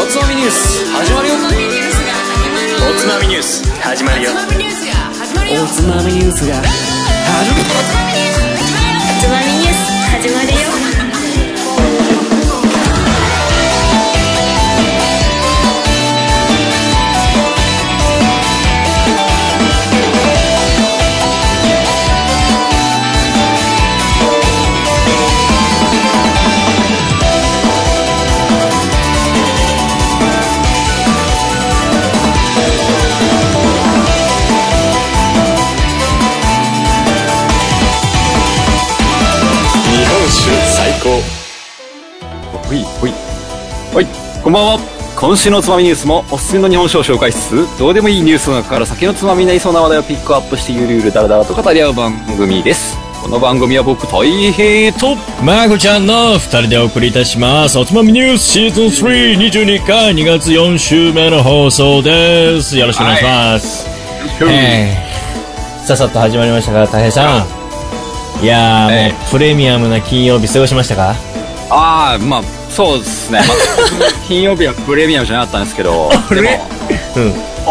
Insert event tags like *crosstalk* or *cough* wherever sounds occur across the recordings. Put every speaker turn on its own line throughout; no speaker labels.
おつまみニュース始まるよおつまみニュース始まるよ
おつまみニュースが
つまみニュース始まるよ
日本酒最高
ほいほいほいこんばんは今週のおつまみニュースもおすすめの日本酒を紹介しつつどうでもいいニュースの中から酒のつまみになりそうな話題をピックアップしてゆるゆるだらだらと語り合う番組ですこの番組は僕大平と
まこちゃんの二人でお送りいたします。おつまみニュースシーズン322回2月4週目の放送です。よろしくお願いします。えーさっさと始まりましたが、たい平さん。いやー、
ええ
もうプレミアムな金曜日過ごしましたか
ああまあそうですね、まあ金曜日はプレミアムじゃなかったんですけどでも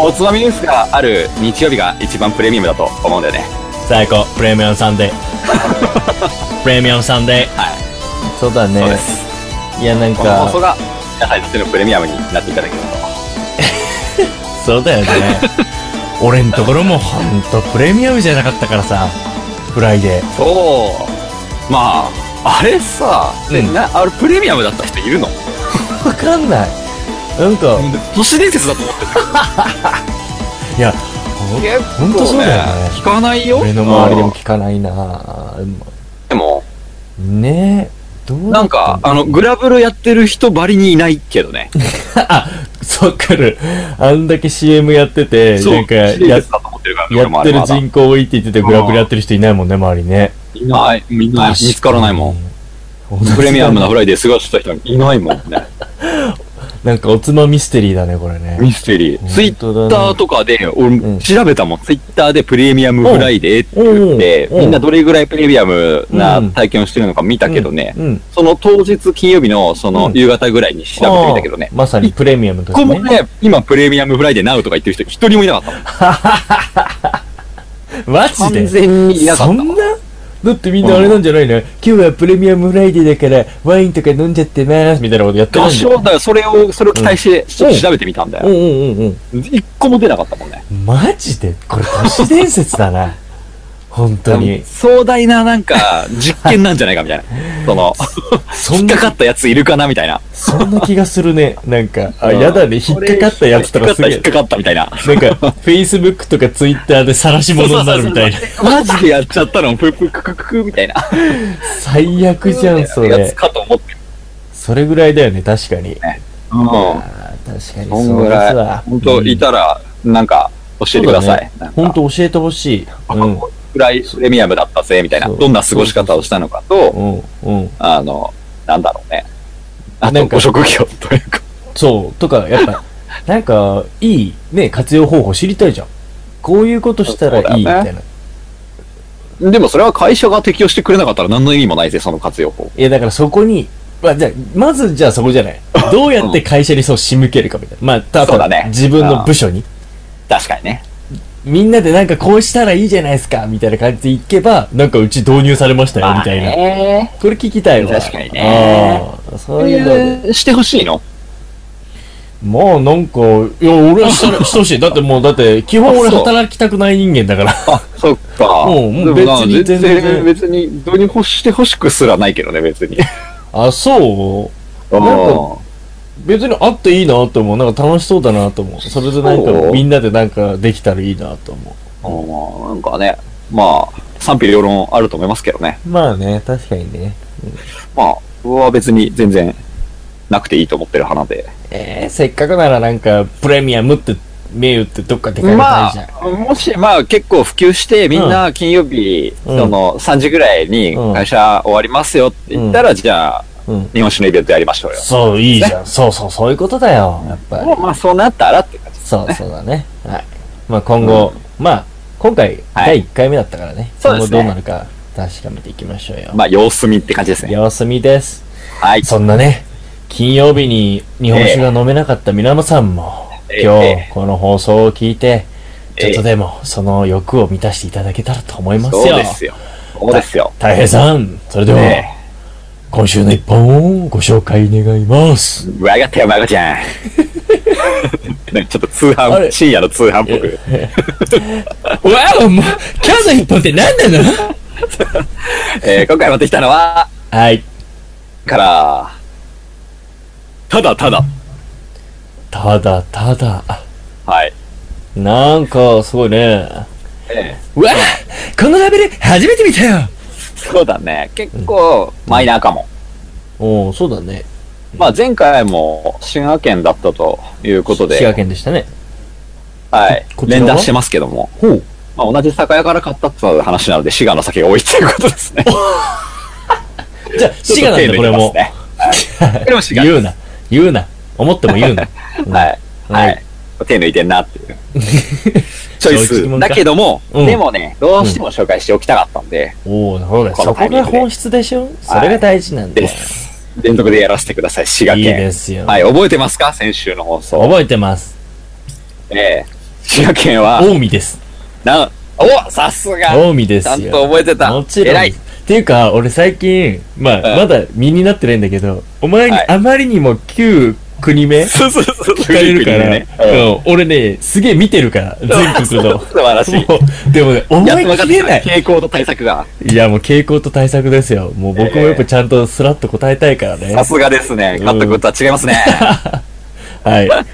うん。
おつまみニュースがある日曜日が一番プレミアムだと思うんだよね
最高。プレミアムサンデー。
*laughs*
プレミアムサンデー。
はい
そうだね。
そうです
いや、なん
この
か
放、送が皆さんにとってのプレミアムになっていただければと
そうだよね。
*laughs*
俺んところもほんとプレミアムじゃなかったからさ、フライデー。
そうまああれさ、で
うん
なあれプレミアムだった人いるの
わかんない。なんか、
都市伝説だと思って
いや、
た
ほんとそうだよね
聞かないよ
俺の周りでも聞かないな
でも
ねえ、どうだ
なんかあのグラブルやってる人ばりにいないけどね
あ、そっかる。あんだけ CM やってて、
そう
なんか
都市伝
や、やっ
説だと思ってるからね俺もあ
て
れ
る
まだ
人口多いって言っててグラブルやってる人いないもんね、周りね。
いないみんな見つからないもん
同じだね
プレミアムなフライデー過ごした人いないもんね
なんかおつまみミステリーだね、これね。
ミステリーツイッタ
本当だね
ーとかで
う
俺
ん
調べたもんツイッターでプレミアムフライデーって言って
うんうん
みんなどれぐらいプレミアムな体験をしてるのか見たけどね
うん。
その当日金曜日のその
うん
夕方ぐらいに調べてみたけどね
あ。ーまさにプレミアムと
ここもね、今プレミアムフライデーナウとか言ってる人一人もいなかっ
マ
たも
ジ
ん。完
で
全にいなか
そ
っ
ん
たもん。
なだってみんなあれなんじゃないの、今日はプレミアムフライデーだからワインとか飲んじゃってますみたいなことやってる
合
んだよ
唱だよ、それを、それを期待して、ちょっと調べてみたんだ
う
よ。
んうんうん
一個も出なかったもんね。
うんマジでこれ都市伝説だな本当に
壮大ななんか、実験なんじゃないかみたい
*laughs*
な。その、
そ
引っ
んな
かかったやついるかなみたいな。
そんな気がするねなんかあ
うん
やだね引っかかったやつとかすげ
引っかかった、引っ
え
かかったみたいな。
なんか Facebook とか Twitter で晒し物になるみたいな
*laughs* マジでやっちゃったの、ぷぷくくくくみたいな。
最悪じゃんそ
やつ
れ
かと思って。
それぐらいだよね確かに
うん。
あー確かに
そん
そう
ぐ
です
らい
わ。
本当いたら、なんか、教えてください。なんか
本当教えてほしいうん
これくらいプレミアムだったぜ、みたいな。
そう
どんな過ごし方をしたのかと、
うんうん
あの、なんだろうね。あ
な
と、
んか
ご職業というか。
そう、とか、やっ
*laughs*
ぱ、なんか、いい、ね、活用方法知りたいじゃん。こういうことしたらいい、みたい
そ
な。
うでもそれは会社が適用してくれなかったら何の意味もないぜ、その活用法。
いや、だからそこに、まあ、じゃあまず、じゃあそこじゃない。どうやって会社にそう仕向けるか、みたいな。まあ、た
そうだ
だ
ね
自分の部署に。
確かにね。
みんなでなんかこうしたらいいじゃないですか、みたいな感じでいけば、なんかうち導入されましたよ、みたいな。
ね
これ聞きたいわ。
確かにね
あー。そういうので。
してほしいの
まあ、なんか、いや、俺はしたしてほしい。だってもう、だって、基本俺働きたくない人間だ
*laughs*
から。
あ、そっか。
もうもう
でもな
別に
全
全
然、
然
別に、どうにもしてほしくすらないけどね、別
*laughs*
に。
あ、そう
うん
か別にあっていいなと思う。なんか楽しそうだなと思う。それでなん
そ
か
う
みんなでなんかできたらいいなと思
んうんなんかね、まあ、賛否両論あると思いますけどね。
う。まあね、確かにね。
まあ、僕は別に全然なくていいと思ってる派なんで。
えー、せっかくならなんかプレミアムって名誉ってどっかでかけた
ま
いじゃん。
あ、もし、まあ結構普及して、みんな金曜日、
うん
その3時ぐらいに
うん
会社終わりますよって言ったら、じゃあ、
うん。
日本酒のイベントやりましょうよ。
そう、いいじゃん。そうそう、そういうことだよ。やっぱ
も
り。
うまあそうなったらって感じ。
そうそうだね。はい。まあ今後、まあ、今回
はい
第1回目だったからね。
そうですね
今後どうなるか確かめていきましょうよ。
まあ、様子見って感じですね。
様子見です。
はい。
そんなね、金曜日に日本酒が飲めなかった皆野さんも、
ええ
今
え
日この放送を聞いて、
え
ち
え
ょっとでもその欲を満たしていただけたらと思いますよ。
そうですよ。そうですよ。
たい平さん、それでは、
ね
今週の一本をご紹介願います。
わかったよ、まこちゃん。
*laughs*
なんかちょっと通
あ
販、
れ
深夜の通販っぽく。
わお、もう、今日の一本って何なの
えー今回持ってきたのは、
はい。
から、ただただ。
ただただ、あ
はい。
なんか、すごいね。
え
うわこのラベル、初めて見たよ
ーそうだね。結構、マイナーかも。
おおそうだね。
まあ、前回も、滋賀県だったということで。
滋賀県でしたね。
はい
こ。ちらは
連打してますけども。
ほう。
まあ、同じ酒屋から買ったっていう話なので、滋賀の酒が多いっていうことですね。
じゃあ、 *laughs* 滋賀なんだ、これも。
ちょっと手抜いてますねはいこれも滋賀。
言うな。言うな。思っても言うな。
*laughs* はい。は
はい
い。手抜いてんなっていう。
*laughs*
チョイ
そういう質問
ス。
か
だけども、
うん
でもね、どうしても紹介しておきたかったんで、
おおそうだ。
こ
そ
のタ
こ
イミン
が
グで
本質でしょそれが大事なんだ
で
よ。
す。連続でやらせてください、滋賀
い
県。
いですよ。
はい、覚えてますか先週の放送。
覚えてます。
ええ滋賀県は、
近江です。
なん、おさすが
近江です
ちゃ
よ。
んと覚えてた
もちろん。
偉い
っていうか、俺最近、まあ、
うん
まだ身になってないんだけど、お前に
はい
あまりにも旧国名聞
そうそう *laughs* そう。聞
かれるから、うん俺ね、すげえ見てるから、全国の。
素晴らしい。
もうでもね、
やっ
思
と分
い
かっ
き
てき
れ
た
ない。
傾向と対策が。
いや、もう傾向と対策ですよ。もう僕もやっぱちゃんとスラッと答えたいからね。
さすがですね。
うん
監督とは違いますね。
はい。
はい。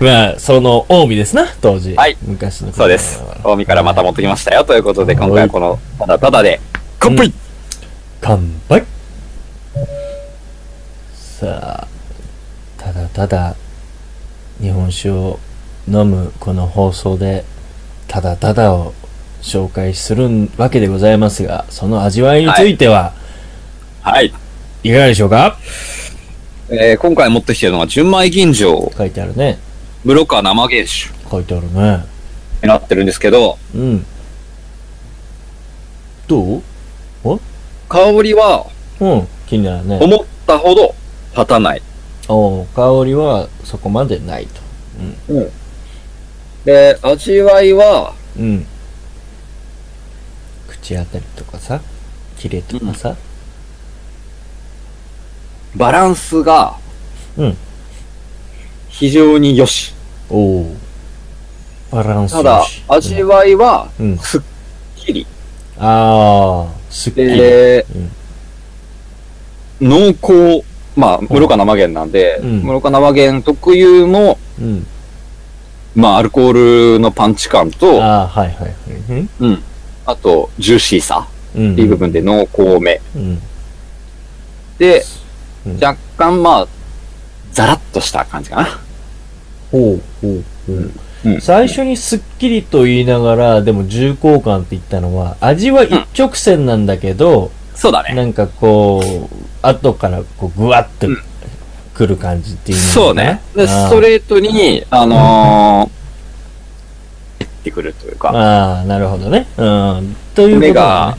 まあ、その、近江ですな、当時。
はい
昔の。
そうです。近江からまた持ってきましたよ。ということで、今回はこの、ただただで、コンプリ
乾杯さあ、ただただ、日本酒を飲むこの放送で、ただただを紹介するわけでございますが、その味わいについては、
はい。
いかがでしょうか
えー今回持ってきてるのが、純米吟醸、
書いてあるね。
室川生原酒
書いてあるね。
になってるんですけど、
うん。どう
香りは、
うん、気になるね。
思ったほど立たない。
おう香りはそこまでないと。
で、味わいは、
うん。口当たりとかさ、キレとかさ、
バランスが、
うん
非常に良し。
おお。バランス
ただ
良し、
味わいは、
うん。うん
すっきり。
ああ、すっきり。
で、
うん
濃厚、まあ、室賀生原なんで、
うん
室賀生原特有の、
うん。
まあ、アルコールのパンチ感と、あ
ああ、はいはいはい。うん
と、ジューシーさ、
うん。
っていう部分で濃厚め。
うん。
で
うん、
若干、まあ、ザラッとした感じかな。
ほうほうほ
う
う。
ん
最初にすっきりと言いながら、でも重厚感って言ったのは、味は一直線なんだけど、
そうだね。
なんかこう、後からこう、ぐわっと
うん
くる感じっていうのかな。
そうね。で、
あー
ストレートに、あのー、入ってくるというか、
ああ、なるほどね。うん。ということ
目
だ
が
ね、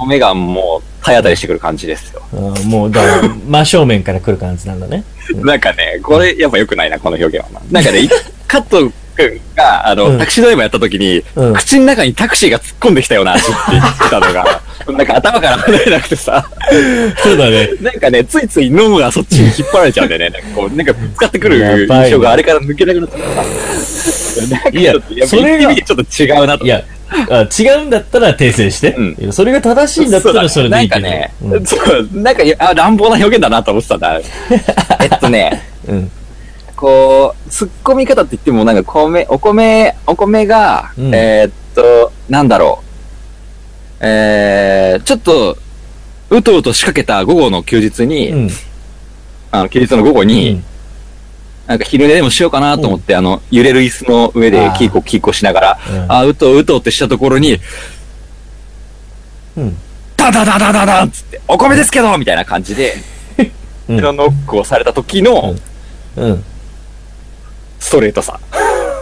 うん
目がもう、体当たりしてくる感じですよ。
あー。もう、だから、 *laughs* 真正面から来る感じなんだね。
なんかね、これ、やっぱ良くないな、この表現はな。なん
*laughs*
かね、い加藤くんが、あの、
うん
タクシードライバーやった時に、
うん
口の中にタクシーが突っ込んできたような味って言ってたの
*laughs*
が、なんか頭から離れなくてさ、
そうだね。
なんかね、ついつい脳がそっちに引っ張られちゃうんだよね。なんかこう、なんかぶつかってくる
やばいね
印象があれから抜けなくなってさなんかちょっと
い
や
や
っぱ
そ
言っ
れが
てみてちょっと違うなと。
*laughs* いや、あ違うんだったら訂正して。
う
それが正しいんだったらそれでいいけど。
そうだねなんかね、そう、なんかあ乱暴な表現だなと思ってたん
*laughs*
だ。えっとね、
うん。うん
こう、突っ込み方って言っても、なんか米、お米、お米が、
うん
えーっと、なんだろう。えー、ちょっと、うとうと仕掛けた午後の休日に、
うん。
あの、休日の午後 *laughs* に、なんか昼寝でもしようかなと思って、あの、揺れる椅子の上で
あー
キーコキーコしながら、
うん
あー、うとううとうってしたところに、
うん。
ダダダダダダンつって、お米ですけどみたいな感じで、
うん
ノックをされた時の
うん。
ストレートさ。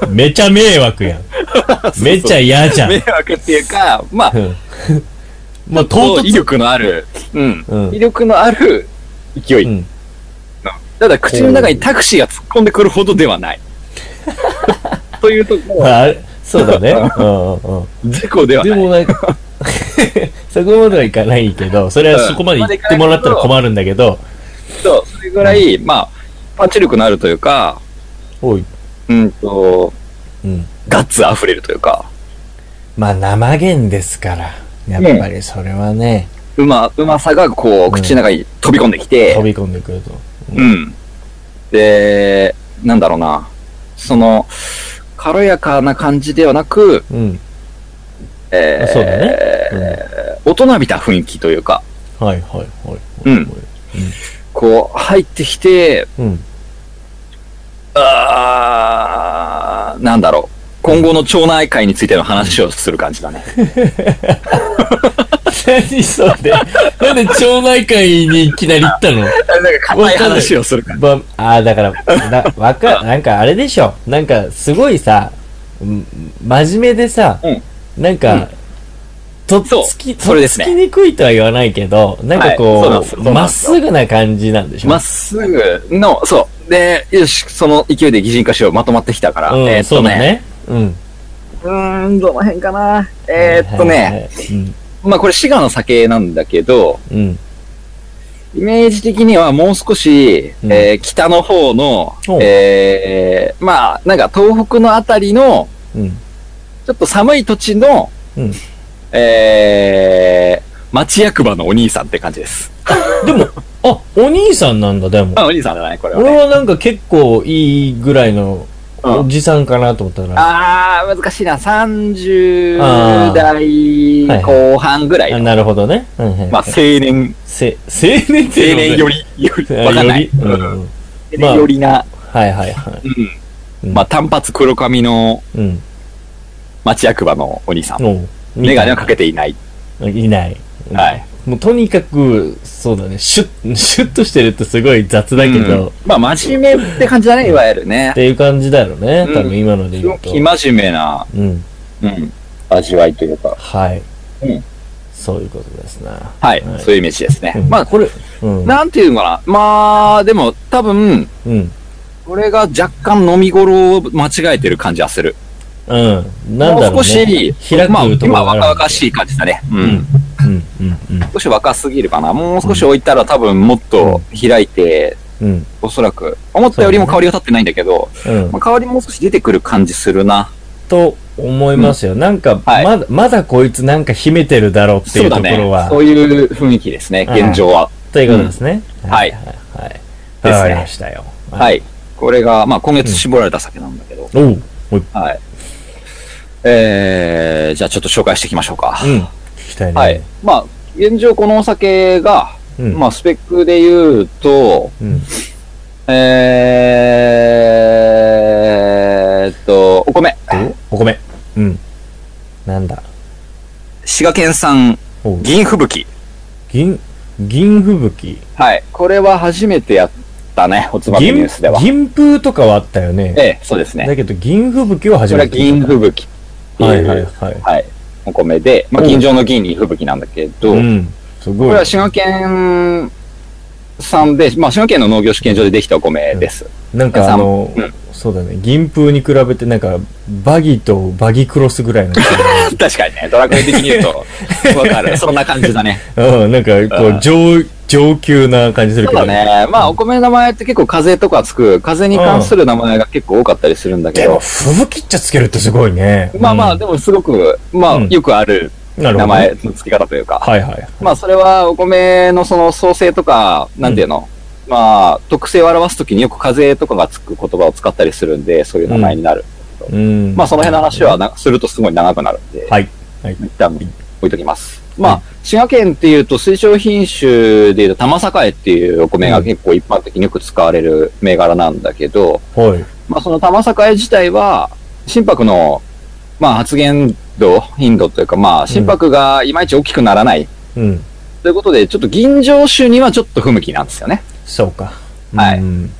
うん。め
*laughs*
ちゃ迷惑やん。めちゃ嫌じゃん。
迷惑っていうか、まあ
う、ん *laughs* まあ、唐
威
突。
力のある、うん。
うん
威力のある勢い。
うん。
ただ、口の中にタクシーが突っ込んでくるほどでは
*laughs*
ない。というところは、
あれそ
*laughs*
うだね。うんうんうん。
事故では
で
ない。
もなんか、 *laughs* そこまではいかないけど、それはそこまで言ってもらったら困るんだけど、
そう、それぐらい、まあ、パンチ力のあるというか、
おい、
うんと、
うん。
ガッツ溢れるというか、
まあ、生源ですから、やっぱりそれはね、
うま、うまさがこう、口の中に飛び込んできて、
飛び込んでくると。
うん。で、なんだろうな。その、軽やかな感じではなく、
うん。
えー
そうだね
大人びた雰囲気というか、
はいはいはい。
うんこう、入ってきて、
うん。
あー、なんだろう。今後の町内会についての話をする感じだね。
何それ *laughs* なんで町内会にいきなり行ったの
なんか
硬
硬
い
い
話
話をする感
ばああ、だから、な、わか、なんかあれでしょ。なんか、すごいさ、ん真面目でさ、
うん
なんか、
うん
とっ
そう
つき、
そ
と
れ
っ
です
つ
ね
きにくいとは言わないけど、なんかこ
はいそうなんです
う、
よそう
ま
なんで
っ
すよ
すぐな感じなんでし
じ。
ょ。
まっすぐの、そう。で、よし、その勢いで擬人化しよう。まとまってきたから。
うん、
えーっ
そ
と
うだ
ね。
ね。うん。
うーん、どの辺かな。えーっと
はいはい
ね。
はい。うん
まあこれ滋賀の酒なんだけど、
うん。
イメージ的にはもう少し、
うん
えー北の方の
おう、
えーまあ、なんか東北のあたりの、
うん。
ちょっと寒い土地の、
うん
えー町役場のお兄さんって感じです。
でも、あ、お兄さんなんだ、でも。
あ、お兄さんじゃないこれは
俺
ね。
はなんか結構いいぐらいの
うん
おじさんかなと思ったら、
あー、難しいな。30
あー
代
はいは
後半ぐらい
あ
の。
なるほどね。うんはいはい
まあ、青年、
せ青年っていう
青年よ
のね
り、より、
あ
わかんない
よ。りうんうん
青年よりな、
はいはいは
う。
うんん
まあ、短髪黒髪の
い。うん。
町役場のお兄さん。
もう、
メガネはかけていない。
けいない。
はい。
もうとにかく、そうだね、シュッ、シュッとしてるとすごい雑だけど、
う
っ
んまあ、真面目って感じだね、いわゆるね。
ていう感じだよね、
うん
多分今のです言
ご
う
く
と。
真面目な、
うん。
うん、味わいというか。
はい。
うん
そういうことですな。
はい、
はい
そういうイメージですね。
うん
まあ、これ、
うん。
なんていうのかな。まあ、でも、多分、
うん。
これが若干飲み頃を間違えてる感じはする。
うん。なんだろう、ね。
もう少し、
開
まあ、
くところ
今若々
い。
しい感じだね。うん。
うん。うん。うん。
少し若すぎるかな。もう少し置いたら多分もっと開いて、
うん。
おそらく、思ったよりも香りは立ってないんだけど、
うん。
まあ、香りもう少し出てくる感じするな。
と思いますよ。なんか、
はい
まだ、まだこいつなんか秘めてるだろうってい
そう
う
だ
とこ
ね
ろは、。
そういう雰囲気ですね、
はい
現状は。
ということですね。
ん
はい。はい。
すね
わかりましたよ。
は。い。これが、まあ、今月絞られた酒なんだけど。
おう。おい
はい。えー、じゃあちょっと紹介していきましょうか。
うん。聞きたいね。
はい。まあ、現状このお酒が、
うん。
まあ、スペックで言うと、
うん。
えーっと、お米。
お米。うん。なんだ。
滋賀県産
おう。
銀吹雪。
銀、銀吹雪。
はい。これは初めてやったね、おつまみニュ
銀
ースでは、。
銀風とかはあったよね。
ええ、そうですね。
だけど、銀吹雪は
こ
初
れは
めて聞い
銀
た。
吹雪っていう、
はいは
はいい
はい。
お米で、まあ、
うん
銀醸の銀に吹雪なんだけど、
うん。すごい。
これは滋賀県産で、まあ、滋賀県の農業試験場でできたお米です。
なんかあの、
うん
そうだね、銀風に比べてなんか、バギーとバギークロスぐらいの。
確かにね、ドラクエ的に言う
*laughs*
と、わかる。そんな感じだね。 *laughs*
うん、なんかこ
う
う、
ん
上、上級な感じする
そ
け
う
ど。
だね。まあ、お米の名前って結構風とかつく、風に関する名前が結構多かったりするんだけ
でも、
ど、
吹雪っちゃつけるってすごいね。
まあま
う
あ、
ん
でもすごく、まあ、
うん
よくある
なる
名
ほど
前の付け方というか、
はいはい。
まあ、それはお米のその創生とか、なんていうの、まあ、特性を表すときによく風とかがつく言葉を使ったりするんで、そういう名前になる。
うん。
まあ、その辺の話はなするとすごい長くなるんで、
はい。はい。
一旦置いときます。まあ、滋賀県っていうと推奨品種でいうと玉栄っていうお米が結構一般的によく使われる銘柄なんだけど、
はい。
まあ、その玉栄自体は、心拍の、まあ、発現度、頻度というか、まあ、心拍がいまいち大きくならない。
うん。
ということで、ちょっと銀醸酒にはちょっと不向きなんですよね。
そうか。
はい
うん。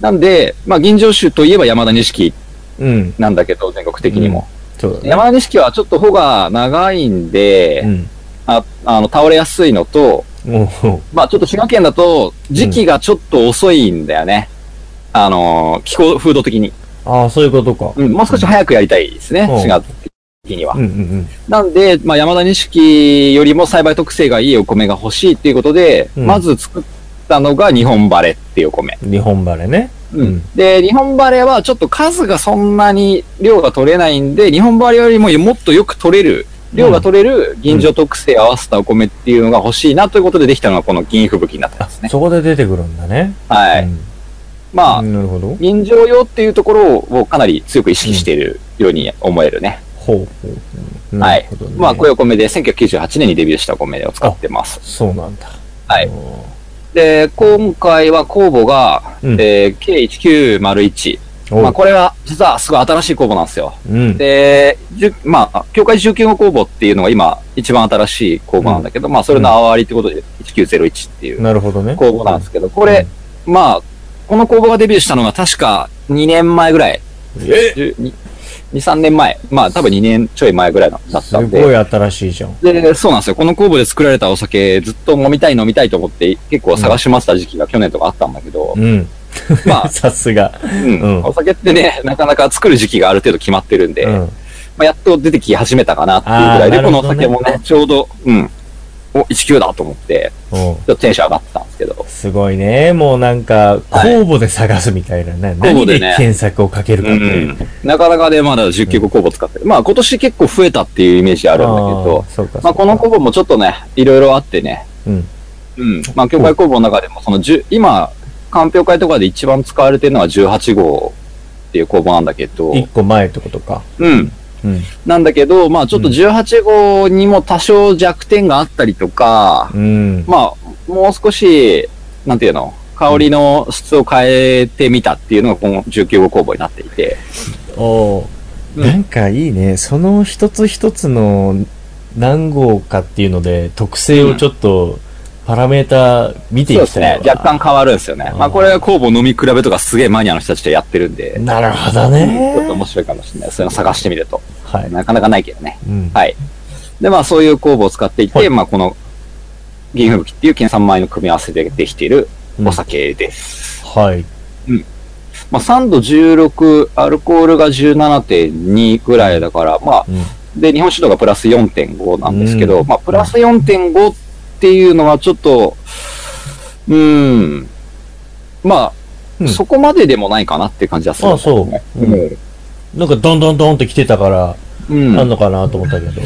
なんで、まあ、銀醸酒といえば山田錦
うん。
なんだけど、全国的にも。
そうだね。
山田錦はちょっと穂が長いんで、
うん。
ああの倒れやすいのと、
おう
まあちょっと滋賀県だと時期がちょっと遅いんだよね。あの、気候風土的に。
ああ、そういうことか。
うん、もう少し早くやりたいですね、
うん
滋賀的には
うん。うん
なんで、まあ、山田錦よりも栽培特性がいいお米が欲しいっていうことで、
うん
まず作ったのが日本バレっていうお米。
うん。日本バレね。うん
で、日本バレはちょっと数がそんなに量が取れないんで、日本バレよりももっとよく取れる、量が取れる銀醸特性を合わせたお米っていうのが欲しいなということでできたのがこの銀吹雪になってますね。
そこで出てくるんだね。
は
う
い。
ん
まあ、
なるほど。
銀醸用っていうところをかなり強く意識しているように思えるね。
ほうほうほう。
は
ないるほどね。
まあ、こういうお米で1998年にデビューしたお米を使ってます。
そうなんだ。
はい
お
で、今回は酵母が、
うん
えー K1901。
ー。
まあ、これは、実はすごい新しい酵母なんですよ。
うん。
で、じゅまあ、境界19号酵母っていうのが今、一番新しい酵母なんだけど、まあ、それのあわりってことで、1901っていう
なるほどね。
酵母なんですけど、これ、まあ、この酵母がデビューしたのが確か2年前ぐらい。
え
2、3年前。まあ、多分2年ちょい前ぐらいだった
す
ん
ごい
で。
新しいじゃん。
で、そうなんですよ。この酵母で作られたお酒、ずっと飲みたい飲みたいと思って、結構探しました時期が去年とかあったんだけど、
*laughs* うん。
まあ、
さすが。
うん
うん
お酒ってね、なかなか作る時期がある程度決まってるんで、
う
ま
ん。
あ、やっと出てき始めたかなっていうぐらい
あー
で、このお
なる
酒
ほ
も
どね
ね、ちょうど、うん、お、19だと思って、
おう
ちょっとテンション上がったんですけど、
すごいね。もうなんか、
はい
公募で探すみたいなね。
公
何
募
で
でね
検索をかけるか
う
っ
ん
て。、
なかなかね、まだ19個酵母使ってる。まあ今年結構増えたっていうイメージあ
あ
るんだけ
ー
ど、
そうか。
まあこの
子。
酵母もちょっとね、いろいろあってね、
うん。
うん、まあ協会酵母の中でも、その10、今、鑑評会とかで一番使われてるのは18号っていう酵母なんだけど、
一個前ってことか。
うん、
うん。
なんだけど、まあちょっと
うん
18号にも多少弱点があったりとか、
うん。
まあもう少し、なんていうの、香りの質を変えてみたっていうのがこの19号酵母になっていて、
おう
うん
なんかいいね。その一つ一つの何号かっていうので、特性をちょっと、パラメーター見て
そ
いう
で
き
す
たい
ね
わ、
若干変わるんですよね。
あー
まあこれは酵母飲み比べとかすげえマニアの人たちとやってるんで、
なるほど
ちょっと
ね。
面白いかもしれない。そういうの探してみると。
はい。
なかなかないけどね。
うん。
はい。で、まあそういう酵母を使っていて、
はい
まあこの銀吹雪っていう県産米の組み合わせでできているお酒です。
はい。
まあ、3度16、アルコールが17.2ぐらいだから、まあ、
うん。
で、日本酒度がプラス4.5なんですけど、
うん
まあ、プラス4.5っていうのはちょっと、うーん、まあ、
うん
そこまででもないかなっていう感じはするんだよね、
あそうなんかどんどんどんって来てたから、
うん。うん
あんのかなと思ったけど。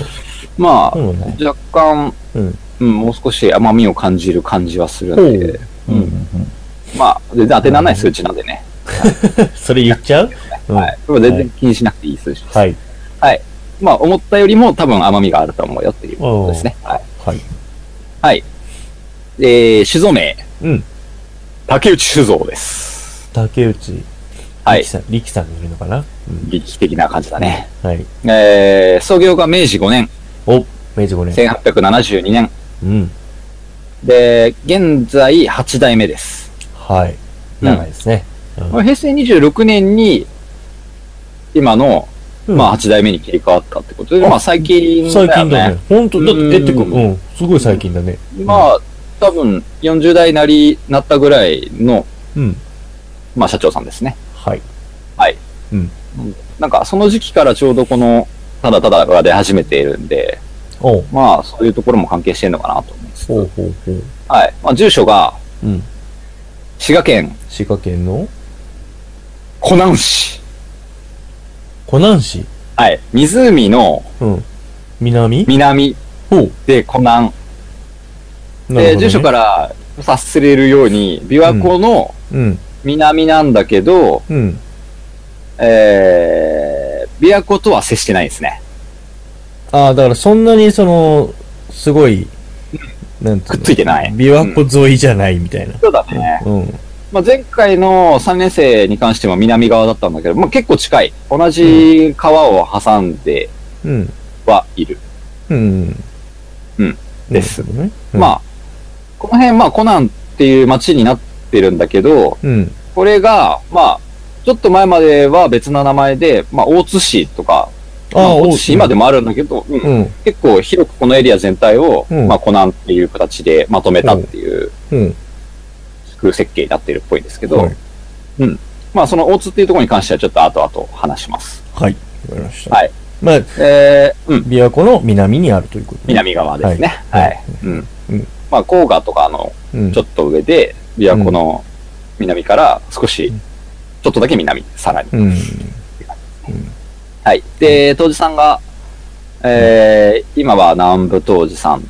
まあ、
でもね。
若干、
うん。
うん、もう少し甘みを感じる感じはするんで、
う
うんん
うんうん。
まあ、全然当てられない数値なんでね、
それ言っちゃう
はい。でも全然気にしなくていい数値です。
はい。
まあ、思ったよりも多分甘みがあると思うよっていうことですね。はい。
はい。
はい。えー、酒造名、
うん。
竹内酒造です。
竹内、
はい
力。さん、力さんがいるのかな
劇的な感じだね。
はい。
えー、創業が明治5年、
お、明治5年。
1872年。
うん。
で、現在8代目です。
はい。長いですね。うん
平成26年に、今の、まあ、8代目に切り替わったってことで、
あ
まあ、最近だ
最
よね。
近だね。本当だって出てくる。
う
うん。すごい最近だね。
まあ、多分40代なりなったぐらいの、
うん。
まあ、社長さんですね。
はい。
なんかその時期からちょうどこの、ただただが出始めているんで、
おう。
まあそういうところも関係してるのかなと思うんですけど
ほうほうほう。
はい。まあ住所が、
うん。
滋賀県
滋賀県の
湖南市。
湖南市。
はい。湖の
うん。南
南
ほう。
で湖南。
なるほどね
で、住所か。ら察すれるように、琵琶湖の
うん。
南なんだけど、
うん。
えー、琵琶湖とは接してないですね。
ああ、だからそんなにその、すごい、なん
くっついてない
琵琶湖沿いじゃないみたいな。
そうだね。
うん。
まあ、前回の3年生に関しては南側だったんだけど、まあ結構近い。同じ川を挟んで、
うん。
はいる。
うん。
うん。です
なるほどね。うん
ま。あ、この辺、まあ、コナンっていう町になってるんだけど、
うん。
これが、まあ、ちょっと前までは別な名前で、まあ、大津市とか、まあ、
あ
大津市今でもあるんだけど、うん
うん。
結構広くこのエリア全体を、
うん
まあ、コナンっていう形でまとめたっていう
うん。
風設計になってるっぽいですけど、
はい
まあ、その大津っていうところに関してはちょっと後々話します。
はい。わかりました。
はい。
まあ、
えー、うん。
琵琶湖の南にあるということ、ね。
南側ですね。
は
はいい。
はい
うん。
うん
まあ、黄河とかの
うん。
ちょっと上で、琵琶湖の南から少し、ちょっとだけ南、さらに。
うん。
はい。で、当時さんが、えー、今は南部当時さん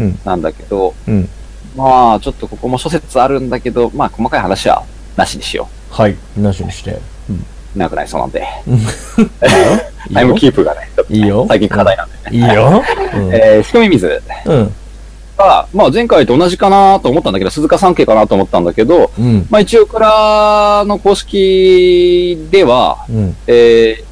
うん
なんだけど、
うん。
まあ、ちょっとここも諸説あるんだけど、まあ、細かい話はなしにしよ
はい。なしに
*laughs*
して。
う。長くなりそうなんで。
い
タイム
い
キープがね、ちょっとね
いいよ
最近課題なんで。
いよ。うん
えー、仕込み水
うん。
が、まあ、前回と同じかなと思ったんだけど、鈴鹿山系かなと思ったんだけど、
うん。
まあ、一応、蔵の公式では、
うん。
えー、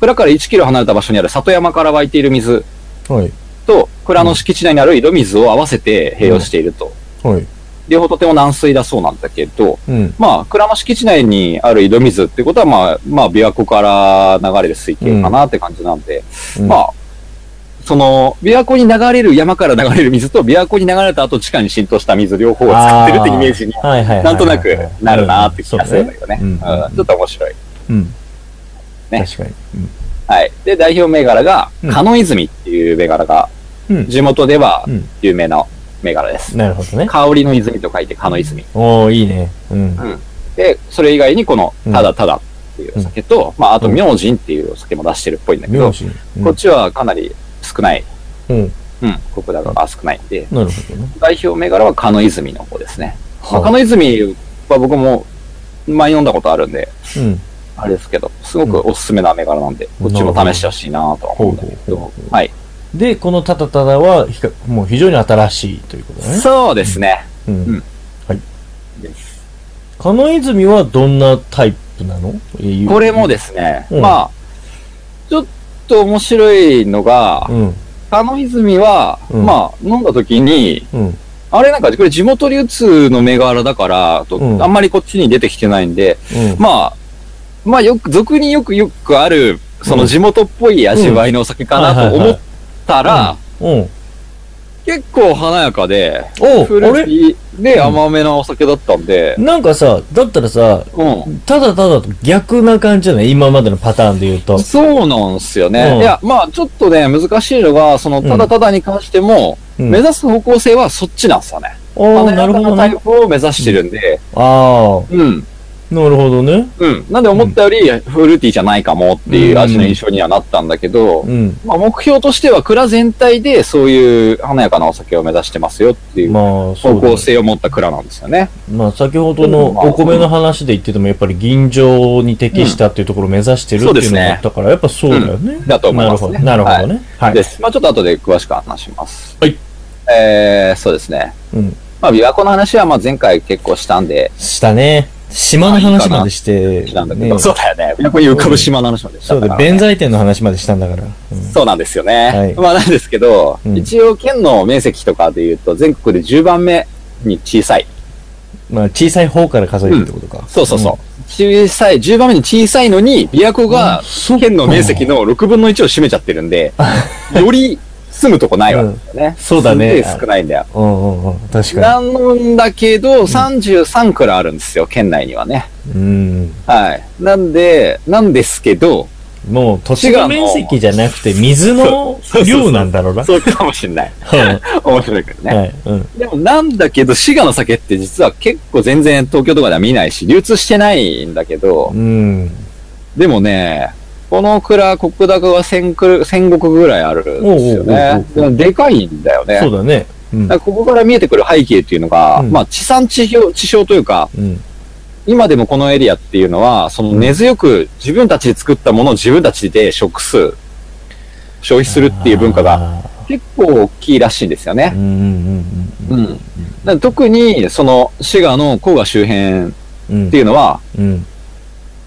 蔵から1キロ離れた場所にある里山から湧いている水
はい。
と、蔵の敷地内にある井戸水を合わせて併用していると。
はい。
両方とても軟水だそうなんだけど、
うん。
まあ、蔵の敷地内にある井戸水ってことは、まあ、まあ、琵琶湖から流れる水系かなって感じなんで、
うん
まあ、その、琵琶湖に流れる山から流れる水と、琵琶湖に流れた後地下に浸透した水両方を使ってるってイメージに、
はいはいはいはいはい。
なんとなくなるなって気がするん
うん
だけどね。
そううんだねうん
ちょっと面白い。
うん。
ね
確かに。
はい。で、代表銘柄が
う、ん
カノイズミっていう銘柄が、
うん。うん
地元では
うん
有名な銘柄です。
なるほどね。
香りの泉と書いてカノイズミ。
おー、いいね。うん。
で、それ以外にこの
う、ん
ただただっていうお酒と、まあ、あと、明神っていうお酒も出してるっぽいんだけど、
名字。うん
こっちはかなり少ない。
うん。
うん、国高が少ないんで、
なるほどね。
代表銘柄はカノイズミの方ですね。まあ、カ
は
ノイズミは僕も前飲んだことあるんで、
い。うん。
あれですけど、すごくおすすめな銘柄なんで、
うん
こっちも試してほしいなとは思うんだけ
ほうほ
ど
うほう、
はい。
で、このタタタダはひか、もう非常に新しいということだね。
そうですね。
うん。
うん
はい
です。
カノイズミはどんなタイプなの
これもですね、
うん
まあ、ちょっと面白いのが
う、ん。
カノイズミは、
うん
まあ、飲んだ時に、
うん。
あれなんか、これ地元流通の銘柄だから、と
うん
あんまりこっちに出てきてないんで、まあ、まあよく、俗によくよくある、その地元っぽい味わいのお酒かなと思ったら、
うん。うん。
結構華やかで、
おうあ
古
れ
いで甘めなお酒だったんで、
なんかさ、だったらさ、
うん。
ただただと逆な感じじゃない今までのパターンで言うと。
そうなんすよね。
うん
いや、まあちょっとね、難しいのが、その、ただただに関しても、
うん
目指す方向性はそっちなんすよね。
お
華
ー、
や
な
か
るほど
なタ
ね
イ。プを目指してるんで、
あ
うん。
ー、なるほどね。
うん。なんで思ったよりフルーティーじゃないかもっていう味の印象にはなったんだけど、
うん。
まあ目標としては蔵全体でそういう華やかなお酒を目指してますよっていう
まあ、
方
そうだね
向性を持った蔵なんですよね。
まあ、先ほどのお米の話で言ってても、やっぱり吟醸に適したっていうところを目指してるっていうのがあったから、やっぱそうだよね。
だと思いますね
なるほど。なるほどね。はい。
です。まあちょっと後で詳しく話します。
はい。
えー、そうですね。
うん。
まあ琵琶湖の話はまあ前回結構したんで、
したね。島の話までして、
したんだけど、
ね。
そうだよね。琵琶湖に浮かぶ島の話までした
そう
か
だ、
ら
弁財天の話までしたんだから。うん
そうなんですよね。
はい
まあなんですけど、
うん
一応県の面積とかで言うと全国で10番目に小さい
まあ、小さい方から数えるってことか。
そうそうそう。小さい、10番目に小さいのに、琵琶湖が
そっか
県の面積の6分の1を占めちゃってるんで、
*laughs*
より住むとこないわけですよね。
そうだ
す
ね
げえ少ないんだよ。
うん。うんうんうん。確か
なんだけど、33蔵あるんですよ、県内にはね。
に。うん。
はい。なんで、なんですけど、
もう、土地の面積じゃなくて、水の量なんだろうな。
そうかもしんない。
は
面白いけどね。
い。うん。
でもなんだけど、滋賀の酒って実は結構全然東京とかでは見ないし、流通してないんだけど、
うん。
でもね、この蔵、国高が1000くら千石ぐらいあるんですよね。
おうおうおうおう
でもでかいんだよね。
そうだね。うん
だからここから見えてくる背景っていうのが、
うん
まあ地産地消地消というか、
うん。
今でもこのエリアっていうのは、その根強く自分たちで作ったものを自分たちで食す、消費するっていう文化が
が。
結構大きいらしいんですよ
う
ね。
んうんうん
うん。だから特に、その滋賀の甲賀周辺っ
うん。
ていうのは、
うん。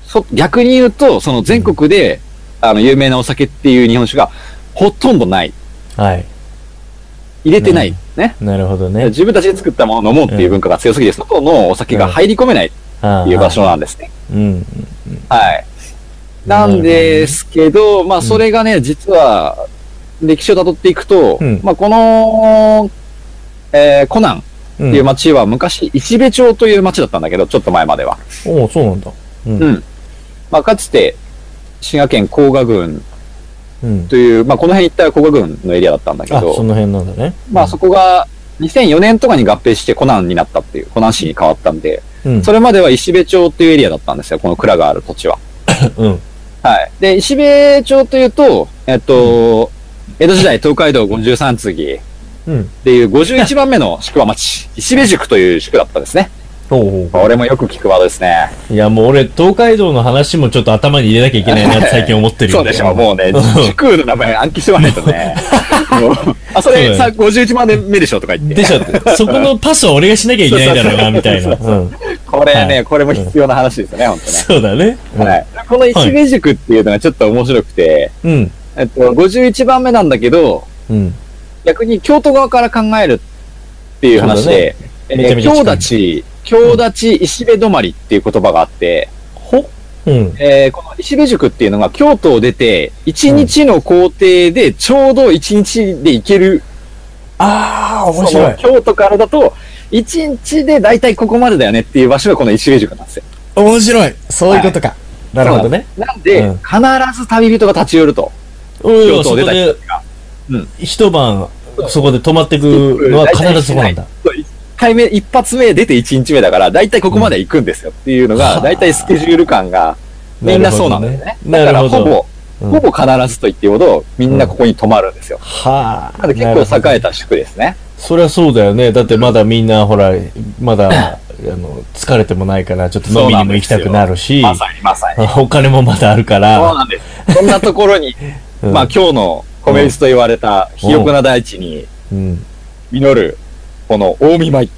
そ逆に言うと、その全国で、あの、有名なお酒っていう日本酒が、ほとんどない。
はい。
入れてない。ね。
なるほどね。
自分たちで作ったものを飲もうっていう文化が強すぎて、外のお酒が入り込めないっ
ああ
ていう場所なんですね。
うん。
はい。なんですけど、まあ、それがね、実は、歴史を辿っていくと、
うん
まあ、この、えーコナン
う
って
ん
いう町は昔、石部町という町だったんだけど、ちょっと前までは。
おおそうなんだ。うん
うんまあ、かつて、滋賀県甲賀郡
うん。
という、まあ、この辺一帯は甲賀郡のエリアだったんだけ
あ、そ
ど、
の辺なんだね。
まあ、そこが、2004年とかに合併してコナンになったっていう、コナン市に変わったんで、
うん。
それまでは石部町っていうエリアだったんですよ、この蔵がある土地は。
うん。
はい。で、石部町というと、えっと、江戸時代東海道53次っ
うん。
ていう51番目の宿場町、石部塾という宿だったんですね。
おうおう
俺もよく聞くワードですね。
いや、もう俺、東海道の話もちょっと頭に入れなきゃいけないなって最近思ってる
そ
よ
うでしょ、もうね、塾の名前暗記しておかないと
*laughs*
ね。もうあ、それ
そうだ
さ、
よ
51番目でしょとか言っ
で
て。
しょってそこのパスを俺がしなきゃいけないんだろうな、みたいな。うん。
これ
は
ね、
い
これも必要な話ですよね、本
そうだね。
当ね。はい。この石部塾っていうのがちょっと面白くて、
うん。
えっと、51番目なんだけど、
うん。
逆に京都側から考えるっていう話で、え
めちゃ
ー
めちゃ近
京
い
立ち、京立ち石部止まりっていう言葉があって、
ほうん。
えーこの石部塾っていうのが京都を出て、1日の工程でちょうど1日で行ける、
ああ、面
そ
白
の
い。
京都からだと、1日で大体ここまでだよねっていう場所がこの石部塾なんですよ。
面白い。そういうことか。なるほどね。
なんで、
うん
必ず旅人が立ち寄ると。
おい
京
お
都
い、そ
を
こ
出た
で
人が。うん、
一晩、そこで泊まってくのは必ずそこなんだ。
そう一回目、一発目出て一日目だから、だいたいここまで行くんですよっていうの
う
が、
ん
だいたいスケジュール感が、みんなそうなんだよね。だ
なる
から
ほ
ほ
どね。
ぼ、
う
ほ
ん
ぼ必ずと言っていいほど、みんなここに泊まるんですよ。
はあ。
なので結構
なるほど
栄えた宿ですね。
そりゃそうだよね。だってまだみんな、ほら、まだ、あの、疲れてもないから、ちょっと飲みにも行きたくなるし、
まさにまさに。
お金もまだあるか
そう
ら、
なんです。そんなところに、
*laughs* うん
まあ今日の米打ちと言われた、肥沃な大地に
うん。
実る、この大見舞い。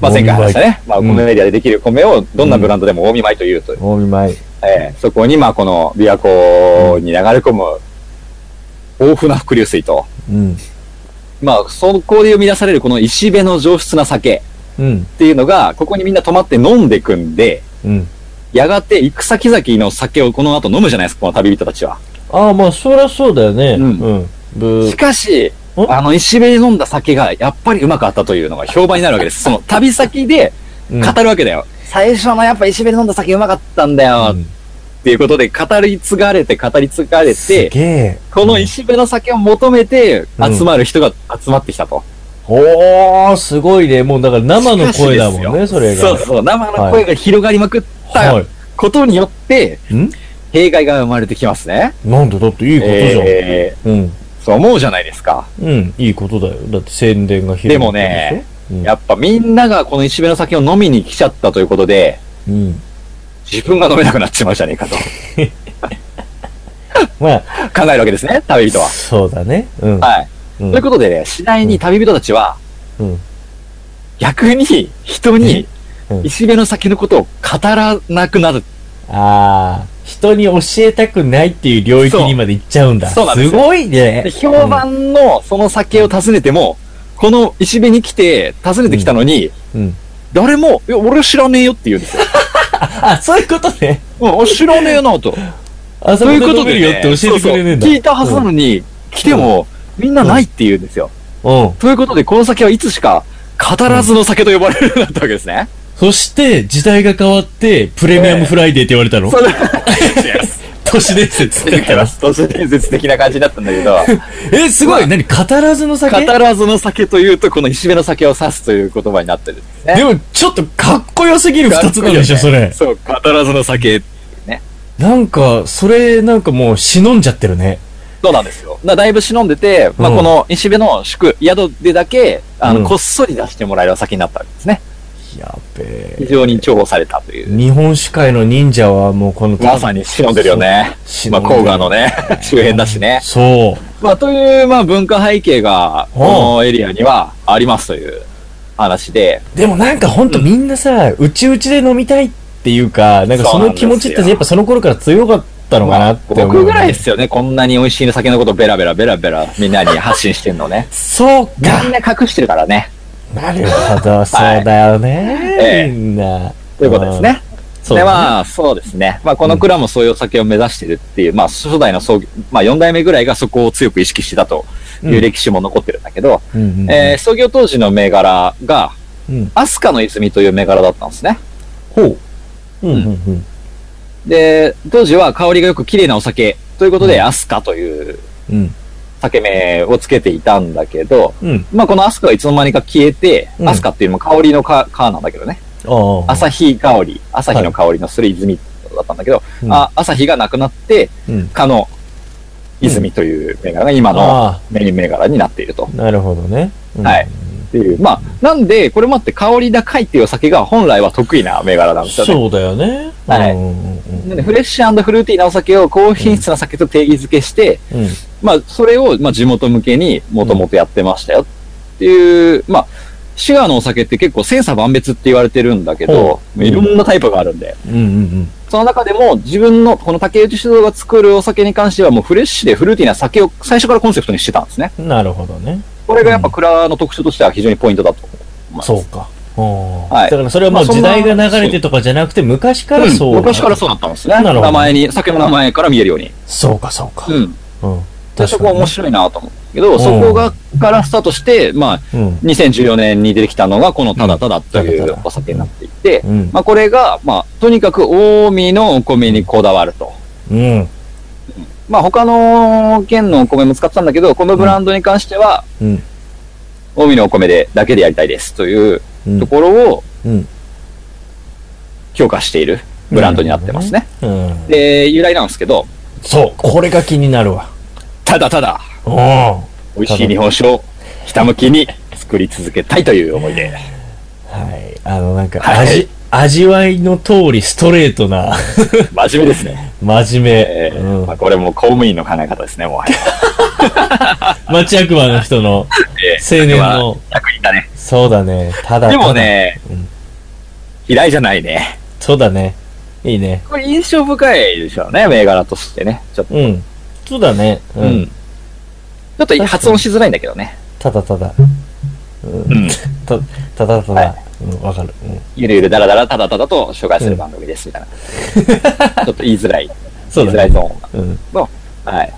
まあ前回話したね。まあ
う
こ
ん
のエリアでできる米をどんなブランドでも大見舞いというと、
お見舞い。
えーそこにまあこの琵琶湖に流れ込む豊富な伏流水と、
うん。
まあそこで生み出されるこの石辺の上質な酒。
うん。
っていうのが、ここにみんな泊まって飲んでくんで、
うん。
やがて行く先々の酒をこの後飲むじゃないですか、この旅人たちは。
ああ、まあ、そりゃそうだよね。
う
う。
んん
うん。ぶ
しかし、
お
あの、石辺で飲んだ酒がやっぱりうまかったというのが評判になるわけです。その旅先で
うん
語るわけだよ。最初のやっぱ石辺で飲んだ酒うまかったんだよ、
うん
っていうことで語り継がれて語り継がれ
す
て、
げえ。
この石辺の酒を求めて
うん
集まる人が集まってきたと。
おー、すごいね。もうだから生の声だも
しかし
んね、
です
そ
よ
れが。
そうそう、生の声が広がりまくった
は
ことによって、
い。ん
弊害が生まれてきますね。
なんでだっていいことじゃん。
え
うん。
ーそう思うじゃないですか。
うん。いいことだよ。だって宣伝が広がってるでしょ。うん
やっぱみんながこの石辺の酒を飲みに来ちゃったということで、
うん。
自分が飲めなくなっちまうじゃねえかと *laughs*
まあ、
考えるわけですね、旅人は。
そうだね。うん。
はい。
うん
ということでね、次第に旅人たちは、
うん
逆に人に
うん
石辺の酒のことを語らなくなる。
ああ、人に教えたくないっていう領域にまで行っちゃうんだ。
そうそうなんです
す
よ
ごい
で
ね。
評判のその酒を訪ねても、この石辺に来て訪ねてきたのに、
うん。
誰も、いや、俺知らねえよって言うんですよ。
あ、そういうことね。
うん、俺知らねえなと。
あ、 *laughs* そ
と
う
い
いううこ
こと
と
で、
で
ね、
よって教えてくれねえんだ。
そうそう聞いたはずなのに、来ても、みんなないって言うんですよ。
うん。うん。
ということで、この酒はいつしか、語らずの酒と呼ばれるようになったわけですね。
そして、時代が変わって、プレミアムフライデーって言われたの。
それ、
*laughs* 都市伝説って言ったら。
都市伝説的な感じだったんだけど、
え、すごい何語らずの *laughs* 酒
語らずの酒というと、この石辺の酒を指すという言葉になってるんですね。
でも、ちょっとかっこよすぎる二つなんでしょ、それ。
そう、語らずの酒。
なんか、それ、なんかもう、忍んじゃってるね。
そうなんですよ。だだいぶ忍んでて、まあ、
うん
この石辺の宿、宿でだけ、あの、
うん
こっそり出してもらえるお酒になったわけですね。
やべ
非
え。
常に重宝されたという。
日本酒界の忍者はもうこの、
まさに忍んでるよね。
忍
ま
ん
あ、
でる
甲賀のね、周辺だしね。
そう。
まあ、という、まあ、文化背景が、このエリアにはありますという話で、
でもなんかほんとみんなさ、うちうちで飲みたいっていうか、なんかそ
そうな
の
んです
気
よ
持ちってやっぱその頃から強かったのかなって思う。。
僕ぐらいですよね、こんなに美味しい酒のことベラベラベラベラみんなに発信してんのね
そう
みん
か。
な隠してるからね。
なるほど、そうだよね。
ええ
みんな。
ということですね。
そう
で、
だね
まあ、そうですね。まあ、この蔵もそういうお酒を目指してるっていう、まあ、初代の創業、まあ、4代目ぐらいがそこを強く意識してたという歴史も残ってるんだけど、
うんうんうん
えー創業当時の銘柄が、
うん
アスカの泉という銘柄だったんですね。
ほう。うんうんうん。
で、当時は香りがよく綺麗なお酒ということで、アスカという
うん。
酒名をつけていたんだけど、
うん。
まあ、このアスカがいつの間にか消えて、
うん
アスカっていうのも香りのかかなんだけどね。
ああ。
朝日香り、朝日の香りのする泉だったんだけど、
うん
あ朝日がなくなって、
うん。
かの泉という銘柄が今の
あ
メイン銘柄になっていると。
あ、なるほどね。うん
はい。っていう。まあ、なんで、これもあって香り高いっていうお酒が本来は得意な銘柄なんですよね。
そうだよね。
はい
うん
なんでフレッシュフルーティーなお酒を高品質な酒と定義づけして、
うんうん。
まあ、それを、まあ、地元向けにもともとやってましたよっていう、まあ、シガーのお酒って結構千差万別って言われてるんだけど
ほ、う
いろんなタイプがあるんで、
うんうん
その中でも自分のこの竹内酒造が作るお酒に関してはもうフレッシュでフルーティーな酒を最初からコンセプトにしてたんですね。
うん。なるほどね。
これがやっぱ蔵の特徴としては非常にポイントだと思います。
そうか。は、
はいい
だからそれはも
ま
う
あそ
時
んな
代が流れてとかじゃなくて、昔か
う
ら
ん
そう、
昔からそうだったんですね。
なるほど
名前に、酒の名前から見えるように。
そうか、そうか。
うん。
うん。
でそこ面白いなと思うんだけど、
ん
そこが、からスタートして、まあ、
い。うん。
2014年に出てきたのが、このただただとい
ただ
う
ただ
お酒になっていて、
うん。
まあ、これが、まあ、とにかく、近江のお米にこだわると。
うん。
まあ、他の県のお米も使ってたんだけど、このブランドに関しては、
うん。
近江のお米で、だけでやりたいですという
うん
ところを
うん。
強化しているブランドになってますね。
うん。
で、由来なんですけど、
そう、これが気になるわ。
ただただ、
うん。
美味しい日本酒をひたむきに作り続けたいという思いで。
はい。あの、なんか、
はい
味、味わいの通りストレートな、
真面目です
*laughs*
ね。
真面目。
えー
うん
まあ、これも公務員の考え方ですね、もう。
町役場の人の、青年の、
役にだね。
そうだね。ただ、
でもね
うん、
嫌いじゃないね。
ただ。そうだね。いいね。
これ印象深いでしょうね、銘柄としてね。ちょっと。
うん。そうだね。う。
うんん。ちょっと発音しづらいんだけどね。
ただただ。
うん。
た、ただた
は
だ。うん、わかる。うん。
ゆるゆるだらだらただただと紹介する番組です、みたいな。ちょっと言いづらい。
*laughs* そう
言いづら
だ
い
ね。
ゾーン
うん。
が。はい。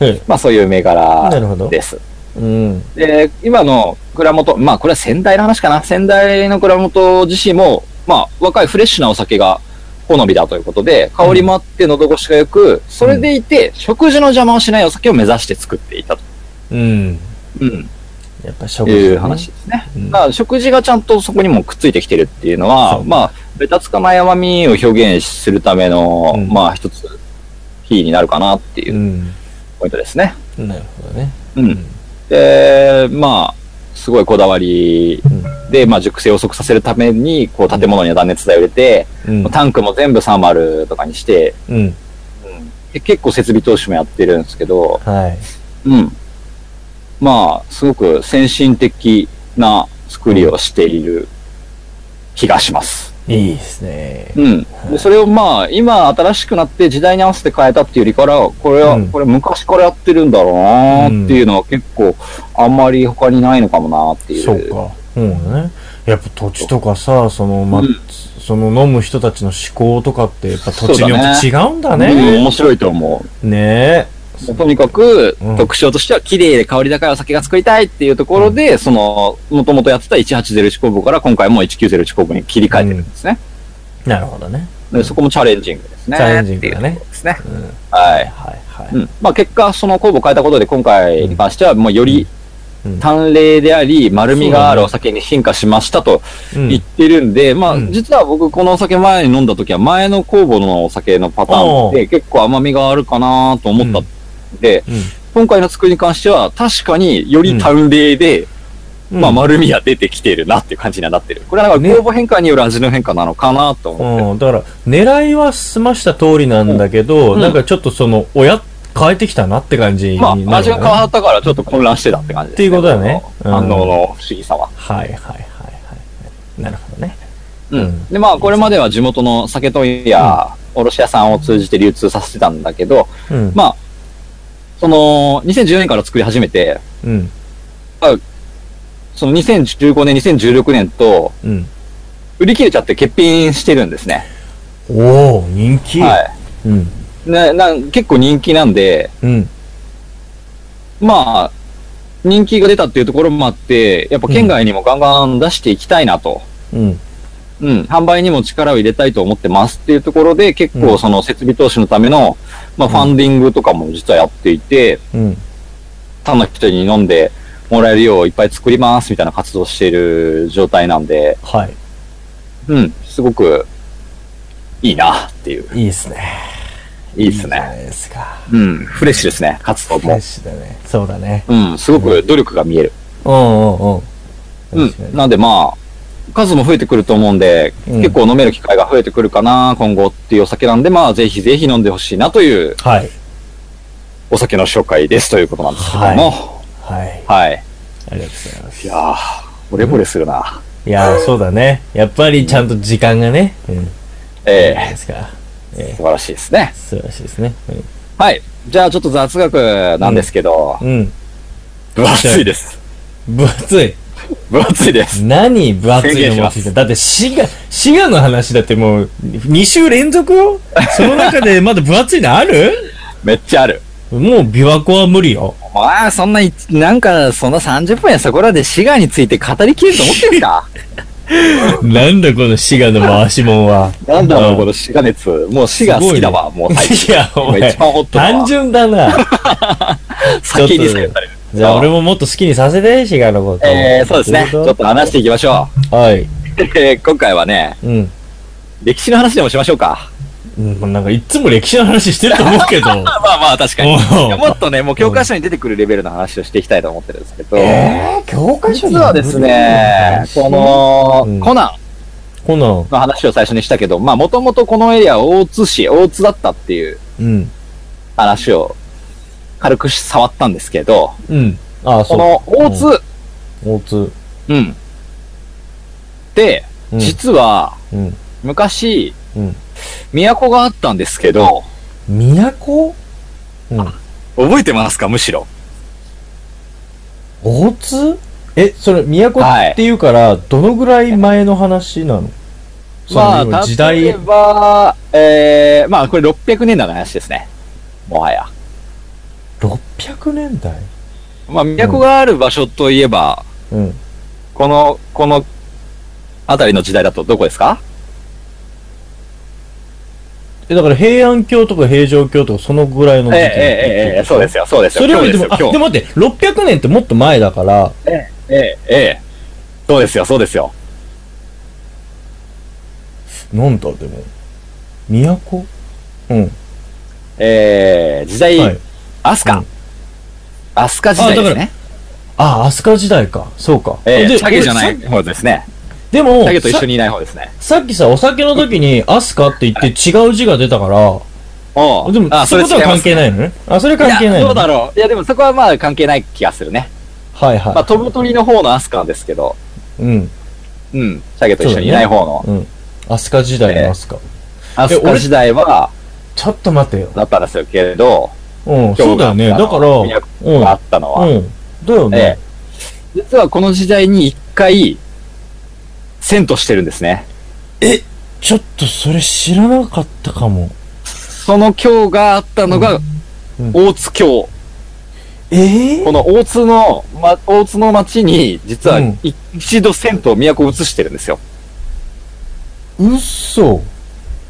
うん
まあそういう銘
なるほど
柄です。
うん。
で、今の蔵元、まあこれは先代の話かな。先代の蔵元自身も、まあ若いフレッシュなお酒が好みだということで、香りもあって喉越しが良く、それでいて食事の邪魔をしないお酒を目指して作っていたと。
うん。
うん。
やっぱ食事ね
いう話。ですね。
うん
だから食事がちゃんとそこにもくっついてきてるっていうの
そ
は、
う
まあ、ベタつかない甘みを表現するための、
うん。
まあ一つ、キーになるかなっていうううんポイントですね。
なるほどね。
うん。で、まあ、すごいこだわり
うん
で、まあ、熟成を遅くさせるために、こう、建物には断熱材を入れて、
うん。
タンクも全部サーマルとかにして、
うん。
で結構設備投資もやってるんですけど、
はい。
うん。まあ、すごく先進的な作りをしている気がします。
いいですね。
うん。でそれをまあ、今新しくなって時代に合わせて変えたっていうよりから、これは、
うん
これ昔からやってるんだろうなっていうのは結構、あんまり他にないのかもなっていう。
そうか。うんね。やっぱ土地とかさ、その、ま、
うん
その飲む人たちの思考とかって、やっぱ土地によって
そ
違うんだ
うん
ね。
面白いと思
ね
う。とにかく
うん、
特徴としては、綺麗で香り高いお酒が作りたいっていうところで、その、もともとやってた180工房から今回も190工房に切り替えてるんですね。
え。なるほどね。
でそこもチャレンジングですね。
チャレンジングだね
っていうところですね。
うん。
は
はい
い。
は
うん。まあ結果、その酵母を変えたことで今回に関しては、もうより
うん
淡麗であり、丸みがあるお酒に進化しましたと
い。うん
言ってるんで、ま
う
あ
ん
実は僕このお酒前に飲んだ時は前の酵母のお酒のパターンで結構甘みがあるかなと思ったんで、今回の作りに関しては、確かにより淡麗で、
うん。
まあ丸みが出てきてるなっていう感じにはなってる。これはなんか
ね
酵母変化による味の変化なのかなと思って。
うん、だから、狙いは済ました通りなんだけど、
うん
なんかちょっとその、おや、変えてきたなって感じに
ま
なる、ね
あ、味が変わったからちょっと混乱してたって感じです、
っていうことだね
この
うん
反応の不思議さは。
はいはいはいはい。なるほどね。
うん
うん
で、まあ、これまでは地元の酒問屋や卸屋さんを通じて流通させてたんだけど、
うん。
まあ、その、2014年から作り始めて、
うん。
その2015年、2016年と、
うん。
売り切れちゃって欠品してるんですね。
おお人気、
は
うん。
い。な、なん、結構人気なんで、
うん。
まあ、人気が出たっていうところもあって、やっぱ県外にもガンガン出していきたいなと。
うん。
うん、販売にも力を入れたいと思ってますっていうところで、結
うん
構その設備投資のための、まあ、
うん
ファンディングとかも実はやっていて、
うん。
他の人に飲んでもらえるよういっぱい作りますみたいな活動をしている状態なんで、
はい。
うん、すごくいいなっていう。
いいですね。
いいです
じゃ
ね。
ないですか。
うん、フレッシュですね、活動
フレ
も
ッ。シュだね。そうだね。
うん、すごく努力が見える。
うんうんう。
うんん、なんでまあ、数も増えてくると思うんで、
うん
結構飲める機会が増えてくるかな、今後っていうお酒なんで、まあ、ぜひぜひ飲んでほしいなという
はい。
お酒の紹介ですということなんですけども、
はい。
はい。
ありがとうございます。
い、やー、惚れ惚れするな。
いやー、そうだね。やっぱりちゃんと時間がね。うん。
え
いい
え
ですか。
素晴らしいですね。
素晴らしいですね。
はい。じゃあ、ちょっと雑学なんですけど、
うん。うん。
分厚いです。
分厚い。
分厚いです。
何分厚
宣
い
言し
の持
ま
って
す
きただって滋賀、滋賀の話だってもう2週連続よその中でまだ分厚いのある
めっちゃある。
もう琵琶湖は無理よ。
まあ、そんな、いなんか、そんな30分やそこらで滋賀について語りきれると思ってるか
なんだこの滋賀の回しもんは。
*laughs* なんだろう、こ
れ。
の滋賀熱。もう滋賀好きだわ、もう最
い
近。
や、お
今
前
一番ホッ、トだ
単
わ。
純だな。
先にされる。
じゃあ俺ももっと好きにさせて、滋賀のこと。
えー、そうですね。ち
どい
ょっ
こと
話していきましょ
はい。
う。えー今回はね、
うん。
歴史の話でもしましょうか。
うんなんかいつも歴史の話してると思う
*laughs*
けど。
まあまあまあ、確かに。
お
いうやもっとね、もう教科書に出てくるレベルの話をしていきたいと思ってるんですけど、
えー、教科書
実はですね、こ、の、
うん
コナ
コナン
ン。の話を最初にしたけど、まあもともとこのエリアは大津市、大津だったっていう
うん。
話を軽く触ったんですけど、
うん。あ、そ
こ
う。
の大津、
大津。
うん。で、
うん
実は
うん。
昔、
うん。
都があったんですけど、
都うん。
覚えてますかむしろ。
大津え、それ、都っていうから、どのぐらい前の話なのその
まあ、
要は時
例え
代、
ば、えー、まあ、これ600年代の話ですね。もはや。
600年代
まあ、都がある場所といえば、
うん。
この、この、あたりの時代だとどこですか
え、だから平安京とか平城京とか、そのぐらいの
ええ
時
え
代。
えええそうですよ、そうですよ。
それよりでも、
今
あ、
日ですよ、
でも待って、600年ってもっと前だから、
今日。ええええそうですよ、そうですよ。
なんだ、でも。都うん。
えー、時代、
はい。
飛
う
鳥
ん。
飛鳥時代ですね。
あ、飛鳥時代か。そうか。
ええ
で
チャゲじゃない
俺さ
方ですね。
でも、
チャゲと一緒にいない方ですね。
さっきさ、お酒の時に、アスカって言って違う字が出たから、
おう
でも、そういうことは関係
い
ないのね。あ、それ
ます。
関係ない
や、
い
ど
の
うだろう。いや、でもそこはまあ関係ない気がするね。
はいはい。
まあ、飛ぶ鳥の方のアスカですけど、
うん。
うん、チャゲと一緒にいない方の
うん。アスカ時代のアスカ。
アスカ時代は、
ちょっと待てよ。
だったんですよけれど、
うん、そうだよね。
今日
だ
が
から、うん。う
都があったのは、
ん。だよね
ええ。実はこの時代に一回、遷都してるんですね。
ちょっとそれ知らなかったかも。
その京があったのが
うん、
大津京。
ええ
この大津の、ま、大津の町に、実は
うん
い一度遷都を都を移してるんですよ。
嘘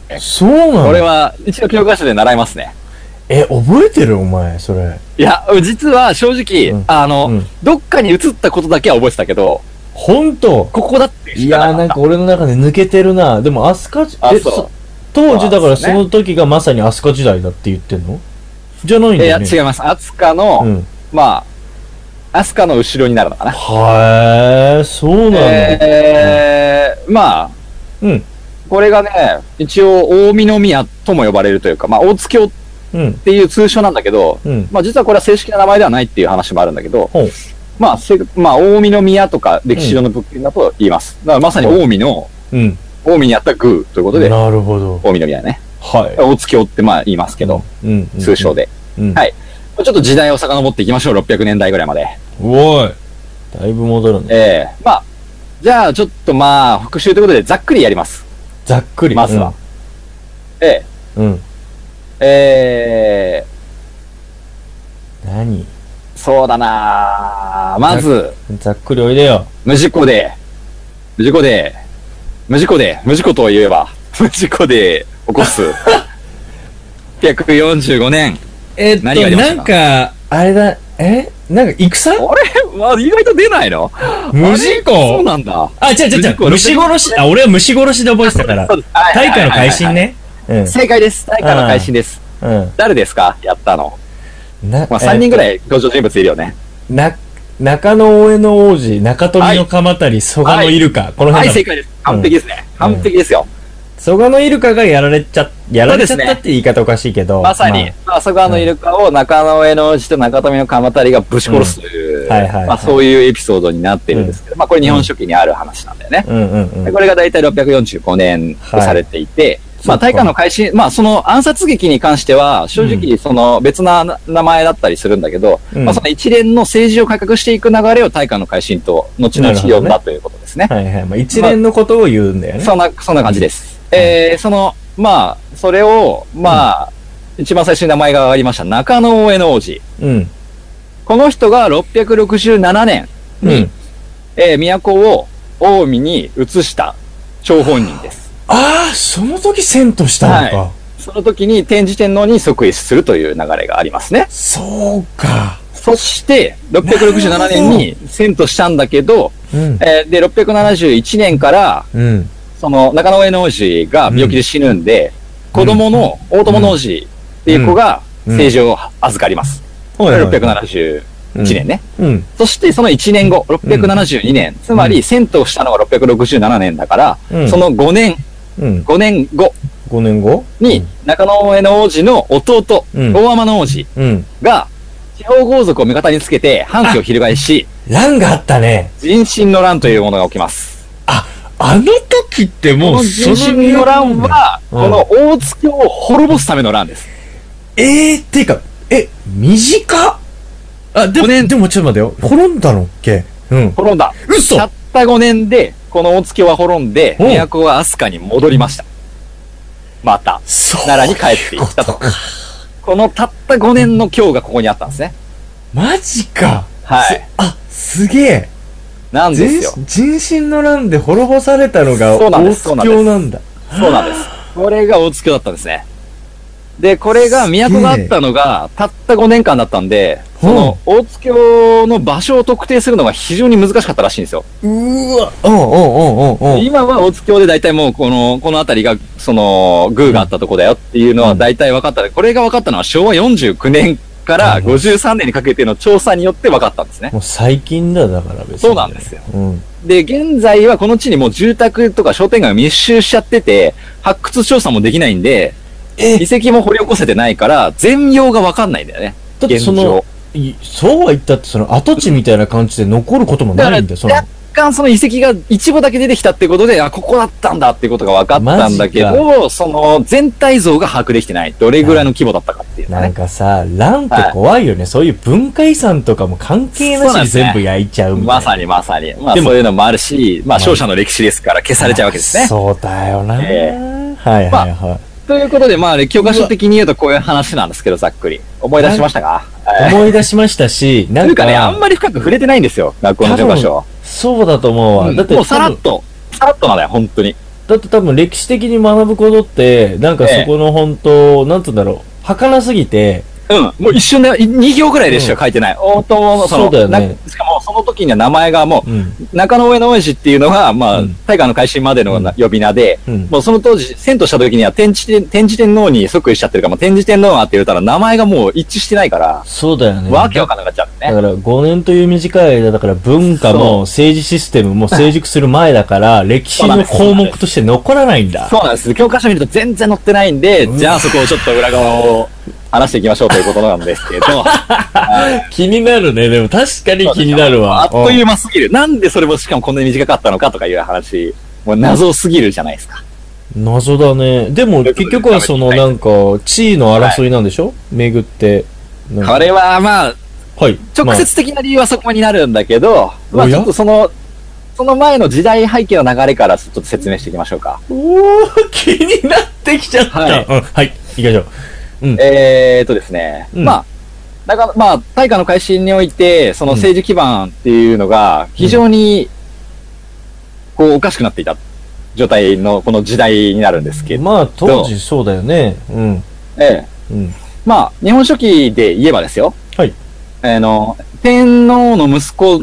え
そうな
これ
の
は、一度教科書で習いますね。
え、覚えてるお前、それ。
いや、実は正直、
うん
あの、
うん
どっかに移ったことだけは覚えてたけど、
ほんと
ここだって
い
知ら
やー
な
なん
か
か
っ
俺の中で抜けてるな。でも、アスカ時、
あ
え
そう
そ当時だ
そ
から
うです
そ
ね
の時がまさにアスカ時代だって言ってんのじゃないん
た。
だ
いや、
よね。
違います。アツカの、
うん。
まあ、アスカの後ろになるのかな。
はえ、そうなの。
えー、まあ、
うん。
これがね、一応、大見宮とも呼ばれるというか、まあ、大津京っ
うん。
ていう通称なんだけど、
うん。
まあ、実はこれは正式な名前ではないっていう話もあるんだけど、
ほう
まあ、せまあ、大見宮とか歴史上の物件だと言います。だからまさに大見の、
うん。
大見にあった宮ということで、
なるほど。
大見宮ね。
は
大津京ってまあ言います
い。
けど、、
うん。
通称。で。
うん。
はいちょっと時代を遡っていきましょう、600年代ぐらいまで。
おい。だいぶ戻るね。
ええまあ、じゃあちょっとまあ、復習ということでざっくりやります。
ざっくり。
まずは。え
うん。
え、え
何
ー、そうだなーまず、
ざっくりおいでよ。
無事故で、無事故で、無事故で、無事故と言えば、 *laughs* 無事故で起
*laughs*
こす。145年。
えっと、
何が出まし
な
た
んか、あれだ、えなんか戦
あれまあ、意外と出ないの
*laughs* 無事
あれそう
故
なんだ。
あ、違う違う違う。虫
虫
殺し、あ、俺は虫殺しで覚えてた *laughs* から
そう。ですはい
大化の改
は
新
いはいはい
ね。うん。
正解です。大化の改新です。
う
誰ですかやったの。
ん。な
まあ、3人ぐらい登場人物いるよね。
な、中野大江の王子、中富の鎌足り、蘇我のイルカ。この
はい、正
辺
解で
だ。
す。完璧ですね。完璧ですよ。
蘇我のイルカがやられちゃ、やられちゃ
そ
っ
う
た
です
って言い方おかしいけど。
まさに、まあ、そこはあのイルカを中野上の王子と中富の鎌足りがぶち殺すという、
うんはいはいはい
まあ、そういうエピソードになってるんですけど、まあ、これ日本書紀にある話なんだよね。
うんうんうん。
これが大体645年とされていて、
い
ま
そっか
あ、大化の改新、まあ、その暗殺劇に関しては、正直、その別な名前だったりするんだけど、
うん
まあ、その一連の政治を改革していく流れを大化の改新と、後々呼んだということですね。
はいはい。まあ、一連のことを言うんだよね。
そんな、そんな感じです。えー、その、まあ、それを、まあ、一番最初に名前が挙がりました、中野大江の王子。
うん。
この人が667年、
うん。
えー、都を近江に移した張本人です。
ああ、その時遷都したのか。
はその時に天智天皇に即位するという流れがありますね。
そうか。
そして、667年に遷都したんだけど、
うん。
えーで、671年から、
うん。
その中野上の王子が病気で死ぬんで、子供の大友の王子っていう子が
うん
政治を預かります。これ671年ね。
うん。
そしてその1年後、672年、つまり遷都したのが667年だから、
うん
その5年、
うん。
5年後
5年後
に中野上の王子の弟、
うん
大天の王子
うん。
が、地方豪族を味方につけて反旗を翻し、
乱があったね。
人心の乱というものが起きます。
あの時って
こ
も
の
う、
人心の乱は、
うん
この大津京を滅ぼすための乱です。
ええー、っていうか、え、短っあ、でも、でもちょっと待ってよ。滅んだのっけうん。
滅んだ。
嘘
たった5年で、この大津京は滅んで、
うん
都は飛鳥に戻りました。また、
そう
奈良に帰ってきたと。このたった5年の今日がここにあったんですね。
マジか。
はい
す。あ、すげえ。
なんですよ。
人人心の乱で滅ぼされたのが
そうなん
大
です
津教なんだ。
そうなんです。これが大津京だったんですね。で、これが、都があったのが、たった5年間だったんで、
ほう
その、大津京の場所を特定するのが非常に難しかったらしいんですよ。
うーわ。おうんうんうんうんうん。
今は大津京で大体もう、この、この辺りが、その、軍があったとこだよっていうのは大体分かった。これが分かったのは昭和49年から53年にかけての調査によって分かったんですね。
もう最近だ、だから別に。
そうなんですよ。
うん。
で、現在はこの地にもう住宅とか商店街が密集しちゃってて、発掘調査もできないんで、
え
遺跡も掘り起こせてないから、全容がわかんないんだよね。
だって
現
その
状。、
いそうは言ったってその跡地みたいな感じで残ることも
だ
な
から、
いんだよ、その。
若干その遺跡が一部だけ出てきたってことで、あ、ここだったんだっていうことが分かったんだけど、その全体像が把握できてない。どれぐらいの規模だったかっていうの
なん
ね。
かさ、乱って怖いよね。そういう文化遺産とかも関係な
そう
し
なん
に
ですね
全部焼いちゃうみたいな。
まさにまさに。まあ
でも
そういうのもあるし、まあ
まあ
勝者の歴史ですから消されちゃうわけですね。
そうだよな。
え
はいはいは
ということで、まあ教科書的に言うとこういう話なんですけど、ざっくり。思い出しましたか
い。思い出しましたし、な
とい
ん
うかね、あん
か、
まり深く触れてないんですよ、学校の教科書。
そうだと思うわ。
うん
だって
もうさら
多
っ
分、
と、さらっとなんだよ、本当に。
だって多分歴史的に学ぶことって、なんかそこの本当、なんつうんだろう、儚すぎて、
うん、もう一瞬で、2行ぐらいでしか書いてない。大友の、その、
そうだよね
なしかもその時には名前がも
うん。
う、中野上の親父っていうのが、まあ、
うん
大河の改新までのな呼び名で、
うん
もうその当時、遷都した時には天智天、天智天皇に即位しちゃってるから、もう天智天皇がって言ったら名前がもう一致してないから、
そうだよね。
わけわかんなくなっちゃって
だ
ね。
から5年という短い間だから文化
そう
も政治システムも成熟する前だ *laughs* から歴史の項目として残らないんだ。
そうなんです。教科書見ると全然載ってないんで、じゃあそこをちょっと裏側を話していきましょうということなんです
*laughs*
けど。
気になるね。でも確かに気になるわ。
あっというう間すぎる。なんでそれもしかもこんなに短かったのかとかいう話、もう謎すぎるじゃないですか。
ん。謎だね。でも結局はそのなんか地位の争いなんでしょ、巡って。なんか
これはまあ、
はい。
直接的な理由はそこになるんだけど、まあ
お
ち
や
ょっとその、その前の時代背景の流れからちょっと説明していきましょうか。
おー、気になってきちゃった。
はい
うん、はい、行きましょう。うん。
えー、とですね、
うん
まあ、だから、まあ、大化の改新において、その政治基盤っていうのが、非常に、こう、おかしくなっていた状態の、この時代になるんですけど、
まあ、当時そうだよね。うん。
ええ
うん。
まあ、日本書紀で言えばですよ、
はい。
あの、天皇の息子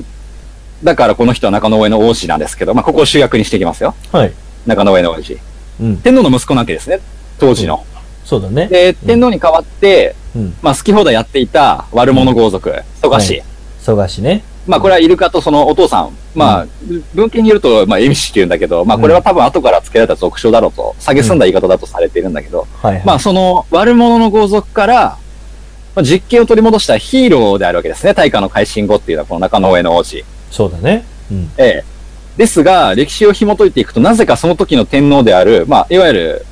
だからこの人は中野上の王子なんですけど、まあ、ここを主役にしていきますよ。
はい。
中野上の王子。
うん。
天皇の息子なわけですね、当時の。
そうだね。
で、天皇に代わって、
うん。
まあ、好き放題やっていた悪者豪族、蘇我氏。
はい蘇我氏ね。
まあこれはイルカとそのお父さん、まあ文献によると、まあ、エミシっていうんだけど、まあこれは多分後から付けられた俗称だろうと、下げすんだ言い方だとされているんだけど、
はい、はい。
まあその悪者の豪族から、まあ、実権を取り戻したヒーローであるわけですね。大化の改新後っていうのはこの中野上の王子。
そうだね。うん。
ええ。ですが、歴史を紐解いていくと、なぜかその時の天皇である、まあいわゆる、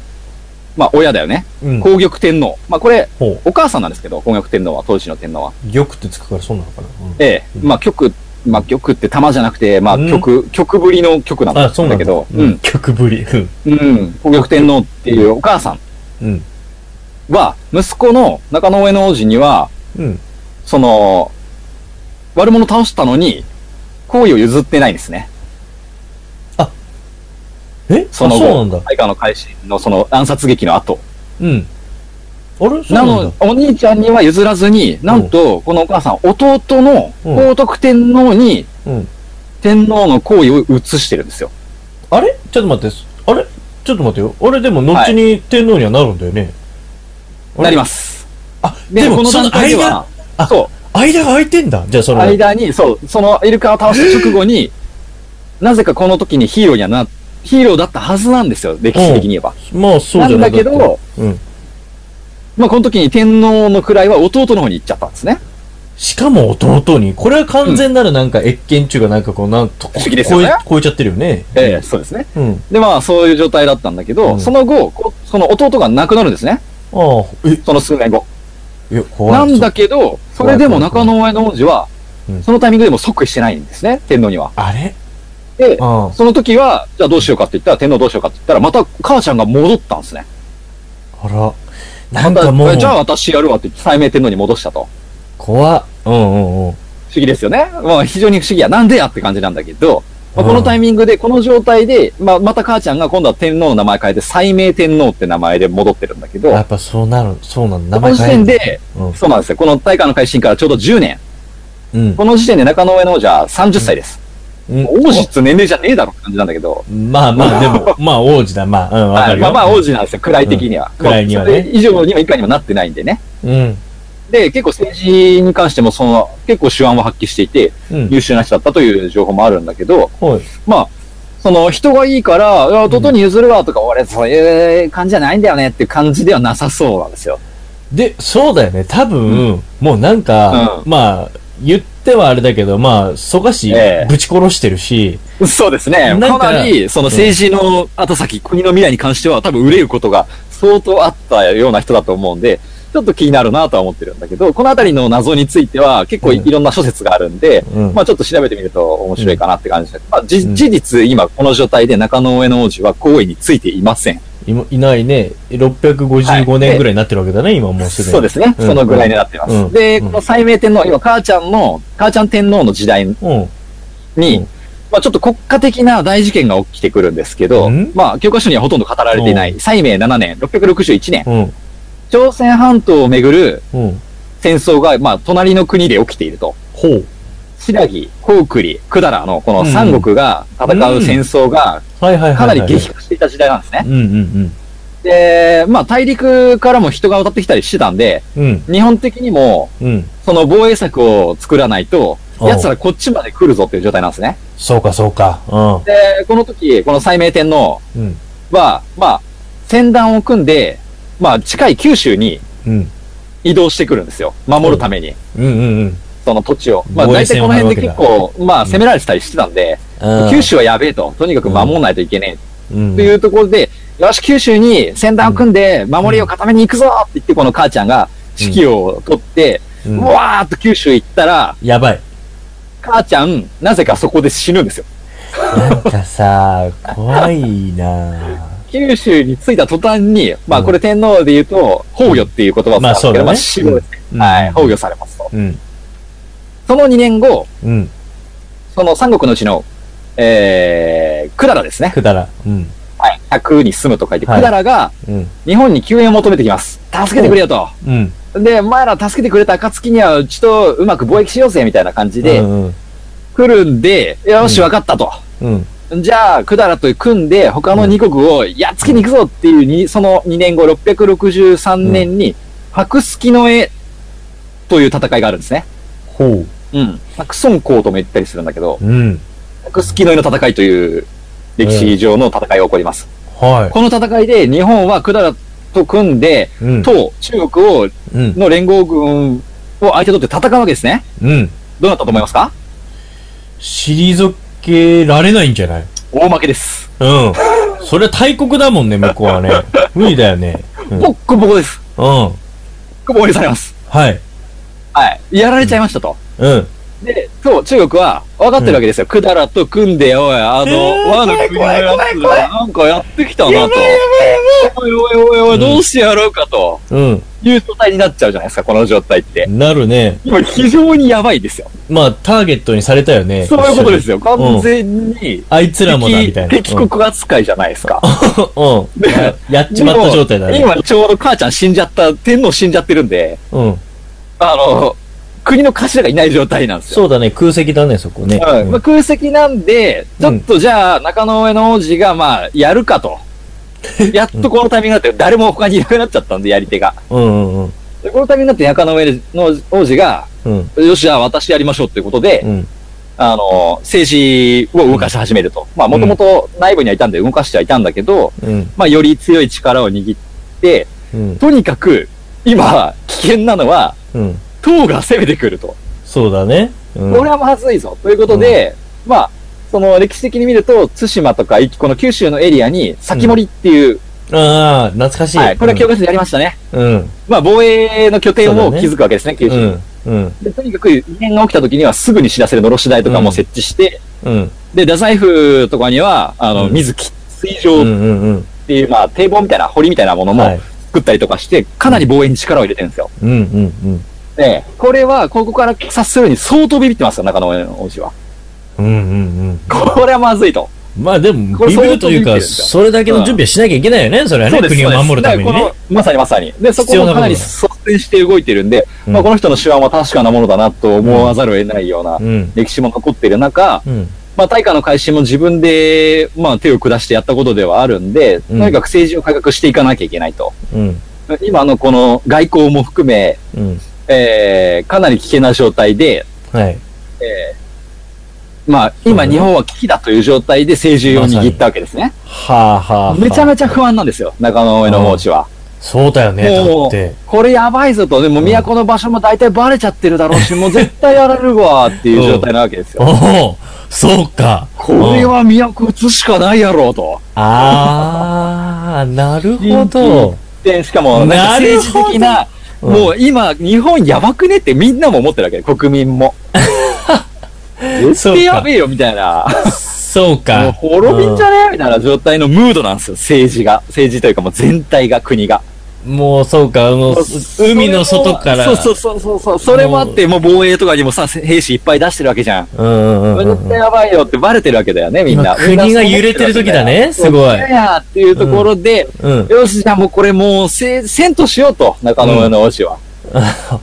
まあ親だよね。
うん。
皇玉天皇。まあこれ、
ほう。
お母さんなんですけど、皇玉天皇は、当時の天皇は。
玉ってつくからそうなのかな。うん
ええ、まあ曲、まあ曲って玉じゃなくて、まあ
うん
曲、曲ぶりの曲なん
あ、そう
だ
なん
け
だ
ど、う
うん。
ん、
曲ぶり。うん。
うん、皇極天皇っていうお母さ
うん。
んは、息子の中野上の王子には、
うん。
その、悪者倒したのに、好意を譲ってないんですね。
えあ
その
そうなんだ
後、。大化の改新のその暗殺劇の後。
うん。あれそう
な
なん
の
だ。、
お兄ちゃんには譲らずに、なんと、このお母さん、弟の
うん
皇徳天皇に、
うん。
天皇の好意を移してるんですよ。
あれちょっと待って。あれちょっと待ってよ。あれでも、後に天皇にはなるんだよね。あれ
なります。
あ、
で、
で
こ
も、
の
そ
段
の
階で
間
は、、
あ
そう。
間が空いてんだ。じゃあ、その、
間に、そう、そのイルカを倒した直後
*laughs*
に、なぜかこの時にヒーローにはな、ヒーローだったはずなんですよ、歴史的に言えば。
まあ、そうじ
な
ゃな
んだ
い
けど、
ってうん。
まあ、この時に天皇の位は弟の方に行っちゃったんですね。
しかも弟に、これは完全なるなんか、越見中がなんかこう、なんと、
不思議ですよね
超え超えちゃってるよね。
ええそうですね。
うん。
で、まあ、そういう状態だったんだけど、
うん
その後、こその弟が亡くなるんですね。
ああ、え、
その数年後。
いや、怖い。
なんだけど、それでも中野上の王子は
うん、
そのタイミングでも即位してないんですね、天皇には。
あれ
で、
あ
その時は、じゃあどうしようかって言ったら、天皇どうしようかって言ったら、また母ちゃんが戻ったんですね。
あ、あら。なんかも
また
う、
じゃあ私やるわって言って、斉明天皇に戻したと。
怖っ。うんうんうん。
不思議ですよね。まあ、非常に不思議や。なんでやって感じなんだけど、まあ、
うん
このタイミングで、この状態で、まあ、また母ちゃんが今度は天皇の名前変えて、斉明天皇って名前で戻ってるんだけど
や、っぱそうなる、そうなんだ。
こ
名前
の時
変える
点
んだ。
で、
うん
そうなんですよ。この大化の改新からちょうど10年。
うん。
この時点で中野上の王者は30歳です。
うん
王子っつう年齢じゃねえだろって感じなんだけど、
まあまあ、で
*laughs*
も、まあ王子だ。まあ、うん、わか
はい
るよ。
まあまあ王子なんですよ。位的には。
うん位にはね
まあそれ以上には以下にもなってないんでね。
うん。
で、結構政治に関しても、その、結構手腕を発揮していて、
うん。
優秀な人だったという情報もあるんだけど、
はい。
まあ、その人がいいから、いや弟に譲るわとか、俺、そういう感じじゃないんだよねっていう感じではなさそうなんですよ。
で、そうだよね。多分、もうなんか、
う
まあ、言ってはあれだけど、まあ、蘇我氏
ええ、
ぶち殺してるし、
そうですね
なんか
かなり、その政治の後先、国の未来に関しては、多分憂うことが相当あったような人だと思うんで、ちょっと気になるなとは思ってるんだけど、このあたりの謎については、結構い
うん
いろんな諸説があるんで、
うん
まあちょっと調べてみると面白いかなって感じで、まあ、
う
じ
ん
事実、今この状態で中野上の王子は行為についていません。
いもいないね、655年ぐらいになってるわけだね、今もうすでに。
そうですね。
うん
そのぐらいになってます。
うん
で、
うん
この斉明天皇、今、母ちゃんの、母ちゃん天皇の時代に、
うん。うん
まあちょっと国家的な大事件が起きてくるんですけど、
うん
まあ教科書にはほとんど語られていな
う
い、斉明7年、661年、
うん。
朝鮮半島をめぐる
うん。
戦争が、まあ隣の国で起きていると。
ほう。
白木、高栗、百済のこの三国が戦う戦争が
はいはいはい、はい。
かなり激化していた時代なんですね。
うんうん
で、まあ大陸からも人が渡ってきたりしてたんで、
うん。うん。
日本的にも
うん。
その防衛策を作らないと、
おう
奴らこっちまで来るぞっていう状態なんですね。
そうかそうか。う
で、この時、この斉明天皇
ん。うん。
は、まあ、戦団を組んで、まあ、近い九州に
うん。
移動してくるんですよ。守るために、
うんうんうん。
その土地を。まあ、
防衛
大体
線を
この
張るわ
辺
け
で
だ
結構、まあ、攻められてたりしてたんで、
あー
九州はやべえと。とにかく守らないといけね
うん
え。というところで、よし、九州に戦団を組んで、守りを固めに行くぞって言って、この母ちゃんが指揮を取って、
う
うんわーっと九州行ったら、
やばい。
母ちゃん、なぜかそこで死ぬんですよ。
なんかさ、怖いな
九州に着いた途端に、まあこれ天皇で言うと、崩御っていう言葉を使うん
まあ
ですけ
そう
ど、
だね
まあ死後ですね。はい、崩御されますと。
うん。
その2年後、
うん。
その三国のうちの、えー、百済ですね。
くだら。うん。
はい。百に住むと書いて、
はい
百済が
うん。
日本に救援を求めてきます。助けてくれよと。
うん。
で、お前ら助けてくれた暁には、うちとうまく貿易しようぜ、みたいな感じで、
うん。
来るんで、よし、
うん
わかったと。
うん。
じゃあ、百済と組んで、他の2国をやっつけに行くぞっていうに、その2年後、663年に、白月の絵という戦いがあるんですね。
ほ
うん。白孫公とも言ったりするんだけど、
う。うん。
白月の絵の戦いという歴史上の戦いが起こります。
は
この戦いで、日本は百済と組んで、
い。うん。
と中国を、
うん。
の連合軍を相手取って戦うわけですね。
うん。
どうなったと思いますか
退けられないんじゃない
大負けです。
うん。それは大国だもんね、向こう
*laughs*
はね。無理だよね。うん。う
ボッコボコです。
ん。
ボッコボコにされます。
はい。
はい。やられちゃいましたと。
うん。
で、そう、中国は分かってるわけですよ。百済と組んで、おい、あ
えー
の、和の国のやつ、なんかやってきたなと。おいおいおいお
うん
い、どうしてやろうかと
うん。
いう状態になっちゃうじゃないですか、この状態って。
なるね。
今、非常にやばいですよ。
まあ、ターゲットにされたよね。
そういうことです
よ。
よ。完全に、
あいつらもだ、み
敵
たいな。
敵国扱いじゃないですか。
うん。うん。ややっちまった状態だね。
今、ちょうど母ちゃん死んじゃった、天皇死んじゃってるんで、
うん。
あの、国の頭がいない状態なんですよ。
そうだね、空席だね、そこね。
うんまあ、空席なんで、ち
う
ょ
ん
っとじゃあ、中野上の王子が、まあ、やるか
*laughs*
と。やっとこのタイミングになって、誰も他にいなくなっちゃったんで、やり手が。
うんうんうん。
でこのタイミングになって、中野上の王子が、
うん。
よし、じゃあ私やりましょうっていうことで、
うん。
あの、政治を動かし始めると。まあ、もともと内部にはいたんで動かしてはいたんだけど、
うん。
まあ、より強い力を握って、
うん。
とにかく、今、危険なのは、
うん。
党が攻めてくると。
そうだね。うん。
これはまずいぞ。ということで、まあ、その歴史的に見ると、対馬とか、この九州のエリアに、先森っていう、
ああ、懐かしい。
はい、これは教科書でやりましたね。
うん。
まあ、防衛の拠点
そう
を
だね
築くわけですね、
う
九州、
ん。うん。
で。とにかく、異変が起きた時には、すぐに知らせるのろし台とかも設置して、
うん。
で、太宰府とかには、あの、
うん
水木、水
う
上っ
ん。うん。うん。
ていう、まあ、堤防みたいな、堀みたいなもの
は
も
い。
作ったりとかして、かなり防衛に力を入れてるんですよ。
うん。うん。うん。
で、これは、ここから察するに相当ビビってますよ、中野王子は。
うん。うん。うん。
これはまずいと。
まあでも
こ、れ
ビビる
相当
という
ビビる
か、
んですよ
それだけの準備はしなきゃいけないよね、それは
そ
ね
う。です
国を守るために
そうですだか
ね
ら。このまさにまさに。で、そこもかなり率先して動いてるんで、
うん
まあ、この人の手腕は確かなものだなと思わざるを得ないような
うん。
歴史も残っている中、
うん。
まあ、大化の改新も自分で、まあ、手を下してやったことではあるんで、と
うん
にかく政治を改革していかなきゃいけないと。
うん。
今のこの外交も含め、
うん。
えー、かなり危険な状態で、
はい。
えーまあ、今日本は危機だという状態で政治を握ったわけですね。
はあはあはあ。
めちゃめ
ちゃ。
ちゃ不安なんですよ、中野上の放置は。
そうだよね、だ
も
って。
う、これやばいぞと、でも都の場所も大体バレちゃってるだ
*laughs*
ろうし、もう絶対やられるわっていう状態なわけですよ。
おお、そうか。
これは都移すしかないやろうと。
ああ、なるほど。
で、しかも、なんか
なる
政
ほ
治
ど
的な、
うん
もう今、日本やばくねってみんなも思ってるわけ、国民
*laughs*
も。
そ
で
う
や
か
べ。えよ、みたいな。
そう
もう
か。
滅びんじゃねえみたいな状態のムードなんですよ、政治が。政治というかもう全体が、国が。
うんもうそうか、あの、
それも
海の外から。
そうそうそうそうそう。それもあって、もう防衛とかにもさ、兵士いっぱい出してるわけじゃん。
うんうんうん
絶
う
対
ん。
やばいよってバレてるわけだよね、みんな。
今国が揺れてる時だねすごい
そうやっていうところで、
うん。
よし、じゃあもうこれもうせ、せんとしようと、中野上の王子は。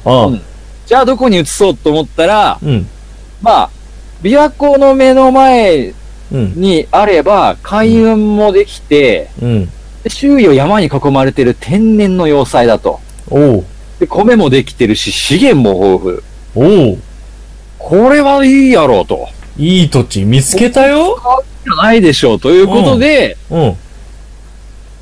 あ
うんじゃあどこに移そうと思ったら、
うん。
まあ、琵琶湖の目の前
うん。
にあれば、海運もできて、
うん。
で周囲を山に囲まれてる天然の要塞だと。
おう。
で、米もできてるし、資源も豊富。
おう。
これはいいやろうと。
いい土地見つけたよ。
じゃないでしょうということで、
うん。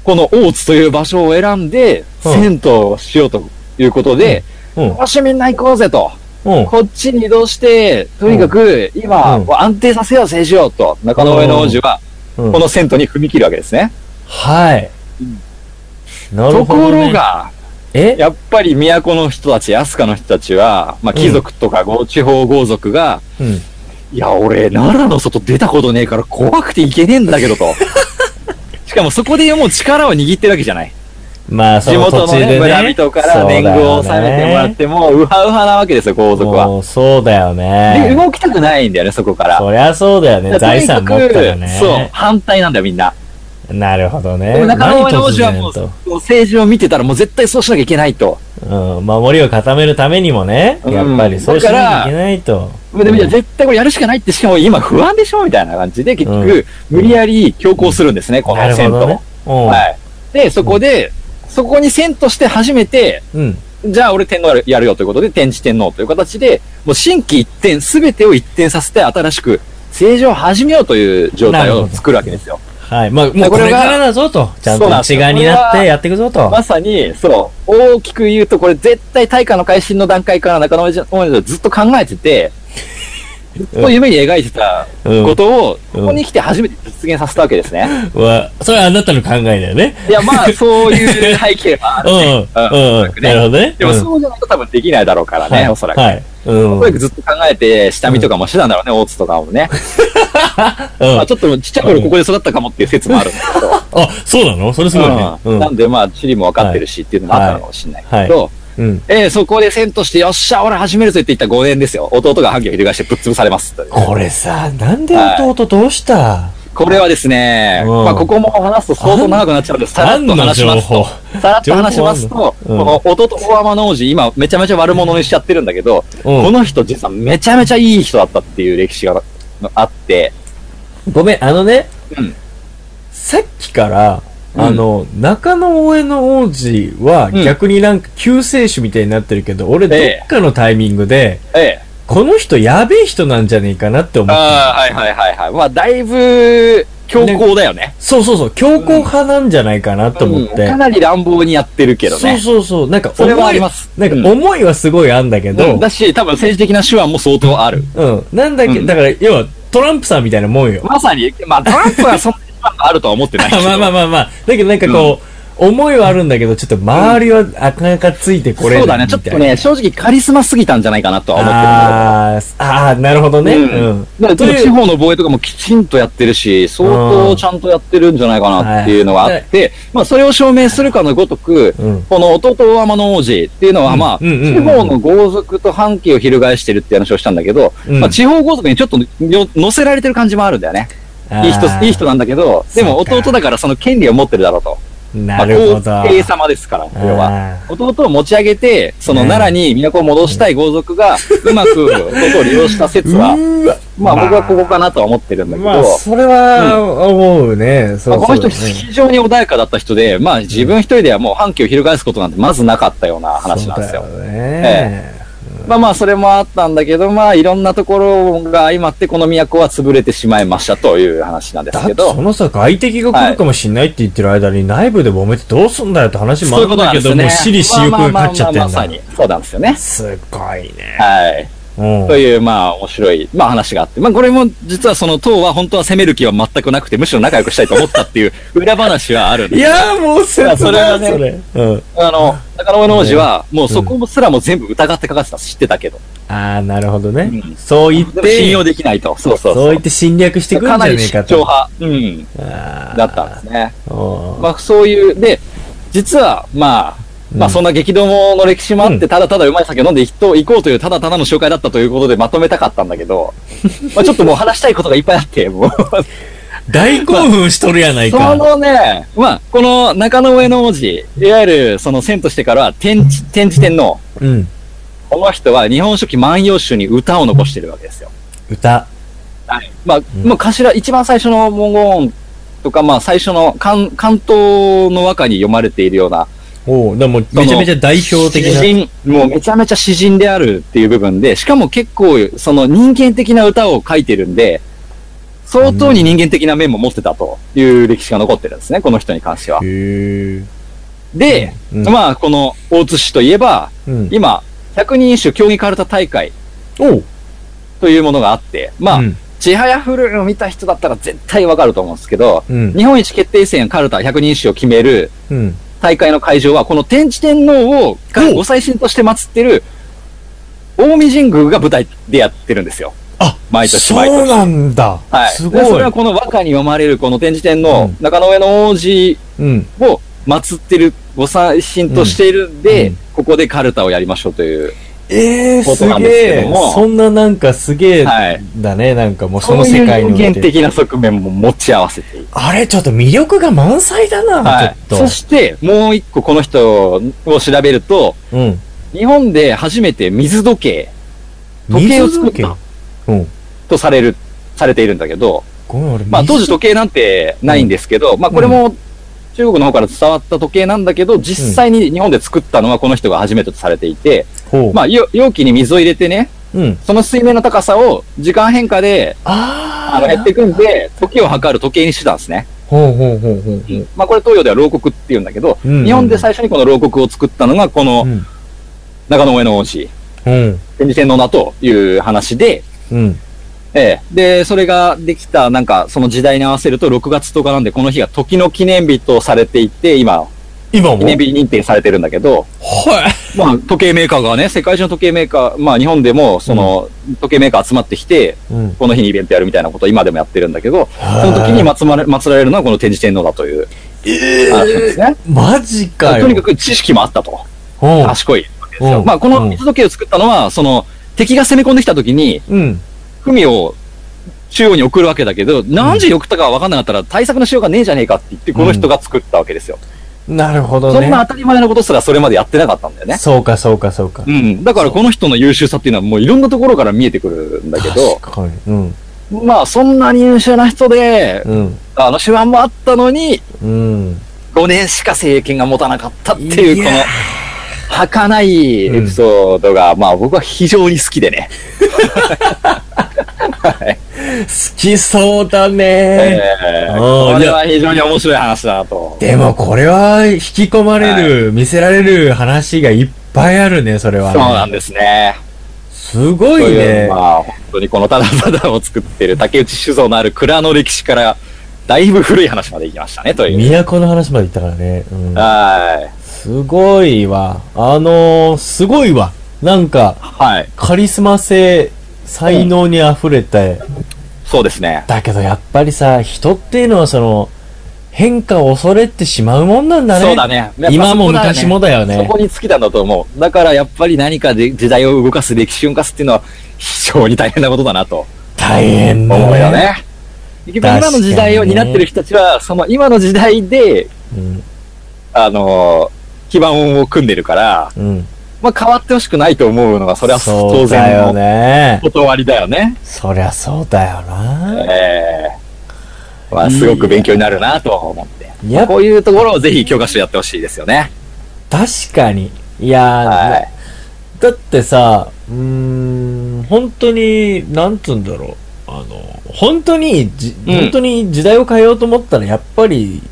この大津という場所を選んで、
うん
銭湯をしようということで、
うん。
よし、みんな行こうぜと。
うん。
こっちに移動して、とにかく今、
うん
安定させよう、政治をと、中野上の王子は、
うん
この銭湯に踏み切るわけですね。
はい。なる
と
ほ
こ
ど、ね。
ろ。が、
え
やっぱり都の人たち、飛鳥の人たちは、まあ、貴族とか、豪地方豪族が、
うん。
いや、俺、奈良の外出たことねえから怖くて行けねえんだけど
*laughs*
と。しかもそこでもう力を握ってるわけじゃない。
まあ、そ
地
の
元
途
の
中で
ね、
ね。
村人から年貢を納めてもらって、もうウハウハなわけですよ、皇
そうだ
族
よね。
は。
もうそうだよ
で、
ね。
動きたくないんだよね、そこから。
そりゃそうだよね。
だから
財産持ったら
とにかくそう
ね、。
反対なんだよ、みんな。
なるほど
で
ね。
も中野の王
何突
子はも
然
う、
と。
政治を見てたらもう絶対そうしなきゃいけないと。
うん。守りを固めるためにもね、
うん
やっぱりそうしなきゃいけないと。
でも、いや、絶対これやるしかないって、しかも今不安でしょみたいな感じで、結
うん
局、無理やり強行するんですね、こ
な
の
る
銭
ほ
湯
どね
を。。
うん
はい。で、そこで、そこに銭として初めて、
うん。
じゃあ俺天皇やるよということで、天智天皇という形で、もう新規一転、すべてを一転させて新しく政治を始めようという状態
なるほ
を
ど
作るわけですよ。
はい。まあ、もうこ
これ
れ
が
からだぞと。ちゃん
そう
と
なんです
一
よ
丸になってやっていくぞと。
まさに、そう、大きく言うと、これ絶対大化の改新の段階から中野王子はずっと考えてて、ずっと夢に描いてたことを、
うん
ここに来て初めて実現させたわけですね。
は、それはあなたの考えだよね。
いや、まあ、そういう背景はある
うん。うん
ね。おそらく。ね
なるほどね。
でも、
うん
そうじゃないと多分できないだろうから
はい
ね、おそらく。
は
お
い。うん。
そらくずっと考えて、下見とかもしてたんだろうね、大津とかもね。
うん
まあ、ちょっとちっちゃい頃ここで育ったかもっていう説もあるんだけど。
あ、そうなのそれすごいね。う
うん
ん
な。んで、まあ、地理も分かってるしっていうのもあったのかもしれないけど、
うん。
えーそこで戦として、よっしゃ、俺始めるぞって言った5年ですよ。弟が反旗を翻してぶっ潰されます。
これさ、なんで弟どうした
これはですね、
うん
まあ、ここも話すと相当長くなっちゃうんです。さらっ
何
と
の
話し
情
ますと。
報
さらっと話します
情報
と、
あんのうん
この弟大天の王子、今めちゃめちゃ悪者にしちゃってるんだけど、
うん
この人実はめちゃめちゃいい人だったっていう歴史があって、
ごめん、あのね
うん、
さっきから、
うん
あの、中野大江の王子は
うん
逆になんか救世主みたいになってるけど、俺ど
ええ
っかのタイミングで、
ええ。
この人やべえ人なんじゃねえかなって思った。
ああ、はいはいはいはい。まあ、だいぶ強硬だよね。
そうそうそう、強硬派なんじゃないかなと思って。
うんかなり乱暴にやってるけど
そう
ね。
そうそう、なんか
それは
思
あ
い
り、ます。
なんか思いはすごいあんだけ
うん、
ど、
だし、多分政治的な手腕も相当ある。
うん。なんだっけ、
うん
だから、要は、トランプさんみたいなもんよ。
まさに、まあ、トランプはそんなに手腕があるとは思ってないけど。
*laughs* まあまあまあまあ。だけどなんかこう、思いはあるんだけど、ちょっと周りはなかなかついてこれない
そうだね。
み
ち
た
ょ
い
っ
な
とね、正直カリスマすぎたんじゃないかなとは思って
あーあー、なるほどね。
る
う
けど。うん
ん。。
だからちょっと地方の防衛とかもきちんとやってるし、相当ちゃんとやってるんじゃないかなっていうのがあって、まあそれを証明するかのごとく、
うん
この弟大天の王子っていうのはまあ、
うんうんうんうん
地方の豪族と反旗を翻してるって話をしたんだけど、
うん
まあ地方豪族にちょっとよ乗せられてる感じもあるんだよね。いい
あ
人、
ー
いい人なんだけど、でも
そうか
弟だからその権利を持ってるだろうと。
なるほど。
まあ、皇帝様ですから、これは
あ。
弟を持ち上げて、その
ね
奈良に都を戻したい豪族が、うまく弟を利用した説は、
*laughs* うーわ
まあ僕はここかなとは思ってるんだけど、
まあ、それは、思うね。そ
まあ
う
この
そ
人
う。
非常に穏やかだった人で、まあ自分一人ではもう反旗を翻すことなんてまずなかったような話なんですよ。
そうだね。
まあまあそれもあったんだけど、まあいろんなところが相まってこの都は潰れてしまいましたという話なんで
だ
す
っ
け
て
ど
そ。のさ、外敵が来るかもしんないって言ってる間に内部で揉めてどうすんだよって話も
そ
あ
ういう
る
こ
ん
と
だ
なん
け
です
ど、
ね。
もう私利私欲が勝っちゃって
まあまあまあまあ
ん
まさ
だ。
に。そうなんですよね。
すごいね。
はい。
うん
という、まあ、面白い、まあ話があって。まあ、これも、実はその党は本当は攻める気は全くなくて、むしろ仲良くしたいと思ったっていう裏話はあるん
い
で。
やーもう切ない
それはね
それ。うん。
あの、中野王子は、もうそこもすらも全部疑ってかかってた知ってたけど。
ああ、なるほどね。
うん
そう言っ
でも信用
て、
できないと。そうそう
そう
そう
言って侵略してくる
か
んじ
な
ゃね
り
え
慎
か
重派、う
と。
ん、
あー
だったんですね。
おう
まあ、そういう、で、実は、まあ、まあ、そんな激動もの歴史もあっ
う
て、ただただうまい酒飲んでいと行こうという、ただただの紹介だったということでまとめたかったんだけ *laughs* ど、まあ、ちょっともう話したいことがいっぱいあって、もう。
大興奮しとるやない
そ
か。
のね、まあ、この中野上の王子、いわゆるその遷としてから天智、天智天皇。
うん。
この人は日本書紀万葉集に歌を残してるわけですよ。
歌。
はい。まあ、もう頭、一番最初の文言とか、まあ最初の関関東の和歌に読まれているような、
おう、でもめちゃめちゃ代表的
詩
な。
人、もうめちゃめちゃ詩人であるっていう部分で、しかも結構、その人間的な歌を書いてるんで、相当に人間的な面も持ってたという歴史が残ってるんですね、この人に関しては。
へえ。
で、
うん
まあ、この大津市といえば、
うん。
今、百人一首競技カルタ大会
おう。
というものがあって、まあ、
うん
ちはやふるを見た人だったら絶対わかると思うんですけど、
うん
日本一決定戦カルタ百人一首を決める
うん。
大会の会場は、この天智天皇をが
お
ご祭神として祀ってる、近江神宮が舞台でやってるんですよ。
あ、
毎年毎
そう
年。
なんだ。
はい。
す
でそ
ごい
れは。この和歌に読まれるこの展示展の
うん
中野上の王子
うん。
を祀ってる、ご祭神としているんで、
うん
ここでカルタをやりましょうという。
えー、
こと
す
なんです
げ
け
え
ども。
そんななんかすげえ、
はい。
だね。なんかもうその世界
そう
に
いう
おい
人
て
間的な側面も持ち合わせている。
あれ、ちょっと魅力が満載だな、
はい。
ちょっと
そ。して、もう一個この人を調べると、
うん。
日本で初めて水時計時計を作った
水時計うん。
とされる、されているんだけど、
ごめん、俺、
まあ当時
水
時計なんてないんですけど、まあこれも中国の方から伝わった時計なんだけど、実際に日本で作ったのはこの人が初めてとされていて、
ほう。
まあよ容器に水を入れてね、
うん。
その水面の高さを時間変化で
あ
あの減っていくんで、時を測る時計にしてたんですね。
ほうほうほうほうほう。
まあこれ東洋では牢獄って言うんだけど、
うん
日本で最初にこの牢獄を作ったのがこの
うん。
中野上の王子、
うん。
天智天皇だという話で、
うん。
ええ。で、それができた、なんか、その時代に合わせると、6月10日なんで、この日が時の記念日とされていて、今、
今
記
も
念日認定されてるんだけど、
はい。
まあ、時計メーカーがね、世界中の時計メーカー、まあ、日本でも、その、時計メーカー集まってきて、
うん。
この日にイベントやるみたいなことを今でもやってるんだけど、その時に祀られ祀られるのはこの天智天皇だという話なんですね。
マジかよ。
とにかく知識もあったと。
うん、
賢いわけです
う
よ。
ん
まあ、この
うん
水時計を作ったのは、その、敵が攻め込んできた時に、
うん。
文を中央に送るわけだけど、何時に送ったか分かんなかったら対策のしようがねえじゃねえかって言って、この人が作ったわけですよ。
なるほど
そ
ね
ん。な当たり前のことすらそれまでやってなかったんだよね。
そうか、そうか、そうか。
うん。だからこの人の優秀さっていうのはもういろんなところから見えてくるんだけど、
確かに。うん。
まあそんなに優秀な人で、
うん。
あの手腕もあったのに、
うん。
5年しか政権が持たなかったってい、
いうや
この、儚いエピソードが、まあ僕は非常に好きでね。
好きそうだね。
えー
あー
こ
い
れ
や
は非常に面白い話だなと。
でもこれは引き込まれる、見せられる話がいっぱいあるね、それは、
そ
ね。
うなんですね。
すご
と
い
いう、
ね。
まあ、本当にこのただただを作ってる竹内酒造のある蔵の歴史から、だいぶ古い話まで行きましたね、という。
都の話まで言ったからね。うん。
は
すごいわ。あのー、すごいわ。なん
い。
か、
はい。
カリスマ性、才能に溢れて、
そうですね。
だけどやっぱりさ、人っていうのはその、変化を恐れてしまうもんなんだね。
そうだ。ね。
今も昔もだよね
そこに尽きたんだと思う。だからやっぱり何かで時代を動かす、歴史を動かすっていうのは非常に大変なことだなと
大変だ
思うよ。ね。結局今の時代を
確かにね
担ってる人たちは、その今の時代で、
うん。
あの基盤を組んでるから、
うん。
まあ変わってほしくないと思うのが、それは
そ
当
うだ
然
よ
の
ね。
断りだよね。
そりゃそうだよな。
ええまあ、すごく勉強になるなとは思って。
いや
こういうところをぜひ教科書やってほしいですよね。
確かに。いやー、
はい
だってさ、うーん、本当に、なんつうんだろう。あの、本当にじ、
うん
本当に時代を変えようと思ったら、やっぱり、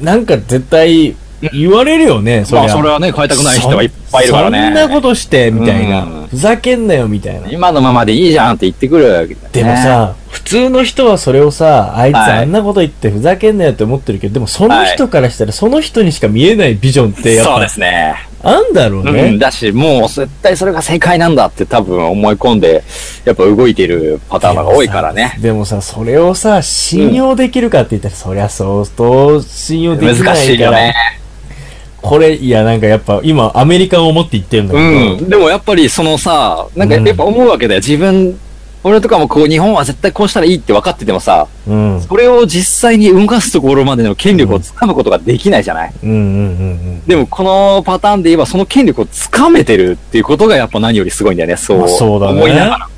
なんか絶対言われるよね、そり
ま
ゃ
あ、それはね、変えたくない人はいっぱいいるからね。
そんなことして、みたいな。
うん
ふざけんなよ、みたいな。
今のままでいいじゃんって言ってくるわけだよね
でも、さ、普通の人はそれをさ、あいつ
はい
あんなこと言ってふざけんなよって思ってるけど、でもその人からしたらその人にしか見えないビジョンってやっ
そう
ぱ
ですね。
あんだろうね。
うん、だし、もう絶対それが正解なんだって多分思い込んで、やっぱ動いてるパターンの方が多いからね。
でもさ、それをさ、信用できるかって言ったら、そりゃ相当信用できないから。
難しいよね。
これ、いや、なんかやっぱ、今、アメリカを思って言ってるんだけど、
うん。でもやっぱりそのさ、なんかやっぱ思うわけだよ。自分、俺とかもこう、日本は絶対こうしたらいいって分かっててもさ、
うん。うん。
それを実際に動かすところまでの権力をつかむことができないじゃない、
うんうんうん
でもこのパターンで言えばその権力をつかめてるっていうことがやっぱ何よりすごいんだよね。そう
まあそうだね
思いながら。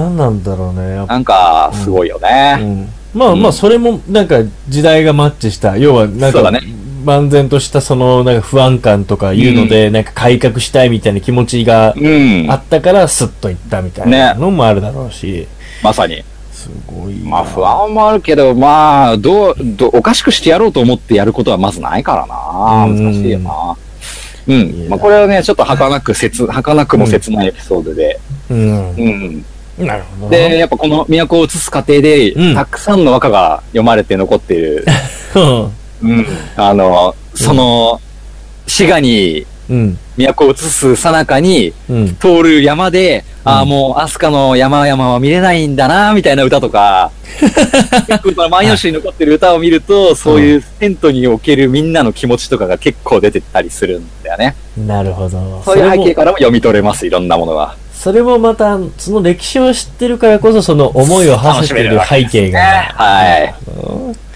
なんなんだろうね、やっぱ。
なんか、すごいよね。
うんまあまあ、それも、なんか、時代がマッチした。要は、なん
そうだ
か
ね、
漫然とした、その、なんか不安感とかいうので、なんか改革したいみたいな気持ちが
うん。
あったから、スッといったみたいなのもあるだろうし、
まさに。
すごいな。
まあ不安もあるけど、まあ、どう、どう、おかしくしてやろうと思ってやることはまずないからな。
うん
難しいよな。う
いや
ん。まあこれはね、ちょっと儚く切、儚くも切ないエピソードで。
うん。
うん。
なるほどな。
で、やっぱこの都を移す過程で、
うん
たくさんの和歌が読まれて残っている
うん
あの、その、滋賀に
うん。
都を移すさなかに、
うん。
通る山で、ああ、
うん
もう、アスカの山々は見れないんだな、みたいな歌と
*laughs*
か、結構、その万葉集に残ってる歌を見ると、そういうテントにおけるみんなの気持ちとかが結構出てたりするんだよね。
なるほど。
そういう背景
それも
からも読み取れます、いろんなものが。
それもまた、その歴史を知ってるからこそ、その思いを馳せてる背景が、
はい。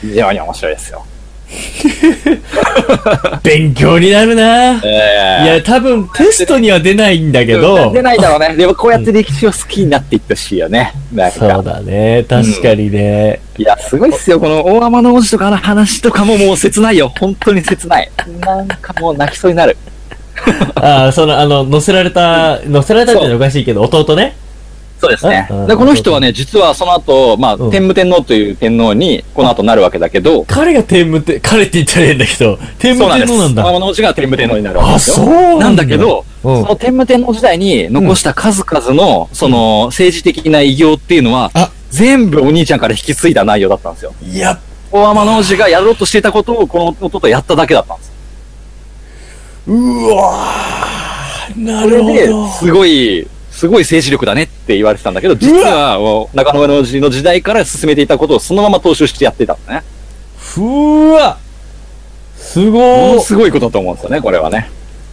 非常に面白いですよ。
勉強になるな
え
いや、多分テストには出ないんだけど
出、ないだろうね。でもこうやって歴史を好きになっていったしいよね。なん
そう
か。
だね。確かにね。
いや、すごいっすよ。この大天の王子とかの話とかももう切ないよ。
*laughs*
本当に切ない。なんかもう泣きそうになる。
ああ、その、あの、乗せられた、乗せられたってのはおかしいけど、弟ね。
そうですね
うん。
でこの人はね、実はその後、まあ、
うん
天武天皇という天皇にこの後なるわけだけど、
彼が天武天、彼って言っちゃねえんだけど、天
そ
武
うなん
天
です。
皇な
大
んだ。
天の王子が天武天皇になるわけで
あ、
すよ。
そう
なんだけ、ど、
うん
その天武天皇時代に残した数々の、その政治的な偉業っていうのは
あ、
全部お兄ちゃんから引き継いだ内容だったんですよ。
いや、
大天皇子がやろうとしていたことをこの弟がやっただけだったんです。
うわーな
そ
る
れ
ほ
で
ど。、
すごい、すごい政治力だねって言われてたんだけど、実は、もう中野のの時代から進めていたことをそのまま踏襲してやってたんだね。
ふーわす
も
ご
の
ー
すごいことだと思うんですよね、これはね。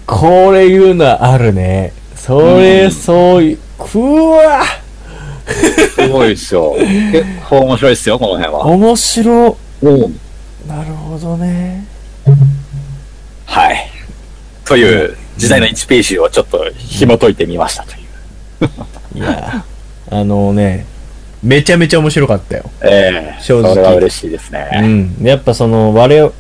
これ言うのはあるね。それ、
うん
そういう、ふわ
すごいですよ。結構面白いですよ、この辺は。
面白。
うん
なるほどね。
はい。という、時代の1ページをちょっと紐解いてみましたという。
い
*laughs*
や、あのね、めちゃめちゃ面白かったよ。
ええ
正直
それは嬉しいです
う
ね。
ん。やっぱその、我々、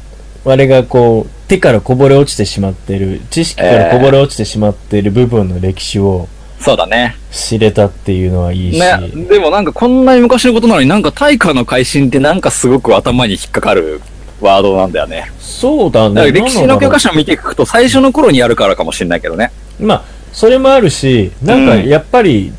我がこう、手からこぼれ落ちてしまってる、知識からこぼれ落ちてしまってる部分の歴史を
そうだね。
知れたっていうのはいいし。
ね、でもなんかこんなに昔のことなのになんか大化の改新ってなんかすごく頭に引っかかるワードなんだよね。
そう
だか
だね。
ら歴史の教科
書。
書を見ていくと、最初の頃にやるからかもしれないけどね。
まあ、それもあるし、なんか
うん
やっぱり、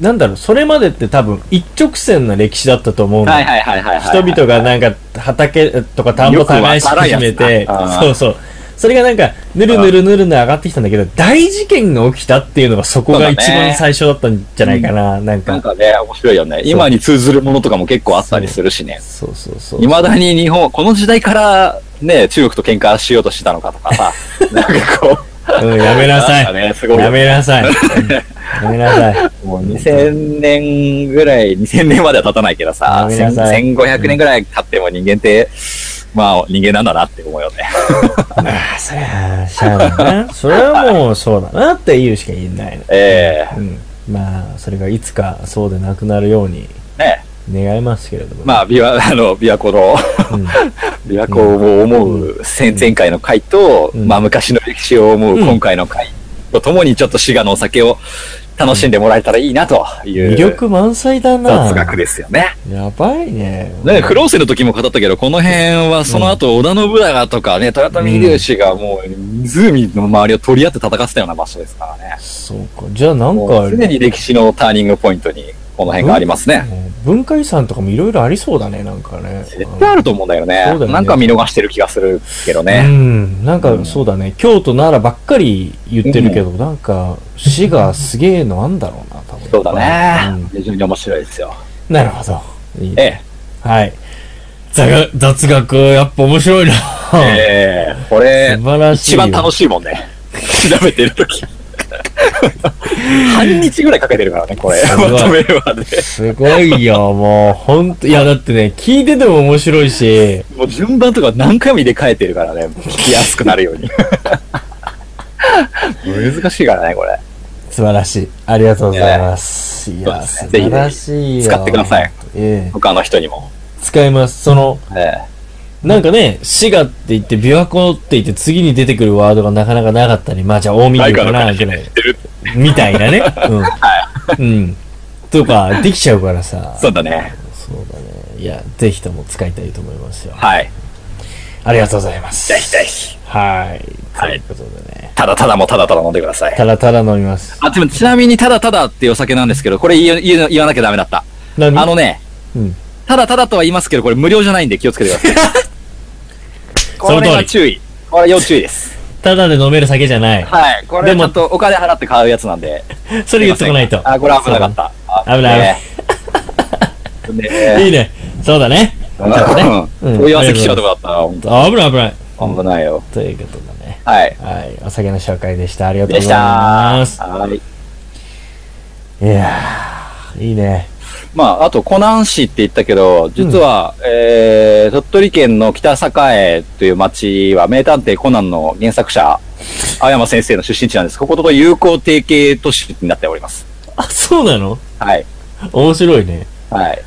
なんだろう、それまでって多分一直線な歴史だったと思うの。
はいはいはいはい、はい。
人々がなんか畑とか田んぼ耕し始めて
よくわからんやつなあ、ー
そうそう。それがなんか、ぬるぬるぬるぬ上がってきたんだけど、大事件が起きたっていうのがそこが一
そうだ
番
ね
最初だったんじゃないかな、なん
なん
か。
かね、面白いよね。今に通ずるものとかも結構あったりするしね。
そうそうそう。
未だに日本、この時代からね、中国と喧嘩しようとしてたのかと
*laughs*
かさ、なんかこ
うん、やめ
う、
なさ
んか
い。
ね、すごいよ
や
ね。
めなさい。うんやめなさい。
もう2000年ぐらい、2000年までは経たないけどさ、
やめなさい
1500年ぐらい経っても人間って、まあ人間なんだなって思うよね。
まあ、そりゃ、しゃあないな。
*laughs*
それはもうそうだなって言うしか言えないの。
ええ
うん。まあ、それがいつかそうでなくなるように
ね。
願いますけれども。
まあ、琵琶、 *laughs* あの、琵琶湖の、
うん
琵琶湖を思う前前回の回と、
うん
まあ昔の歴史を思う今回の回とともにちょっと滋賀のお酒を楽しんでもらえたらいいなという
魅力満載だな。
雑学ですよね。
やばいね。
ね、クローセの時も語ったけど、この辺はその後織田信長とかね、豊臣秀吉がもう湖の周りを取り合って戦ってたような場所ですからね。
そうか。じゃあなん
も
か
う、常に歴史のターニングポイントにこの辺がありますね。
文化遺産とかもいろいろありそうだね、なんかね。
絶対あると思うんだよね。
そうだよね
なんか見逃してる気がするけどね。
うん。なんかそうだね。京都奈良ばっかり言ってるけど、なんか、滋賀すげえのあんだろうな、多分。
そうだね。非常に面白いですよ。
うんなるほど。いい
え
ね
え。
はい。雑学、雑学、やっぱ面白いな。
ええこれ
素晴ら、しい
一
よ
番楽しいもんね。 *laughs* 調べてると
*laughs*
き。半日ぐらいかけてるからね、これ。
すごい
まとめるまで。
すごいよ、もう、ほんと。いや、だってね、聞いてても面白いし、
もう順番とか何回も入れ替えてるからね、聞きやすくなるよう
*laughs*
に。難しいからね、これ。
素晴らしい。ありがとうございます。いや、
そ
素
うですね
晴らしいよ。
使ってください。
ええ
他の人にも。
使います。その、
え
なんかね、滋賀って言って、琵琶湖って言って、次に出てくるワードがなかなかなかったり、まあじゃあ大
え
見
い
るかな、
感
ぐ
じ
ら
で
い、
てる。
みたいなね。
*laughs*
うん。うん。とか、できちゃうからさ。
そうだね。
そうだね。いや、ぜひとも使いたいと思いますよ。
はい。
ありがとうございます。
ぜひぜひ。
はい。と
はいいう
ことでね。
ただただもただただ飲んでください。
たらたら飲みます。
あ、ちなみにちなみにただただっていうお酒なんですけど、これ言う言う言わなきゃダメだった。
何
あのね、
うん。
ただただとは言いますけど、これ無料じゃないんで気をつけてください。
*laughs* そ
こ
の通り
れは注意。これは要注意です。
ただで飲める酒じゃない。
はい。こ
で
れち
も
ゃんとお金払って買うやつなんで。
*laughs* それ言っとかないと。
あ、これ危なかった。
そうだね。危ない
危ない。
危ない。い
ね
いね。そうだね。
うん
うん
問い合わせ来ちゃうとこだったなほんと
危ない危ない。
危ないよ。
ということだね。
はい。
はい。お酒の紹介でした。ありがとう
で
ご
し
ざい
た
ます。
はい。
いやー、いいね。
まあ、あと、湖南市って言ったけど、実は、えー、鳥取県の北栄という町は、名探偵コナンの原作者、青山先生の出身地なんです。ここと友好提携都市になっております。
あ、そうなの
はい。
面白いね。
はい。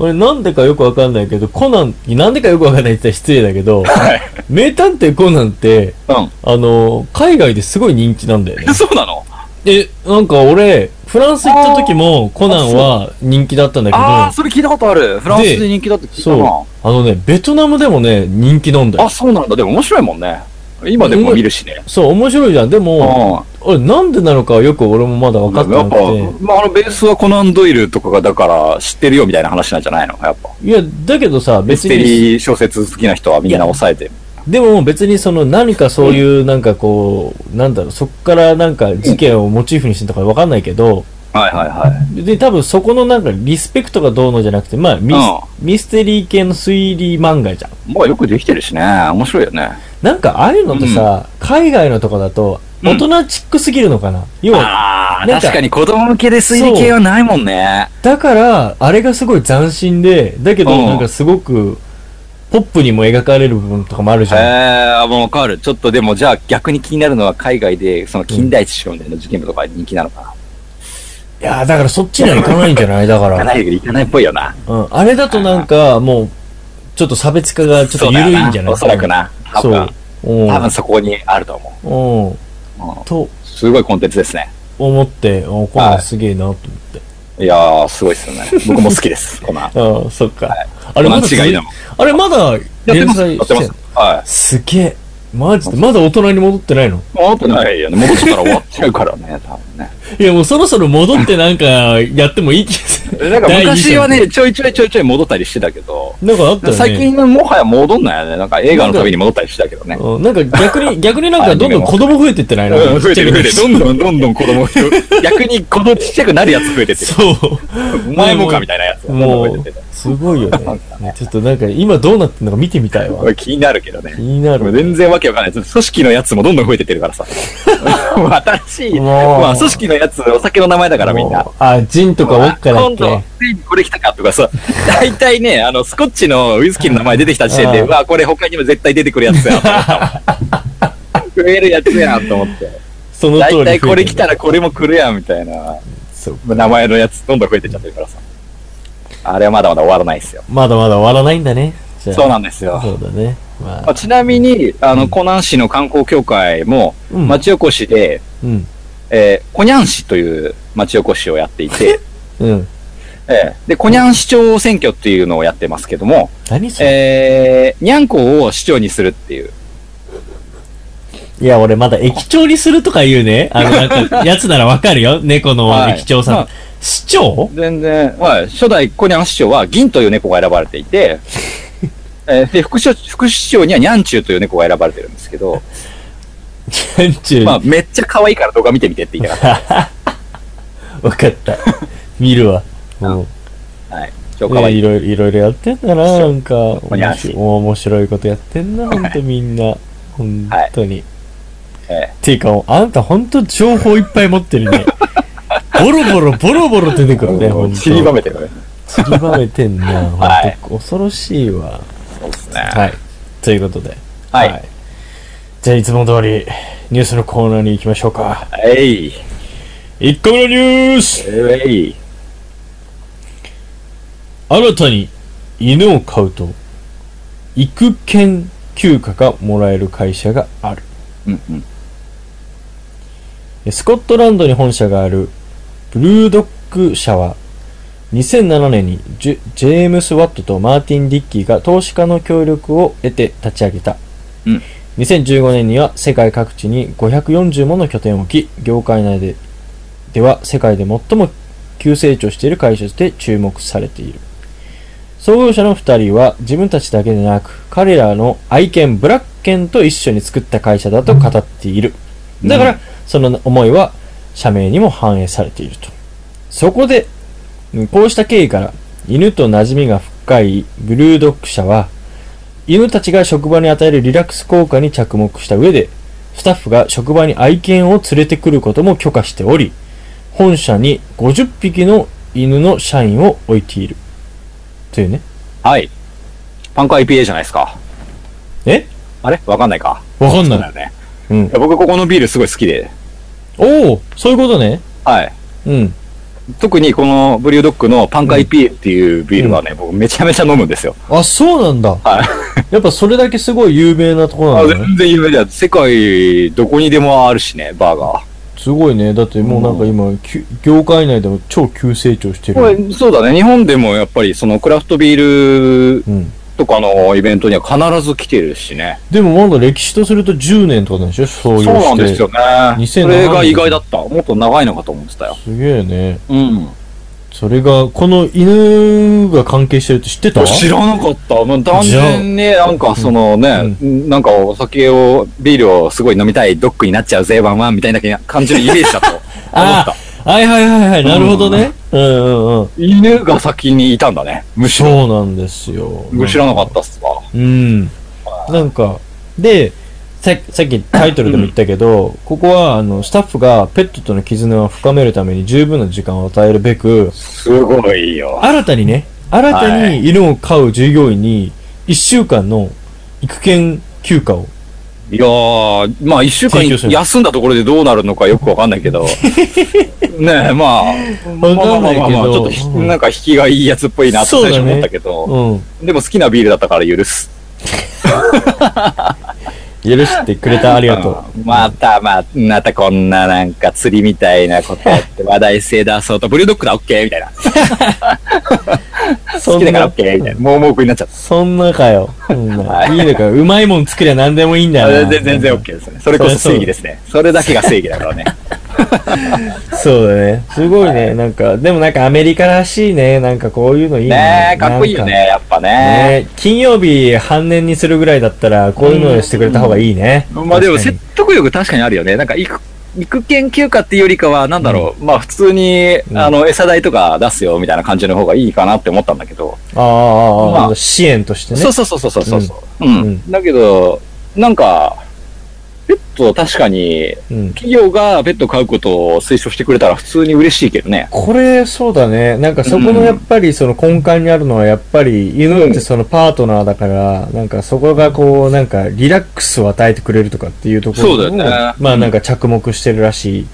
俺なんでかよくわかんないけど、コナン、なんでかよくわかんないって言ったら失礼だけど、
はい。
名探偵コナンって、 *laughs*
う
あの、海外ですごい人気なんだよね
*laughs* ん。。そうなの
え、なんか俺、フランス行った時もコナンは人気だったんだけ
ああ、
ど、
それ聞いたことある。フランスで人気だって聞いた
そう
な。。
あのね、ベトナムでもね、人気なんだよ
あ、。そうなんだ。でも面白いもんね。今でも見るしね。
そう、面白いじゃん。で
うん。
も、俺なんでなのかはよく俺もまだ分か
や
っ
って
な
ぱ
くて。、
まあ、あのベースはコナン・ドイルとかが、だから知ってるよみたいな話なんじゃないのやっぱ。
いや、だけどさ、別
ミステ
に、
リー小説好きな人はみんな抑えてる。
でも別にその何かそういうなんかこう、なんだろう、そっからなんか事件をモチーフにしてたか分かんないけど、
はいはいはい。
で、多分そこのなんかリスペクトがどうのじゃなくて、まあミス、ミステリー系の推理漫画じゃん。
まあよくできてるしね。面白いよね。
なんかああいうのってさ、海外のとかだと、
うん
大人チックすぎるのかな、要は、
ああ、
なんか
確かに子供向けで推理系はないもんね。
だから、あれがすごい斬新で、だけど
うん
なんかすごく、ポップにも描かれる部分とかもあるじ
へ
ゃん。
え、もうわかる。ちょっとでもじゃあ逆に気になるのは海外で、その近代一少年の事件簿とか人気なのか
いやーだからそっちには行かないんじゃないだか。
な。行から *laughs* ないけど行かないっぽいよな。
うん。あれだとなんか、もう、ちょっと差別化がちょっと緩いんじ
そう
ゃない
だよおそらく。な。多
そ
分
う。。うん
多分そこにあると思
うん。
う。うん
と
すごいコンテンツですね。
思って、あ、コナンすげえなと思って。
いやー、すごいっすよ
*laughs*
ね。僕も好きです、コナン。
ああ、そっか。あ
あ
れまだ続い
違いだもん。
あれまだ
やって
連
ます
載
やっ
しててん
ま
の
す。はい。
すげえ。マジで、まだ大人に戻ってないの
戻ってないよね。戻ったら終わっちゃうから
*laughs*
ね、多分ね。
いや、もうそろそろ戻ってなんか、やってもいい気がする。
なんか昔は
第
ね、ちょいちょいちょいちょい戻ったりしてたけど、
二章、なんかあったよね。
最近はもはや戻んないよね。なんか映画のために戻ったりしてたけどね。
うん。なんか逆に、逆になんかどんどん子供増えてってないの
うん増えてる増えてる。
ちっちゃ
どん
く
どんどんどん子供増え
*laughs*
てる逆に子供ちっちゃくなるやつ増えてってる。
そう。
お前もかみたいなやつがどん
も
どん増え *laughs*
う
てってる、
すごいよね。ちょっとなんか今どうなってんのか見てみたい
こ
わ。
れ気になるけどね
気。になる。
全然わけわかんない。組織のやつもどんどん増えてってる
*laughs*
からさ。もう新しい。
もう
まあ、組織のやつ、お酒の名前だからみんな
もう。あ、ジンとかウォッカだっ
今度
け、
ついにこれ来たかとかさ、大体ね、あの、スコッチのウイスキーの名前出てきた時点で、
うん
うわ、これ他にも絶対出てくるやつやと思ったも
*laughs*
ん。増えるやつやと思って。
その通り増
大
えてる。
体これ来たらこれも来るやんみたいな、
そう
名前のやつどんどん増えてっちゃってるからさ。あれはまだまだ終わらないですよ。
まだまだ終わらないんだね。じゃあ
そうなんですよ。
そうだね。ま
ま
あ、
あちなみに、あの、湖南市の観光協会も、
うん
町おこしで、
うん。
えー、コニャン市という町おこしをやっていて、
うん。
えーで、コニャン市長選挙っていうのをやってますけども、
何それ、
えー、にゃんこを市長にするっていう。
いや、俺まだ駅長にするとか言うね。あの、な
*laughs*
んか、やつならわかるよ。猫の
はい
駅長さん。
まあ
市長
全然、はい。初代コニャン市長は銀という猫が選ばれていて、えーで副所副市長にはニャンチューという猫が選ばれてるんですけど、
なんちゅう。
まあ、
わ、
めっちゃ可愛いから動画見てみてって言いたかっ
かった。見る
*laughs*
わ。もう
た。はい。超
い
可
や
愛い。
いろいろいろいろやってんだな、なんか。
こに
面
あ
白
し
い面白いことやってんな、ほんとみんな。ほんとに。
え
ていうか、あんたほんと情報いっぱい持って
*laughs*
るね。ボロボロ、ボロボロ出てくるね、ほん
ー、
と。
ちりばめてるね。
散りばめてんな、
*laughs* は
ほ
い
んと恐ろしいわ。
そうですね。
はい。ということで。
はい
じゃあ、いつも通り、ニュースのコーナーに行きましょうか。
えい。
1個目のニュース
えい。
新たに犬を飼うと、育犬休暇がもらえる会社がある。
うんうん。
スコットランドに本社があるブルードッグ社は2007年にジュジェームス・ワットとマーティン・ディッキーが投資家の協力を得て立ち上げた、
うん
2015年には世界各地に540もの拠点を置き業界内ででは世界で最も急成長している会社として注目されている創業者の2人は自分たちだけでなく彼らの愛犬ブラッ券と一緒に作った会社だと語っている。だから、その思いは社名にも反映されていると。そこで、うんこうした経緯から、犬と馴染みが深いブルードッグ社は、犬たちが職場に与えるリラックス効果に着目した上で、スタッフが職場に愛犬を連れてくることも許可しており、本社に50匹の犬の社員を置いている。というね。
はい。パンク IPA じゃないですか。
え
あれわかんないか。
わかん
そうだ
な
よ
い。
ね。
うん
い。や僕ここのビールすごい好きで。
おおそういうことね。
はい。
うん。
特にこのブリュードッグのパンク IPA っていうビールはね、僕めちゃめちゃ飲むんですよ。
あ、そうなんだ。
はい。
やっぱそれだけすごい有名なところ
あ
なんだね。
全然有名じゃん。世界どこにでもあるしね、バーが。
すごいね。だってもうなんか今、きゅ業界内でも超急成長して
こ
る。
れそうだね。日本でもやっぱりそのクラフトビール
うん。
とかのイベントには必ず来てるしね。
でもまだ歴史とすると10年とかなんでしょ創業
そう
して。
なんですよ。ね。
2007
それが意外だった。もっと長いのかと思ってたよ。
すげえね。
うん。
それが、この犬が関係してるって知ってた
知らなかった。もう単純になんかそのね、なんかお酒を、ビールをすごい飲みたいドッグになっちゃうぜ、ワンワンみたいな感じのイメージだと思っ
*laughs* あ
た。
あ、はいはいはいはい。なるほどね。うんうんうん。
犬が先にいたんだね。むしろ。
そうなんですよ。
知らなかったっすわ。
うん。なんか、で、ささっきタイトルでも言ったけど、ここはあのスタッフがペットとの絆を深めるために十分な時間を与えるべく、
すごいよ。
新たにね、新た
は
に犬を飼う従業員に1週間の育犬休暇を。
いやー、まあ一週間
提供する
休んだところでどうなるのかよくわかんない
*laughs*
けど。ねえ、まあ、まあまあまあまあまあ、ちょっとひ、
うん
なんか引きがいいやつっぽいなって最初思ったけど、
うん。
でも好きなビールだったから許す。
許してくれた、ありがと
うんまた、まあ、またこんななんか釣りみたいなことやって話題性出そうと、ブルードッグだ、オッケーみたいな。
う。
好
*laughs* そん
きだからオ
な
ッ、ケーみたいな。もう文句になっちゃっ
そんなかよ。うん
はい
いいのかよ。うまいもん作りゃ何でもいいんだ
た。
よな。
全然全然オッケーですね。それこそ正義ですね。それだけが正義だからね。
そうだね。すごいね。なんか、でもなんかアメリカらしいね。なんかこう *laughs* いうのいい
ねえ、かっこいいよね、。やっぱ
なん
ね。
かね金曜日半年にするぐらいだったら、こういうのをしてくれた方がいいね。
まあでも
確か
説
に
得力確かにあるよね。なんか、行く、育研休暇っていうよりかは、なんだろう、まあ普通に、
うん
あの、餌代とか出すよみたいな感じの方がいいかなって思ったんだけど。
ああ、ああ、
まあ
支援としてね。
そうそうそうそうそうそう。うん。
うん
だけど、なんか、ペット確かに、
うん。
企業がペットを飼うことを推奨してくれたら普通に嬉しいけどね。
これ、そうだね。なんかそこのやっぱりその根幹にあるのは、やっぱり犬ってそのパートナーだから、なんかそこがこう、なんかリラックスを与えてくれるとかっていうところ
そうだよね
まあなんか着目してるらしい。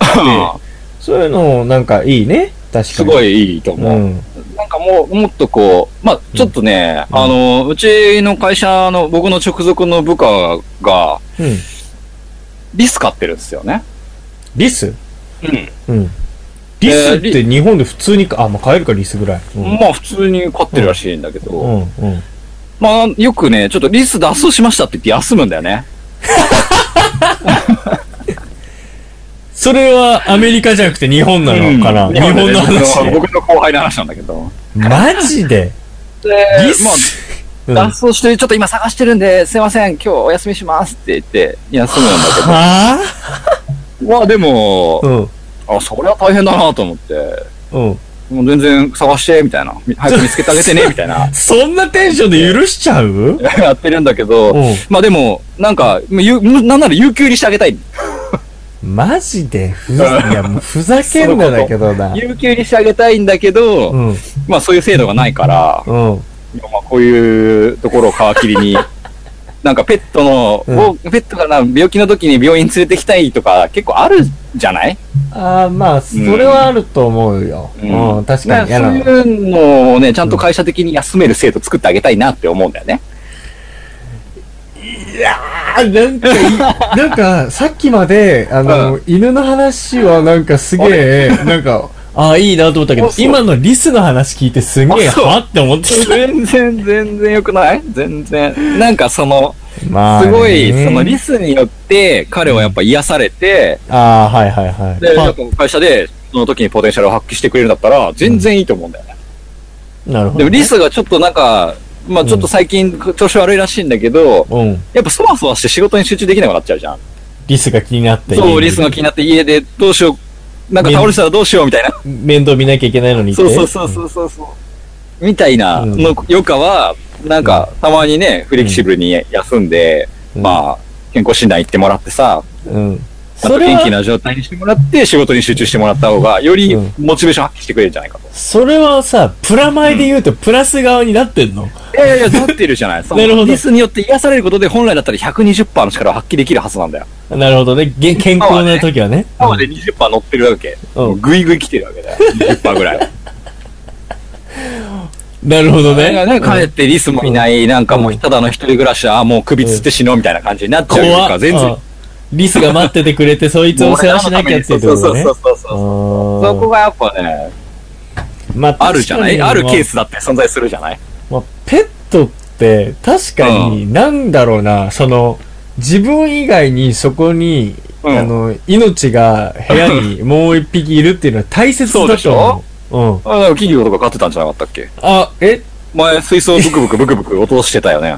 そういうのをなんかいいね。確かに。
すごいいいと
う
思う。
ん。
なんかもう、もっとこう、まあちょっとね、
うん
あの、うちの会社の僕の直属の部下が、
うん。
リス飼ってるんですよね。
リス
うん。
うん。リスっ
えー
て日本で普通にか、あ、まあ、買えるか、リスぐらい。うん。
まあ普通に飼ってるらしいんだけ
う
ど、
ん、うん。
まあよくね、ちょっとリス脱走しましたって言って休むんだよね。
それはアメリカじゃなくて日本なのかな、
うん
日本の話
僕の
で。
僕の後輩の話なんだけど。
マジで
で
リ
まあ
ス、うん、
脱
は
走して、ちょっと今探してるんで、すいません、今日お休みしますって言って、休むんだ
あ
けど。まあでも
う、ん。
あ、そりゃ大変だなと思って、
うん。。
もう全然探して、みたいな。み早く見つけてあげてね、みたいな
*laughs* そんなテンションで許しちゃう
やってるんだけど
うん、
まあでも、なんか、ゆなんなら有給にしてあげたい。
マジでふざ、いや、もうふざけんなだけどな。
有給にしてあげたいんだけど、
うん、うん。
まあそういう制度がないから、まあこういうところを皮切り
*laughs*
に、なんかペットの、
うん
をペットがな病気の時に病院連れてきたいとか結構あるじゃない
ああ、まあ、それはあると思うよ。うん、確かに。
だ
あ
ら
の
そういうのをね、ちゃんと会社的に休める制度作ってあげたいなって思うんだよね。
あなんかい、なんか、さっきまで、あの、犬の話はなんかすげえ、なんか、ああ、いいなと思ったけど
あ、そう
今のリスの話聞いてすげえ、
あそう
はって思ってき
*laughs*
た。
全然、全然良くない全然。なんかその、
まね
すごい、そのリスによって彼はやっぱ癒されて、
ああ、はいはいはい。
で、
ま
な
あ
んか会社でその時にポテンシャルを発揮してくれるんだったら、全然いいと思うんだよね。
なるほ
でも
どね。
リスがちょっとなんか、まあちょっと最近調子悪いらしいんだけど、
うん。
やっぱそわそわして仕事に集中できなくなっちゃうじゃん。
リスが気になって。
そう、リスが気になって家でどうしよう、なんか倒れてたらどうしようみたいな。
面倒見なきゃいけないのにって
そうそうそうそうそうそう。みたいな
うん
のよかは、なんかたまにね、フレキシブルに休んで、
うん
まあ、健康診断行ってもらってさ、
うん。
あ
そ
と
れ
元気
は、
な状態にしてもらって仕事に集中してもらった方が、より
うん
モチベーション発揮してくれるんじゃないかと。
それはさ、プラマイで言うとプラス側になってんの
いやいやいや、なってるじゃない。その
なるほど
リスによって癒されることで本来だったら120%の力を発揮できるはずなんだよ。
なるほどね。げ健康な時はね。
なので20%乗ってるわけ。
うん
もうぐいぐい来てるわけだよ。20%ぐらい *laughs* は。
なるほど
だからね、
ね。
帰ってリスもいない、なんかもうただの一人暮らしは、あもう首つって死のうみたいな感じになっちゃうよりか
怖
は
っ
全
うん
然。
リスが待っててくれて、そいつを世話しなきゃっていう
そう
とこ
そ
ろ
う
ね。
そうそうそう。そこがやっぱね、
うんま
あるじゃないあるケー。
確かに
スだって存在するじゃない
まあ、ペットって確かになんだろうな、その自分以外にそこに、
うん
あの命が部屋にもう一匹いるっていうのは大切だと思う。う
あ、
ん。
なんか企業とか飼ってたんじゃなかったっけ
あ、え
前、水槽ブクブクブクブク音してたよね。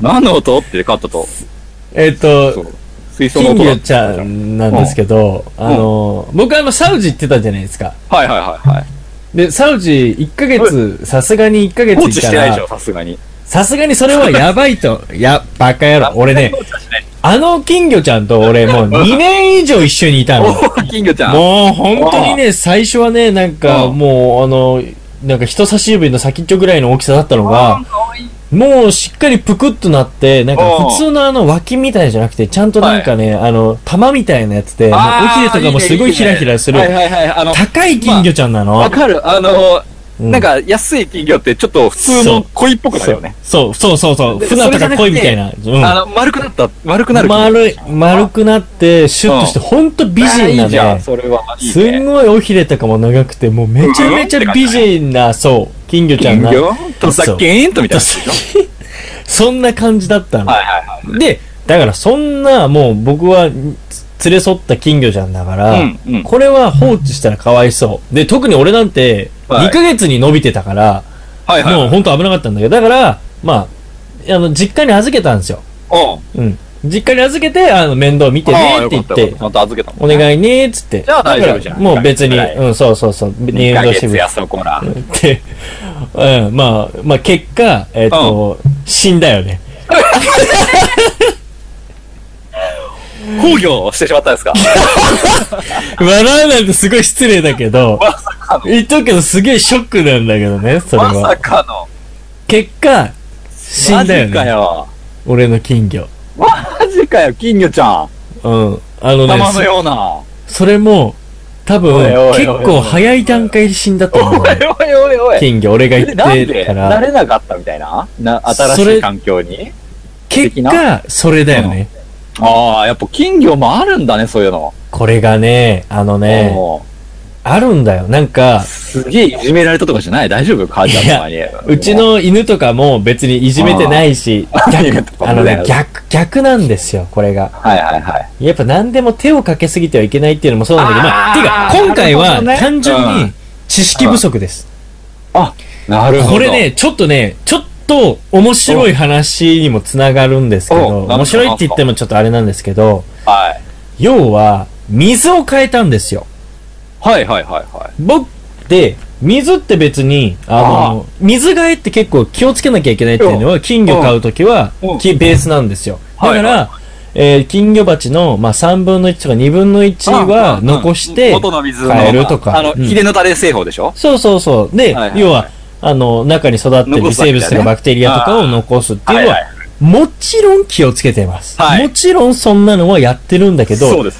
何の音って飼ったと。
えっ、
そう
と、。
水槽の
金
音だ
魚ちゃんなんですけど、あの、僕あの、サウジ行ってたじゃないですか。
はいはいはいはい。
で、サウジ1ヶ月、さすがに1ヶ月
放
行
置
っ
したてないでし
ら
ょ、、さすがに。
さすがにそれはやばいと。いや、バカ野郎。俺ね、あの金魚ちゃんと俺もう2年以上一緒にいたの。
お金魚ちゃん。
もう本当にね、最初はね、なんか
うん
もう、あの、なんか人差し指の先っちょぐらいの大きさだったのが、もうしっかりぷくっとなって、なんか
うん
普通のあの脇みたいじゃなくて、ちゃんとなんかね、あの、玉みたいなやつで、もう
あー
尾ひれとかもすごいひらひらする
は、いはいはい。あの、
高い金魚ちゃんなの
わ。かる。あの、
うん
なんか安い金魚ってちょっと普通の鯉っぽくなるよね。
そう、そうそうそう、
で
船とか
そ
鯉
れ
み
じ
たい
ゃ
な
な。
うん
あの、丸くなった、丸くなる金魚。
丸い、丸くなって、シュッとして、ほんと美人
あい
ない
じゃ
ね
ん、。それは。いい
すん
ね。
ごい尾ひれとかも長くて、もうめちゃめちゃ美人な、そう、金魚ちゃん
金
が。
魚とさっきーんとみたいな。
そんな感じだったの。
はいはいはい。
で、だからそんな、もう僕は連れ添った金魚ちゃんだから、
うんうん
これは放置したらかわいそう。で、特に俺なんて、
はい
2ヶ月に伸びてたから、
はいはい。
もうほんと危なかったんだけど、だから、まあ、あの、実家に預けたんですよ。
うん。
うん。実家に預けて、あの、面倒見て
ああ
ね
よ
っ
か
て言っ
った
て
よかった、また預けたも
お
んね。
願いねーっつって。
じゃあ大丈夫じゃん
だからもう別に、
一ヶ月ぐら
うん、そうそうそう、入
2ヶ
場して
月休むコーナー。
って、うん、まあ、まあ結果、えっ、と、死んだよね。
工業をしてしまったんですか
笑わないとすごい失礼だけど、
まさかの。
言っとくけどすげえショックなんだけどね、それ
まさ
は。
かの。
結果、死んだよ
マジか
ね。
よ。
俺の金魚。
マジかよ、金魚ちゃん。
うん。あのね
玉、のような。
そそれも、多分
おいお、いお
結
いおい
構早い段階で死んだと思う
おい
のよ。
おいおいおい。
金魚、俺が
え
行
なん
っ
で
てか
慣
ら。
れなかったみたいなな新し
それ
い環境に
結果、それだよね。
ああ、やっぱ金魚もあるんだね、そういうの。
これがね、あのね、
も
あるんだよ。なんか、
うすげえいじめられたとかじゃない大丈夫母ちゃんとかに。
うちの犬とかも別にいじめてないし、
何が
あのね、逆、逆なんですよ、これが。
はいはいはい。
やっぱ何でも手をかけすぎてはいけないっていうのもそうなんだけど、まあ、
あー
てか、今回
な
は
るほどね
単純
う
に
ん
知識不足です。
あ、なるほど。
これね、ちょっとね、ちょっと面白い話にもつながるんですけ
おう
ど、
なんか
面白いって言ってもちょっとあれなんですけど、
はい。
要は、水を変えたんですよ。
はいはいはいはい。
僕で水って別にあの水替えって結構気をつけなきゃいけないっていうのは金魚買うときは
うん
きベースなんですよだから、
はい
えー金魚鉢の、まあ、3分の1とか2分の1は残して
元の水の
変えるとか
あの、
うん
ヒレのタレ製法でしょ
そうそうそうで、
はいはい
要はあの中に育ってる
残
微
すわけ
生
だね
物とかバクテリアとかを残すっていうのは、
はいは
もちろん気をつけてます、
はい
もちろんそんなのはやってるんだけど
そう
そ
で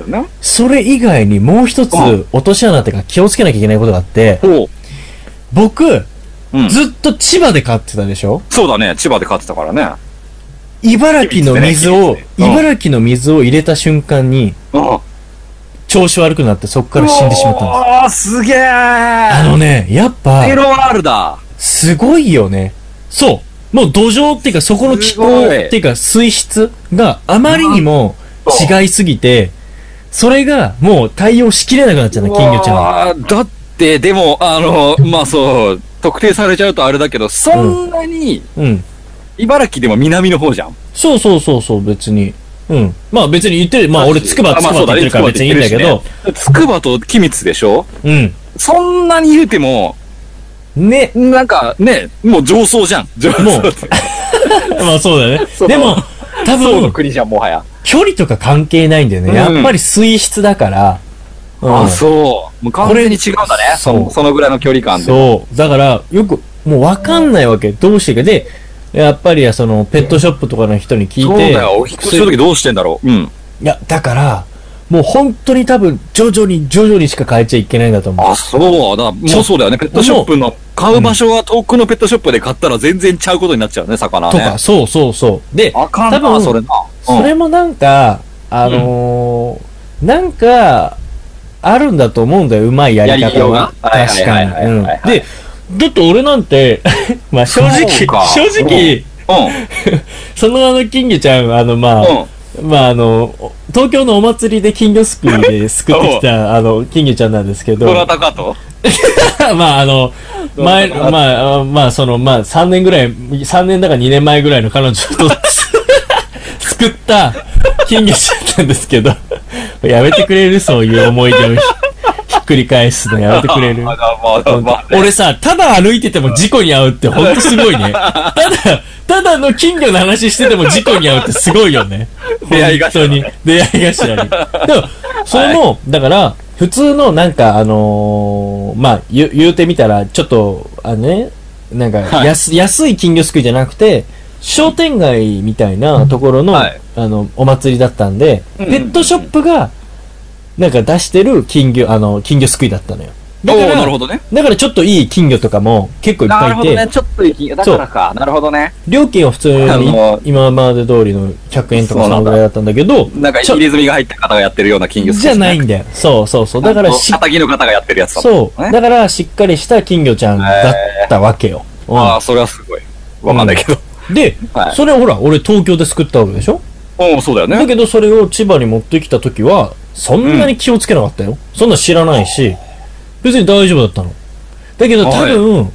すよね。
れ以外にもう一つ
うん
落とし穴というか気をつけなきゃいけないことがあって
ほう。
僕
うん。
ずっと千葉で飼ってたでしょ
そうだね。千葉で飼ってたからね。
茨城の水を
秘密ね、秘密ねうん
茨城の水を入れた瞬間に、
うん。
調子悪くなってそこから死んでしまったんです。
ああ、すげえ
あのね、やっぱ、
エロワールだ。
すごいよね。そう。もう土壌っていうか、そこの気
す
候
ご
っ
い
ていうか、水質があまりにも違いすぎて、それがもう対応しきれなくなっちゃった、金魚ちゃんは。
ん。だって、でも、あの、まあそう、特定されちゃうとあれだけど、そんなに、
うん。
茨城でも南の方じゃん。
そうそうそうそう、別に。うん。まあ別に言ってる、まあ俺、つくば
あ
つく
まあ
ばって言ってるから別にいいんだけど、。
つくばと君津でしょそんなに言うても、
うん。ね、
なんかね、もう上層じゃん。上層。
もう *laughs* まあそうだよね
そ。う
でも、多
そうの
分、
国じゃん、もはや。
距離とか関係ないんだよね。
うん
やっぱり水質だから。うん
あ、そう。もう完全に違うんだね。そ
そう
の、そのぐらいの距離感で。
そう。だから、よく、もうわかんないわけ。どうしていいか。で、やっぱり、その、ペットショップとかの人に聞いて。
そうだよ。お引っ越しの時どうしてんだろう。うん。
いや、だから、もう本当に多分、徐々に徐々にしか変えちゃいけないんだと思う。
あ、そう。だからもうそうだよね。ペットショップの、買う場所が遠くのペットショップで買ったら全然ちゃうことになっちゃうね、魚
と
ね。
か、そうそうそう。で、
あかん
多
な、
分
それな。うん
それもなんか、あのーなんか、あるんだと思うんだよ、うまいやり
やり
方
よう
が
が。
確かに。
はいはいは
う
い
ん
はいはい
で、だって俺なんて、 *laughs* まあ正
そう
直、
か
正直、
う
そのあの、金魚ちゃん、あの、まあ、
ん。うん。
まああの、東京のお祭りで金魚すくいですくってき
*laughs*
た、あの、金魚ちゃんなんですけど、
どな
ま
たかと
*laughs* ああの、前、
どなた
まあ、あまあその、まあ3年ぐらい、3年だから2年前ぐらいの彼女と *laughs* すくった金魚ちゃんなんですけど、やめてくれるそういう思い出をひひっくり返すのやめてくれる
あ、まあ、まあ、
俺さ、ただ歩いてても事故に遭うってほんとすごい
*laughs*
ね。ただ、ただの金魚の話してても事故に遭うってすごいよね。
出会い頭
本当に。出会い頭に。でも、それも、だから、普通のなんか、あのーまあ、言う言うてみたら、ちょっと、あのね、なんか、
はい
安安い金魚すくいじゃなくて、商店街みたいなところの、
はい
あの、お祭りだったんで、
うん
ペットショップが、なんか出してる金魚、あの、金魚すくいだったのよ。だ
お
か
ー
ら
なるほどね。
だからちょっといい金魚とかも結構いっ
な
ぱ
る
いい
ほ
て、
どね。ちょっと行き、だからか。なるほどね。
料金は普通
あ
に
の
今まで通りの100円と
そ
か
うな
そ
んだ
のぐらいだったんだけど、
なんか、
ちょ
入れ墨が入った方がやってるような金魚
じゃないん
だ
だよ。そうそうそう。だからし
叩きの方がやってるやつだもんね
そう。だからしっかりした金魚ちゃんだったわけよ。うん
ああ、それはすごい。わかんないけど。
で、
はい
それをほら、俺東京で作ったわけでしょ
うん、そうだよ
だ
ね。
けどそれを千葉に持ってきた時は、そんなに気をつけなかったよ。そんな知らないし、別に大丈夫だったの。だけど多分、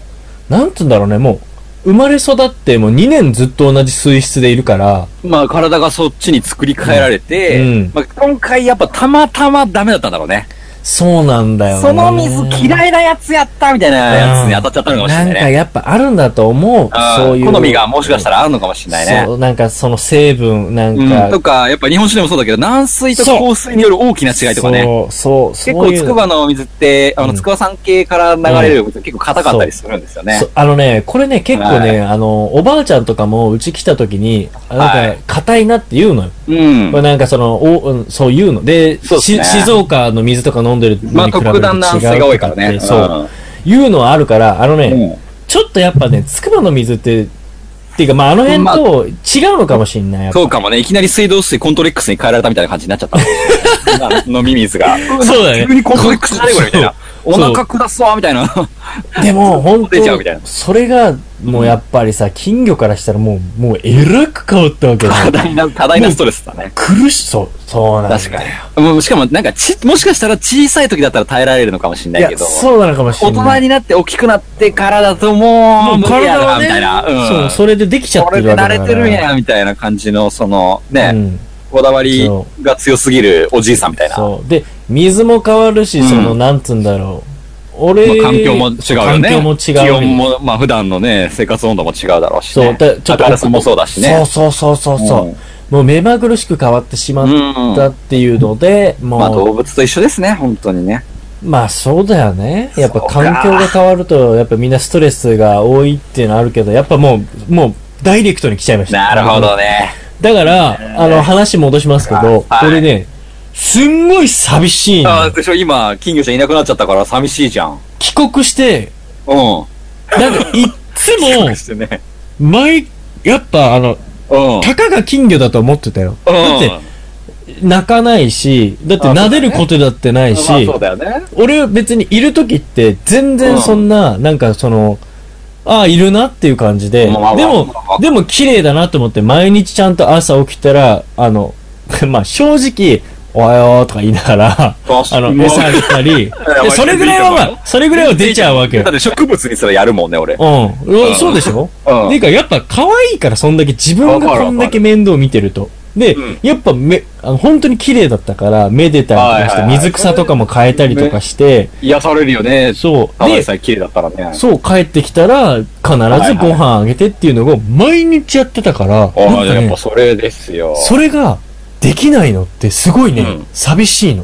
なんつうんだろうね、もう、生まれ育ってもう2年ずっと同じ水質でいるから、
まあ、体がそっちに作り変えられて、
うんうん
まあ、今回やっぱたまたまダメだったんだろうね。
そうなんだよね。
その水嫌いなやつやったみたいなやつに当たっちゃったのかもしれ
ん
な
か
いね。
やっぱあるんだと思う。そういう。
好みがもしかしたらあるのかもしれないね。
そう、なんかその成分、なん
うん
か。
とか、やっぱ日本酒でもそうだけど、軟水と
そう
硬水による大きな違いとかね。
そう、そう、そ
結
う
構、
いう
筑波のお水って、あ
う
の、
ん
筑波山系から流れる水、結構硬かったりするんですよね
そ。うあのね、これね、結構
は
ね、あの、おばあちゃんとかもうち来た時に、あ
は
なん
い
か、硬いなって言うのよ。
うん
これ。なんかその、おうんそう言うの。で、
そうっすね
し静岡の水とか飲んでるのに
まあ、
比べ
特
ると
段軟水が多いから
違う
ね。
とかってそう。言うのはあるから、あのね、
うん。うん
ちょっとやっぱね、つくばの水って、っていうか、まあ、あの辺
まあ
と違うのかもしんない。やっぱ
そうかもね。いきなり水道水コントレックスに変えられたみたいな感じになっちゃ
*laughs*
った。今飲み水が。
そうだね
急にコントレックスになれこれみたいな。
そう
お腹下すわ、みたいな。
でも、本
出ちゃうみたい
当
な
それが、もうやっぱりさ、金魚からしたらもう、もう、えらく変わったわけだ
多。大な、多大なストレスだね。
苦しそう。そうなんだよ。
確かに。もうしかも、なんかち、もしかしたら小さい時だったら耐えられるのかもしれない
や
けど。
そうなのかもしれ
大
な
人
い。
になって大きくなってからだともう、無理やな、みたいな。うん
そう、それでできちゃっ
こ
て
れ
る
で
わけ
慣
だか
れ
ら。
てるんや、みたいな感じの、その、
う
ね、
ん。
こだわりが強すぎるおじいさんみたいな。
そう。で、水も変わるし、
うん
その、なんつうんだろう。俺、
まあ、環境も違うよね。
環境も違う。
気温も、まあ普段のね、生活温度も違うだろうし、ね。
そう、だ
明るさもそうだしね。
そうそうそうそうそう。
うん
もう目まぐるしく変わってしまったっていうので、もう、
まあ動物と一緒ですね、本当にね。
まあそうだよね。やっぱ
そうか
環境が変わると、やっぱみんなストレスが多いっていうのあるけど、やっぱもう、もうダイレクトに来ちゃいました。
なるほどね。
だから、あの話戻しますけど、
はい
俺ね、すんごい寂しいの
ああ、でしょ、今、金魚ちゃんいなくなっちゃったから寂しいじゃん。うん。、
帰国して、なんかいっつ
*laughs*
も
してね。
毎、やっぱあの、
うん。うん。
たかが金魚だと思ってたよ。だって、泣かないし、だっ
あ
て
そうだ
撫
ね
でることだってないし、
まあそうだよね。
俺別にいる時って全然そんな、なんかその、ああ、いるなっていう感じで、で
まあまあまあ
も
まあまあ、
で *laughs* も綺麗だなと思って毎日ちゃんと朝起きたら、あの、まあ正直、おはようとか言いながら、
確か
あ
に
の、餌あげ
*laughs*
たり、でそれぐらいはまあ、それぐらいは出ちゃうわけよ
だっ。て植物にすらやるもんね、俺。
うん。うわそうでし
*laughs*
ょ
うん
てか、やっぱ可愛いから、そんだけ自分がこんだけ面倒見てると。で、
うん
やっぱめ、あの、本当に綺麗だったから、めでたりとかし
はいはい
て、
はい
水草とかも変えたりとかして、
癒されるよね。
そう。
ただ
で
で、さえ綺麗だったらね。
そう、帰ってきたら、必ずご飯あげてっていうのを毎日やってたから、
ああ、
なんか
やっ
ね
ぱ、それですよ。
それが、できないのってすごい
う
ね、
ん
寂しいの。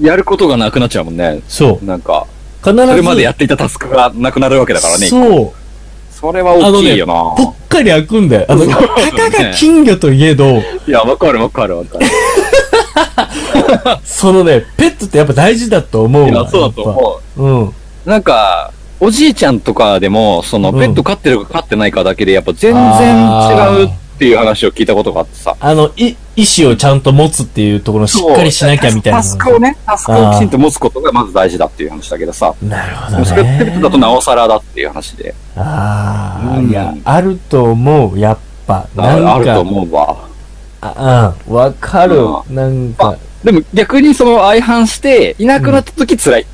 やることがなくなっちゃうもんね。
そう。
なんか、
必ず。
それまでやっていたタスクがなくなるわけだからね。
そう。
それは
あの
大き
ね、
いよな。 *laughs*
ぽっかり開くんだよ。あの、たかが金魚といえど、
いや、わかるわかるわかる。
そのね、ペットってやっぱ大事だと思うわ。
いや、そうだと思
思う。
う。なんか、おじいちゃんとかでも、その、
うん
ペット飼ってるか飼ってないかだけで、やっぱ全
あ
然違う
ー
っていう話を聞いたことがあってさ。
あの、い、意志をちゃんと持つっていうところをしっかりしなきゃみたいな。
タスクをね、タスクをきちんと持つことがまず大事だっていう話だけどさ。
なるほ
でもそれ
ど
ペットだと
ね。
なおさらだっていう話で。
ああ、
うん
いや、あると思う、やっぱ。なんか、
ああると思うわ。
あうん、わかる。
う
なんか、
でも逆にその相反して、いなくなった時辛いっ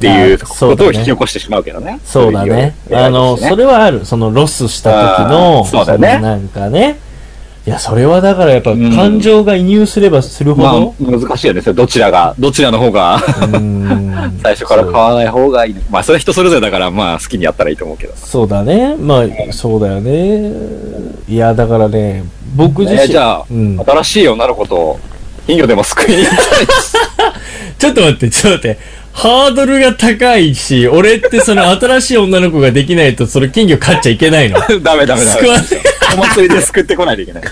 てい
あ
う
ー
こと
そ
を
うだね
引き起こしてしまうけどね。
そうだね。あの、そ
れ
れはある。その、ロスした時
あー
の、
そうだね
のなんかね。いや、それはだからやっぱ、
うん
感情が移入すればするほ
まあ
ど、、
難しいよね。それどちらが、どちらの方
*laughs*
が、
うーん
最初から買わない方がいいの。まあ、それは人それぞれだから、まあ、好きにやったらいいと思うけど。
そうだね。まあ、そうだよね。いや、だからね、僕自身、
えーじゃあ、
うん、
新しい女の子と、金魚でも救いに行きたい。
ちょっと待って、ちょっと待って。ハードルが高いし、俺ってその新しい女の子ができないと、その金魚飼っちゃいけないの。
*laughs* ダメダメダ
救わ
メ。
ない
お祭りで救ってこないといけ
*laughs*
ない。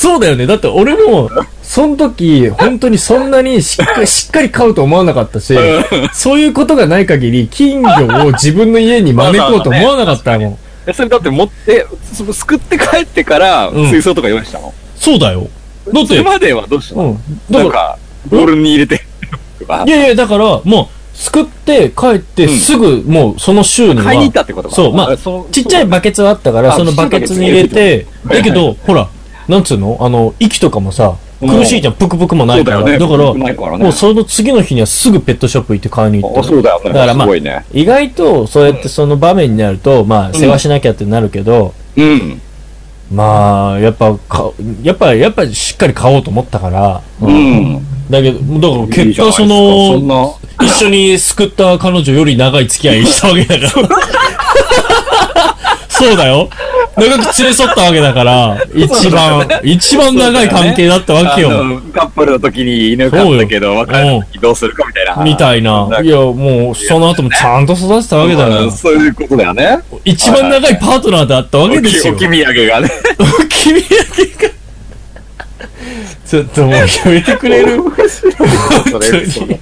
そうだよね。だって俺も、その時、本当にそんなにしっか
*laughs*
り、しっかり飼うと思わなかったし、そういうことがない限り、金魚を自分の家に招こうと思わなかったもん。
えそれだって持って、その救って帰ってから、
うん
水槽とか用意したの、
そうだよ。だっ
それ
て、
まではどうした
う
の、
ん。
な
だか
ん
ら、
か、ボールに入れて、と *laughs* か
い。やいや、だから、もう、救って帰って、
うん
すぐ、もう、その週には、
買いに行ったってことか。
そうまあ
そ
ちっちゃいバケツはあったから、
あ
そのバケツに入れて、だけど、ほら、なんつうのあの、息とかもさ、
うん
苦しいじゃん、ぷくぷくもないから。
そうだよねぷくぷくな
だ
いか
からら、
ね
もうその次の日にはすぐペットショップ行って買いに行
あ
っ
そう
て。
だよね。
だからまあ
すごいね。
意外と、そうやってその場面になると、まあ、世話しなきゃってなるけど、
うん。
まあ、やっぱ、かやっぱ、やっぱしっかり買おうと思ったから、
うん。
だけど、だか
いいじゃな
ら結果
いですか
そ
そん
の、
な、
一緒に救った彼女より長い付き合いしたわけだから。そうだよ。長く連れ添ったわけだから、一番、一番長い関係だったわけ
あ
よ。
のカップルの時に犬飼ったけど、別れる時どうするかみたいな。
みたいな。
ん
いや、もう、その後もちゃんと育てたわけだ
うん
よ。
そういうことだよね。
一番長いパートナーだったわけ
お
です
き
よ。
おき土産がね。
君だけが。ちょっともうやめてくれる
面白いそれ
本当に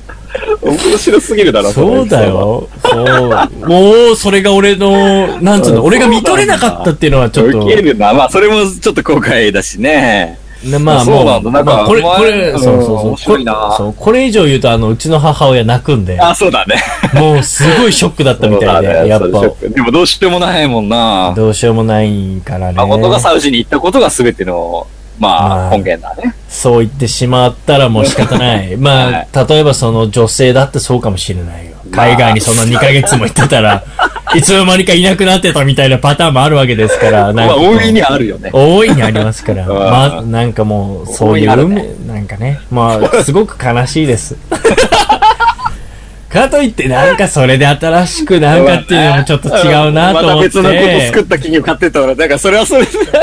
面白すぎるだろ、れ
そうだ。よ。そう。もう、それが *laughs* 俺の、なんつうの、俺が見とれなかったっていうのはちょっ
受
と。
けるな。まあ、それもちょっと後悔だしね。
ね、まあ、
そう
も
なん
う、
だなんか
まあ、これ、
お前
これ、
うん
そうそうそう。
面白いな
これそう、これ以上言うと、あの、うちの母親泣くんで、
あ、そうだね。
もうすごいショックだったみたい
そうだ
で、
ね
やっ
そうでしょでもどうしてもないもん
ぱ、
な。
どうしようもないからね。
誠がサウジに行ったことが全ての、ま
ま
あ、
あ
本源だね。
そう言ってしまったらもう仕
*laughs*
方ない。まあ、例えばその女性だってそうかもしれないよ。
まあ
海外にその2ヶ月も行って
*laughs*
たら、いつの間にかいなくなってたみたいなパターンもあるわけですか
ま
ら、なんか
あ、
こう。
大いにあるよね。
大いにありま
*laughs*
すから、
うん
まあ、なんかもう、そういう
大い
運
にあ
命、なんかね、まあ、すごく悲
*laughs*
しいです。かといって、なんかそれで新しくなんかっていうのもちょっと違うなと思
また
って。
別のこと作った企業買ってたから、だからそれはそれでなんか違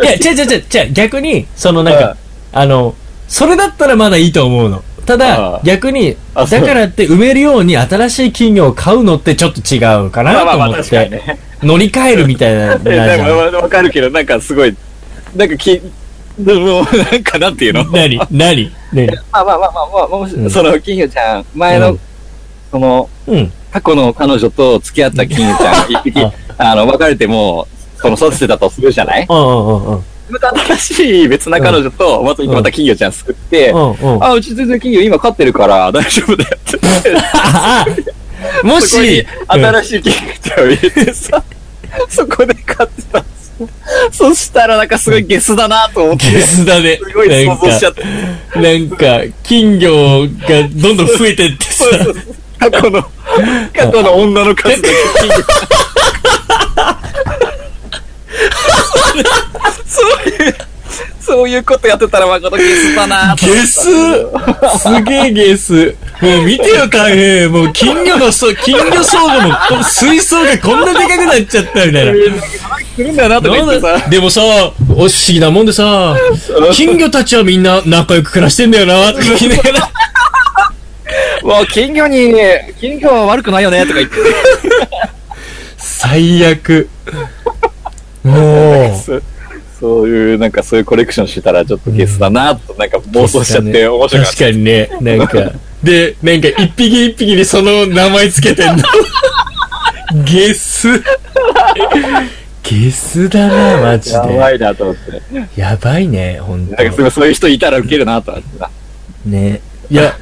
う。
いや、違う違う違う違う、逆に、そのなんか、あの、それだったらまだいいと思うの。た
ああ
だ、逆に、
あ
だ
そう
からって埋めるように新しい企業を買うのってちょっと違うか
まあ
な
まあ
と
まあ
思っ
確かに
て、
ね。
乗り換えるみた
*laughs*
いな、
え
なるじゃん
なんかわかるけど、なんかすごい、なんかき、でもなんかなんていうのま
何何何
あまあまあまあまあ、もし
うん
その金魚ちゃん、前の、
うん
その、
うん。
過去の彼女と付き合った金魚ちゃ
*laughs*
ん、一匹、あの、別れても、その育ててたとするじゃない
うんうんうんうん。
また新しい別な彼女と、また
ん
また金魚ちゃん救って、
うんうん。
あ、うち全然金魚今飼ってるから大丈夫だよって。
*laughs* あ
*laughs*
あも
そこに
し、うん *laughs*
新しいキングちゃんを入れてさ、そこで買ってたんですよ。そしたらなんかすごいゲスだなと思って。
ゲスだね。
すごい
な
想
ん
像しちゃ
か
って。
なんか、金魚がどんどん増えてってさ、
*laughs* そうそう過去 *laughs* の、過去の女の数だけ聞いて。そういう、そういうことやってたらまことゲスだなと思
ゲスすげえゲス。もう見てよ、海兵。もう金魚の層、金魚層がもう、この水槽がこんなでかくなっちゃったみたいな。
ってするんだよなとか言って
なん
さ
だ。でもさ、お不思議なもんでさ、金魚たちはみんな仲良く暮らしてんだよな、とか言いながら。
もう金魚に、金魚は悪くないよねとか言って。
最悪。も
*laughs*
う。
そうそういう、なんかそういうコレクションしてたらちょっとゲスだなと、なんか妄想しちゃって面白かっ
確かにね、なんか。で、なんか一匹一匹にその名前つけてんの。ゲス。ゲスだな、マジ
た。やば
で。
いなと思って。
やばいね、ほんと
なんかす。ごいそういう人いたらウケるなと思ってな。
ね。いや、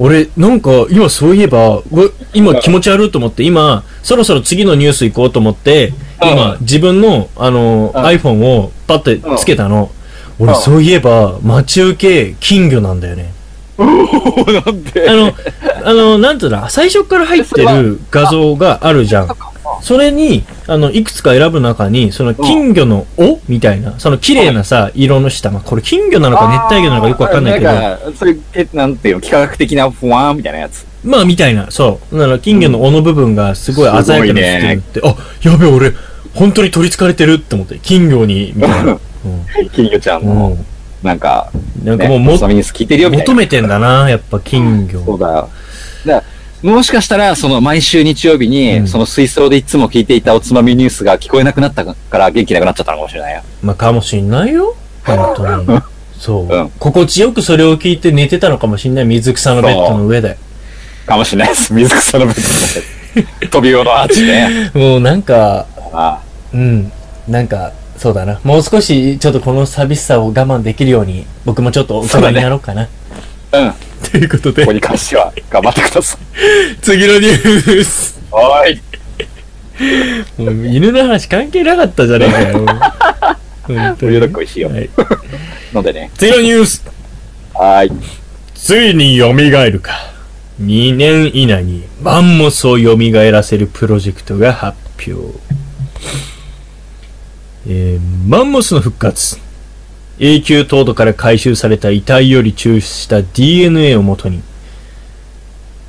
俺、なんか、今そういえば、うわ今気持ち悪いと思って、今、そろそろ次のニュース行こうと思って、今、自分の、あの、iPhone をパッてつけたの。俺、そういえば、待ち受け、金魚なんだよね。
おー *laughs* なんで
あの、あの、なんていうんだ、最初から入ってる画像があるじゃん。それに、あの、いくつか選ぶ中に、その金魚の尾みたいな、その綺麗なさ、色の下、まあ、これ金魚なのか熱帯魚なのかよくわかんないけど、
なんか、そういう、え、なんていうの、企画的なフワーンみたいなやつ。
まあ、みたいな、そう。だから金魚の尾の部分がすごい鮮やかにしてるって、あ、やべえ、俺、本当に取り憑かれてるって思って、金魚に、みたいな。
金魚ちゃん
う
の、
ん。
なんか、
なんか
ね、
もう
も
も、
サミニス聞いてるよみたい
求
な。
めてんだな、やっぱ金魚。
そうだよ。だからもしかしたら、その毎週日曜日に、
うん
その水槽でいつも聞いていたおつまみニュースが聞こえなくなったから元気なくなっちゃったのかもしれないよ。
まあ、かもしんないよ。本当に。そう、
うん
心地よくそれを聞いて寝てたのかもしんない。水草のベッドの上で。
かもしれないです。水草の部分で。飛び降のアーチね。
もうなんか、
あ
うん。なんか、そうだな。もう少し、ちょっとこの寂しさを我慢できるように、僕もちょっと大
そう
人
だ
に
ね
なろうかな。
あうん。
ということで
ここ、に関しては、頑張ってください。
次のニュース。
はーい。
もう犬の話関係なかったじゃねえかよ。
*laughs*
本当
とい
に
うの美味しいよ。
はい
*laughs* のでね。
次のニュース。
はーい。
ついに蘇るか。2年以内にマンモスを蘇らせるプロジェクトが発表。えーマンモスの復活。永久凍土から回収された遺体より抽出した DNA をもとに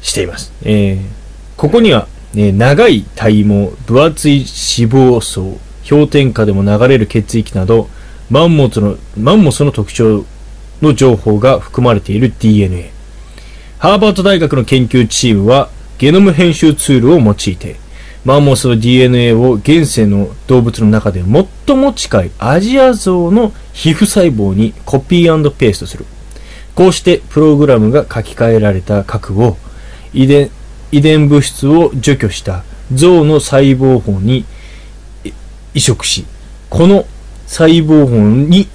しています。えーここには、えー長い体毛、分厚い脂肪層、氷点下でも流れる血液など、マンモスの、マンモスの特徴の情報が含まれている DNA。ハーバード大学の研究チームは、ゲノム編集ツールを用いて、マンモスの DNA を現世の動物の中で最も近いアジアゾウの皮膚細胞にコピーペーストする。こうしてプログラムが書き換えられた核を遺伝遺伝物質を除去した象の細胞胞にい移植し、この細胞胞に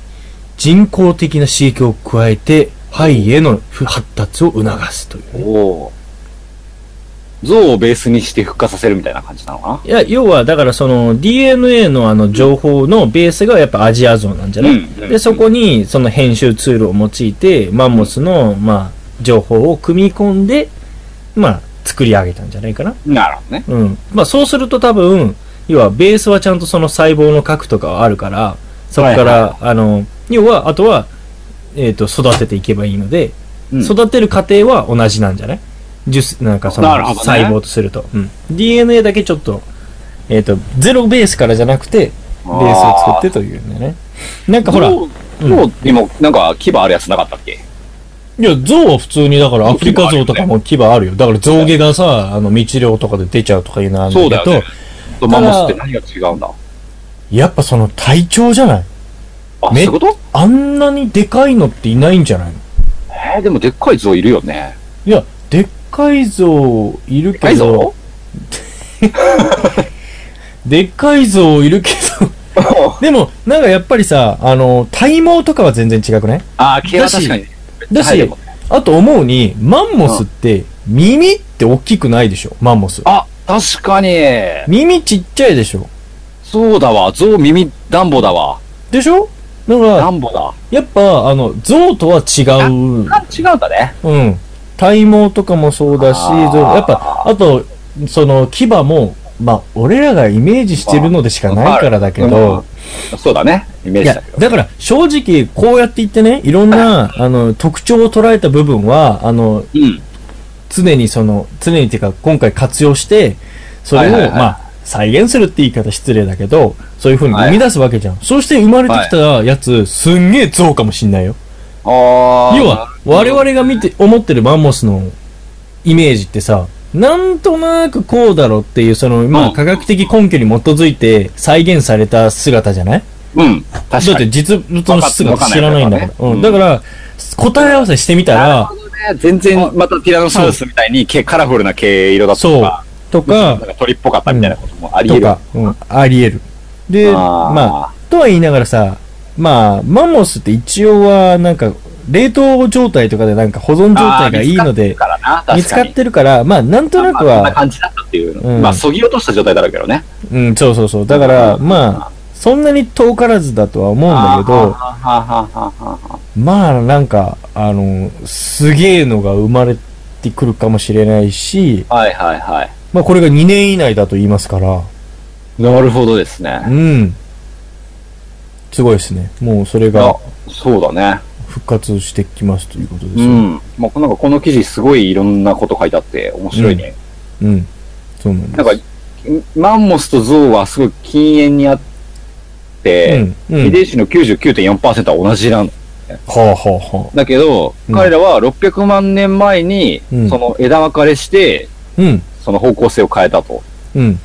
人工的な刺激を加えて肺への発達を促すという。
おー。象をベースにして復活させるみたいな感じなのか
いや、要は、だからその DNA のあの情報のベースがやっぱアジア像なんじゃない、
うんうん
で、そこにその編集ツールを用いて、マンモスの、まあ、情報を組み込んで、まあ、作り上げたんじゃないかな。
ななるほどね。
うん。まあ、そうすると多分、要はベースはちゃんとその細胞の核とかはあるから、そこから、
はい
あの、要は、あとは、えっ、と、育てていけばいいので、
うん
育てる過程は同じなんじゃないジュスなんかその
なるほどね
細胞とすると。うん、DNA だけちょっと、えっ、と、ゼロベースからじゃなくて、ベースを作ってというんだよね。なんかほら、
ゾ
い
ウゾウにも、なんか、牙あるやつなかったっけ
や、象は普通にだからアフリカ象とかも牙あるよ。だから象毛がさ、あの、密猟とかで出ちゃうとかいうのはあるんだけ
そうだよ、
ど
とマンモスって何が違うんだ
やっぱその体調じゃない
あ、そう
め
いうこと
あんなにでかいのっていないんじゃないの
えー、でもでっかい象いるよね。
いや、でっかい象いる
でっか
け
い
ど
象、
でっかい象いるけど、でも、なんかやっぱりさ、あの、体毛とかは全然違くない
*laughs* あー、毛は
だし
確かに。
だ
はい
し、
でも
あと思うに、マンモスって、耳って大きくないでしょマンモス。
あ、確かに。
耳ちっちゃいでしょ
そうだわ。象耳暖房だわ。
でしょだから、
暖房だ。
やっぱ、あの、象とは違う。
あ、違うんだね。
うん。体毛とかもそうだし、
あー
象やっぱ、あと、その、牙も、まあ、俺らがイメージしてるのでしかないからだけど、
うん。そうだね。イメー
い
ジ
や
だけ、ど。
だから正直、こうやって言ってね、いろんな、あの、特徴を捉えた部分は、あの、
うん。
常にその、常にっていうか、今回活用して、それ
は
を、
いはいはい
まあ、再現するって言い方失礼だけど、そういう風に生み出すわけじゃん。そうして生まれてきたやつ、すんげえ象かもしんないよ。
あー
要は、我々が見て、思ってるマンモスのイメージってさ、なんとなくこうだろうっていう、その、ま
う
あ、
ん
科学的根拠に基づいて再現された姿じゃない
うん。確
だっ
か
て
に。
実物の質が知らないんだから。
わかんない
うん、
か
だ
らね
から、答え合わせしてみたら、
全然、またティラノサウルスみたいに、毛カラフルな毛色だったと
そう
か、。
と
なん
か、
か鳥っぽかったみたいなこともあり
と
得る。
か、うん、あり得る。で、
あー
まあ、とは言いながらさ、まあ、マンモスって一応は、なんか、冷凍状態とかでなんか保存状態がいいので、見
見
つ
つ
か
か
っ
って
てるから、まあ、なんと
る
な
からな、確かに。まあこんな
くは、
感じだったっていう。
うん
まあ、そぎ落とした状態だろうけどね。
うん、そうそうそう。だから、まあ、そんなに遠からずだとは思うんだけど、
あーはあはあはあはあはあ
まあ、なんか、あの、すげえのが生まれてくるかもしれないし、
はいはいはい。
まあ、これが2年以内だと言いますから、
なるほどですね
う。ん。すごいですね。もうそれ
あ
が
そうだね。
復活してきますということです
う
よ。
ん。まあ、なんかこの記事すごいいろんなこと書いてあって面白いね。
うん。そうなんです。
なんか、マンモスとゾウはすごい禁煙にあって、
うん。う
遺
ん。は
伝子の99.4%は同じなの。
あ、はあは
だけど、
うん
彼らは600万年前に、
うん
その枝分かれして、
あ、うん。
その方向性を変えたと。
うん。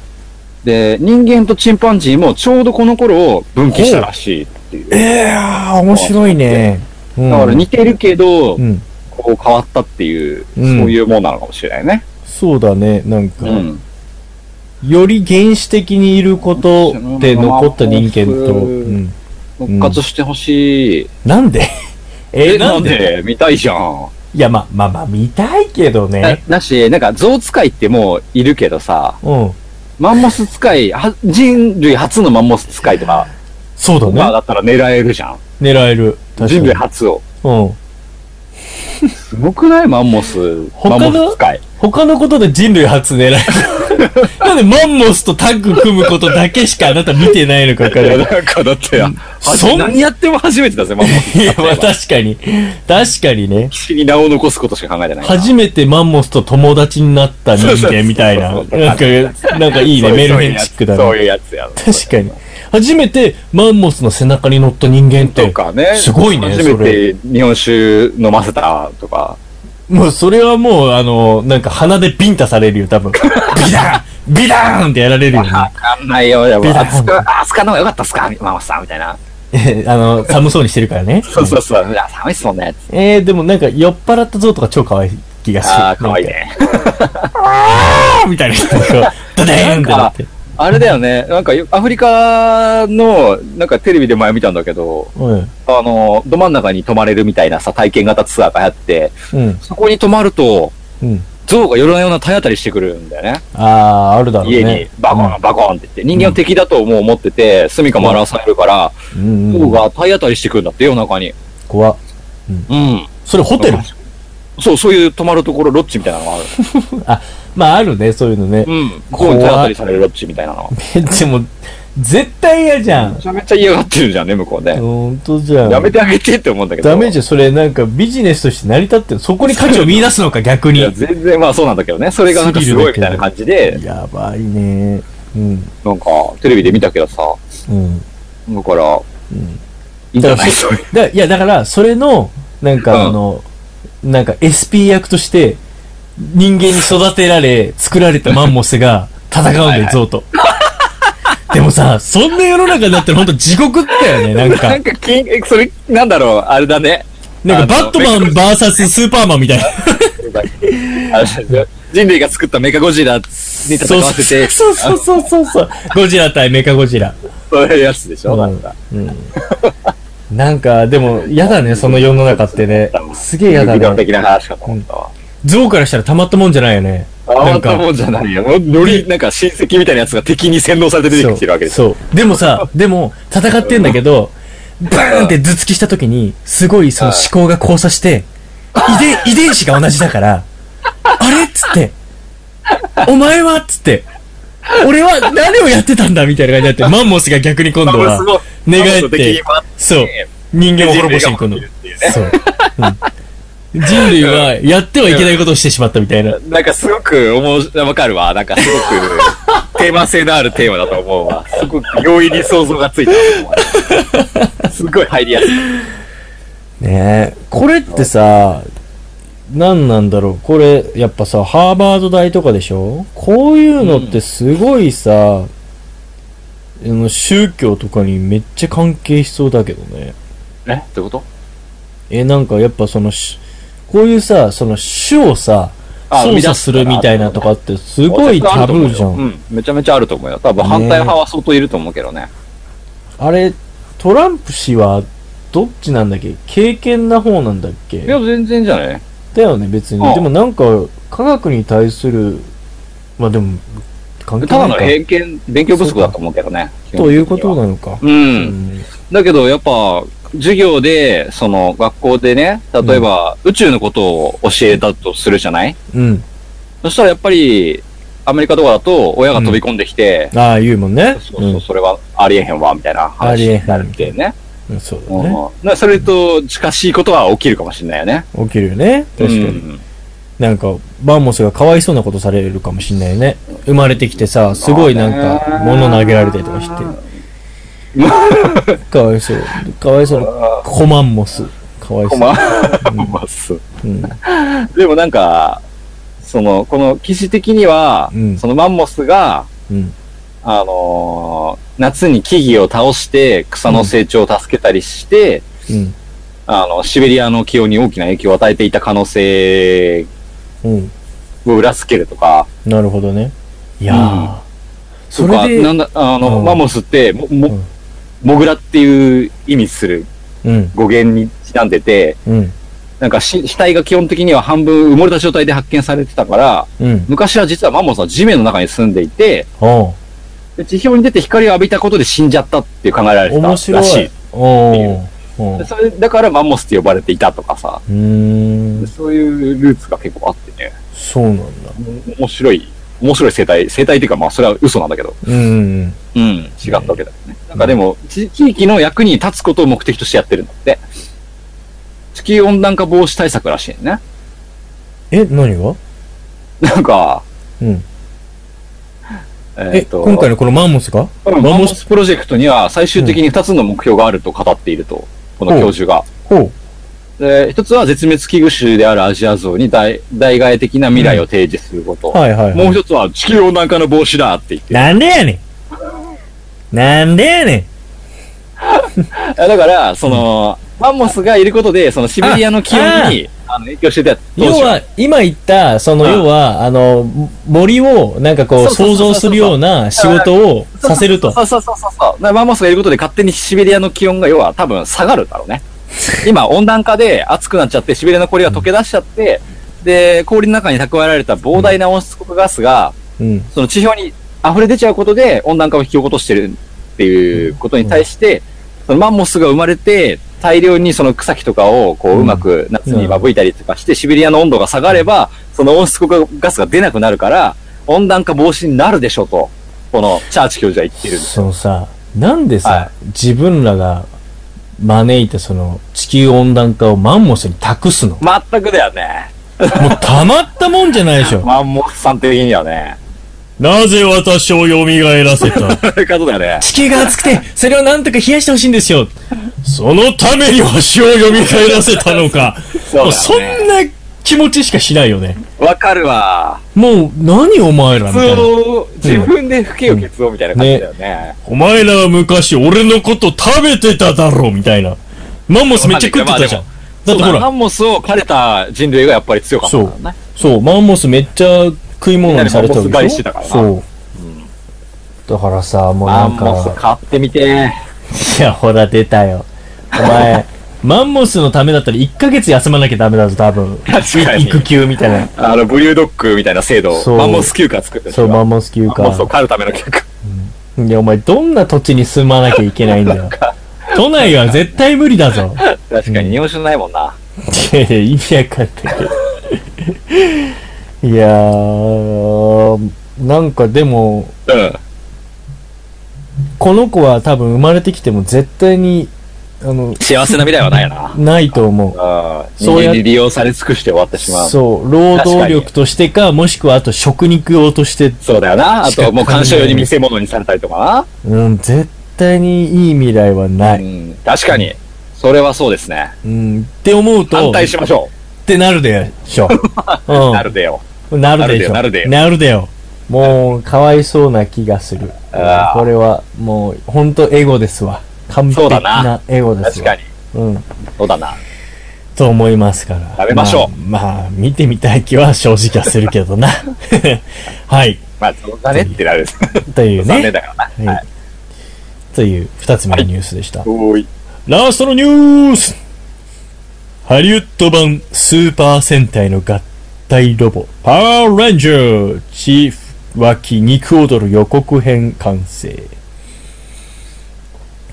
で、人間とチンパンジーもちょうどこの頃を分岐したらしいっていう。
ええー、面白いね。うん
だから似てるけど、
うん。
こう変わったっていう、
う
そうんいうもんなのかもしれないね。
そうだね。なん
う
か、
ん。
より原始的にいることで残った人間と、うん。
復活してほしい。
なんで *laughs* え
見たいじゃん。
いや、ま、まあまあ、見たいけど
だ
ね。
だし、なんか象使いってもういるけどさ、
うん。
マンモス使い、は人類初のマンモス使いとか、
そう
まあ
だね。
だったら狙えるじゃん。
狙える。確
人類
か
初を。
に。うん。
すごくないマンモス。
他の
マンモス使い。
他のことで人類初狙い。なんでマンモスとタッグ組むことだけしかあなた見てないのか分から
いや
ない。
なんかだって、あ
そん
何やっても初めてだぜ、マンモス。
いや、まあ確かに。確かにね。
歴史に名を残すことしか考えてないな。
初めてマンモスと友達になった人間みたいな。
そ
な
うんそ
か
うそう、
なんかいいね。
そうい
メ
う
ルヘンチックだ
そう
ね。
いうやつや。確
確かに。初めてマンモスの背中に乗った人間って。
とかね。
すごいね
初
それ
めて日本酒飲ませたとか。
もうそれはもう、あの、なんか鼻でビンタされるよ、多
*laughs*
分。ビダーンビダーンってやられるよね。
わかんないよ。でも
ビタ
あつか、あつかの方がよかったっすかマンモスさんみたいな。
*laughs* あの、寒そうにしてるからね。
*laughs* そうそうそう。いや寒いっすもんね。
えー、でもなんか酔っ払った像とか超可愛い気がする。
ああ、かわいいね。
なんか。みたいな人がドデーンってなって。
あれだよね。なんかよ、アフリカの、なんかテレビで前見たんだけど、
うん。
あの、ど真ん中に泊まれるみたいなさ、体験型ツアーがあって、
うん。
そこに泊まると、
うん。
象が夜な夜な体当たりしてくるんだよね。
あー、あるだろうね。
家にバコン、バコンって言って、人間を敵だともう思ってて、住処も荒らされるから、
うん。う
象
ん。
が体当たりしてくるんだって、夜中に。
怖っ
うん。
それホテル
そう、そういう泊まるところ、ロッジみたいなのがある。
まああるね、そういうの
*laughs*
ね。
うん。こ
怖
こ
い
に手当たりされるロッジみたいなの。
でも、絶対嫌じゃん
め。ちゃめちゃ嫌がってるじゃんね、向こうね。
ほんとじゃん。
やめてあげてって思うんだけど。
ダメじゃん、それなんかビジネスとして成り立ってる。そこに価値を見出すのか、逆
い *laughs*
に。
や、全然まあそうなんだけどね。それがなんかすごいみたいな感じで、
やばいね。うん。
なんかテレビで見たけどさ、
うん。
だから、いいんじゃないそういう。
だいや、だから、それの、なん
うん
か、あの、なんか、SP 役として、人間に育てられ、作られたマンモスが、戦うんだよ、ゾウと。でもさ、そんな世の中になったら本当地獄だよね、な
*laughs*
ん
な
か
ん。か金、えそれ、なんだろう、あれだね。
なんか、
あ
バ
の
ットマン VS スーパーマンみたいな。
あの人類が作ったメカゴジラに戦わせて、
そうそうそうそうそう。ゴジラ対メカゴジラ。
そういうやつでしょ、
うん
なんか。
うんなんか、でも、嫌だね、その世の中ってね。すげえ嫌だ
理論
ね。
的な話かと思ったわ。
ゾウからしたらたまったもんじゃないよね。
慌たもんじゃないよ。より、なんか親戚みたいなやつが敵に洗脳されて出てきてるわけですよ。
そうそうでもさでも戦ってんだけどバーンって頭突きした時にすごいその思考が交差して遺伝遺伝子が同じだからあれっつってお前はっつって俺は何をやってたんだみたいな感じになってマンモスが逆に今度
マンモ
は
スも
寝返
マンモ
っ
スの敵
て
に回って
そう人間を滅ぼしに今度
人類が滅ぼ
そう、うん人類はやってはいけないことをしてしまったみたいな
なんかすごく思う、わかるわ。なんかすごく、テーマ性のあるテーマだと思うわ。すごく容易に想像がついたと思うわ。すごい入りやすい。
ねえこれってさ何なんだろうこれやっぱさハーバード大とかでしょこういうのってすごいさ、あの宗教とかにめっちゃ関係しそうだけどね
えってこと
えなんかやっぱそのしこういうさその種をさ
あ
操作するみたいなとかってすごいタブーじゃん、
うん。めちゃめちゃあると思うよ。多分反対派は相当いると思うけどね。
あれトランプ氏はどっちなんだっけ経験な方なんだっけ
いや、全然じゃない
だよね別に、
うん
でもなんか科学に対するまあでも関係
ただの
な
偏
い
見、勉強不足だと思うけどね。
かということなのか
う。
うん
だけど、やっぱ、授業で、その、学校でね、例えば、宇宙のことを教えたとするじゃない
うん
そしたらやっぱり、アメリカとかだと、親が飛び込んできて、
ああ言うもんね
そうそう、それはありえへんわ、みたいな
あり
話
え
に
へ
なんる
み
み
た
た
い
いなね。
うん、そうだね
うんだからそれと近しいことは起きるかもしれないよね。
起きるよね確かに、
うん
なんかバーモスがかわいそうなことされるかもしんないね生まれてきてさすごいなんか物投げられたりとかしてかわいそうかわいそうなコマンモスかわいそう
まあ、まあそう
うん、
でもなんか、その、この騎士的には、
うん
そのマンモスが、
うん、
あのー夏に木々を倒して草の成長を助けたりして、
うん
あの、シベリアの気温に大きな影響を与えていた可能性
うん
を裏付けるとか、
なるほどねいやー、そ
とか、
れで
なんだ、あの、
うん
マンモスって、も、も、
うん
モグラっていう意味する
うん
語源にちなんでて、
うん
なんかし死体が基本的には半分埋もれた状態で発見されてたから、
うん
昔は実はマンモスは地面の中に住んでいて、
おう
で地表に出て光を浴びたことで死んじゃったっていう考えられてたら
面
し
白い
い。
おうおう
でそれだからマンモスって呼ばれていたとかさ、
うーん
そういうルーツが結構あってね、
そうなんだ
面白い、面白い生態、生態っていうかまあそれは嘘なんだけど、
うん
うん、違ったわけだよね。なんかでも、地地域の役に立つことを目的としてやってるんだって。地球温暖化防止対策らしいね。
え何が
なんか、
うん
え
え
ーと
今回のこのマンモスが
うん
マ
マ
ン
ン
モ
モ
ス
スプロジェクトには最終的に2つの目標があると語っていると、この教授が。
ほう
で、一つは絶滅危惧種であるアジアゾウに代代替え的な未来を提示すること。
はいはいはい
もう一つは地球温暖化の防止だって言って。
なんでやねんなんでやねん
あだから、その、マンモスがいることで、そのシベリアの気温にあの影響してた当
要
時は
は、今言った、その、
うん
要は、あの、森を、なんかこ
そ
う、
うそ
想
うそうそう
像するような仕事をさせると。
そうそうそうそうそう。だからマンモスがいることで勝手にシベリアの気温が要は多分下がるだろう
*laughs*
ね。今温暖化で暑くなっちゃって、シベリアの氷が溶け出しちゃって、で、氷の中に蓄えられた膨大な温室効果ガスが、
うん。
その地表に溢れ出ちゃうことで温暖化を引き起こしてるっていうことに対して、そのマンモスが生まれて、大量にその草木とかをこ
う
うんうまく夏にまぶいたりとかして、シベリアの温度が下がれば、その温室効果ガスが出なくなるから、温暖化防止になるでしょうと、このチャーチ教授は言ってる。
そのさ、なんで
は
さ、自分らが招いたその、地球温暖化をマンモスに託す *laughs* のも
全くだよね。
うたまったもんじゃないでしょ。
マンモスさん的にはね。
なぜ私を蘇らせた
そういうことだよね。
*laughs* 地球が熱くて、それをなんとか冷やしてほしいんですよ。そのために星を蘇らせたのか。
そうだね
*laughs* もうそんな気持ちしかしないよね。
わかるわ。
もう、何お前らみ
普
たい
通
な。
の自分で吹けを消そうみたいな感じだよね。
お前らは昔俺のこと食べてただろうみたいな。マンモスめっちゃ食ってたじゃん。だ
そ
っ
う
て
だ
ほ
マ
ら、
ンモスを狩れた人類がやっぱり強かった
そ
ん
う
だね。。
そう、マンモスめっちゃ食い物にされてた
みんなでマンモス狩りしてたからな
そう。だからさ、もう
マ
な
ン
んか。
モス買ってみて。
いや、ほら、出たよ。お前、マンモスのためだったら1ヶ月休まなきゃダメだぞ、多分。
確かに
育休みたいな。
あの、ブリュードッグみたいな制度
そ
を、
う
マンモス休暇作って
そう、マン
モ
モス休
スマンモスを
暇。
狩るための休暇。
いや、お前、どんな土地に住まなきゃいけないんだよ。都内は絶対無理だぞ。
確かに日本酒ないもんな。
いやいや、意味わかんない。いやー、なんかでも、
うん。
この子は多分生まれてきても絶対に、あの、
幸せな未来はないよな。
ないと思う。
うん。
*laughs*
人
そうや
間に利用され尽くして終わってしまう。
そう、労働力としてか、もしくはあと食肉用として、
そうだよな。あ
しか
と、
考えない
もう鑑賞用に見せ物にされたりとか
うん、絶対にいい未来はな
な。う
い。
ん。確かに。それはそうですね。
うん、って思うと、
反対しましょ
ってなるで
*laughs*
しょ。
う。なるでよ。
うん、なるでしょ。
なるでよ
なるでよ。もう、かわいそうな気がする。
あー
これは、もう、ほんとエゴですわ。完
そうだ
璧な
な
エゴで
確
す
か
わ。
に。
うん。
そうだな。
と思いますから。
食べましょう
まあ、まあ見てみたい気は正直はするけ
*laughs*
どな。はい。
まあ、そうだねってなる。
という
*laughs* 残
ね
念。だからな。
はい。という、二つ目のニュースでした。
おーい。
ラストのニュースハリウッド版スーパー戦隊の合体ロボ、パワーレンジャーチーフ脇肉踊る予告編完成。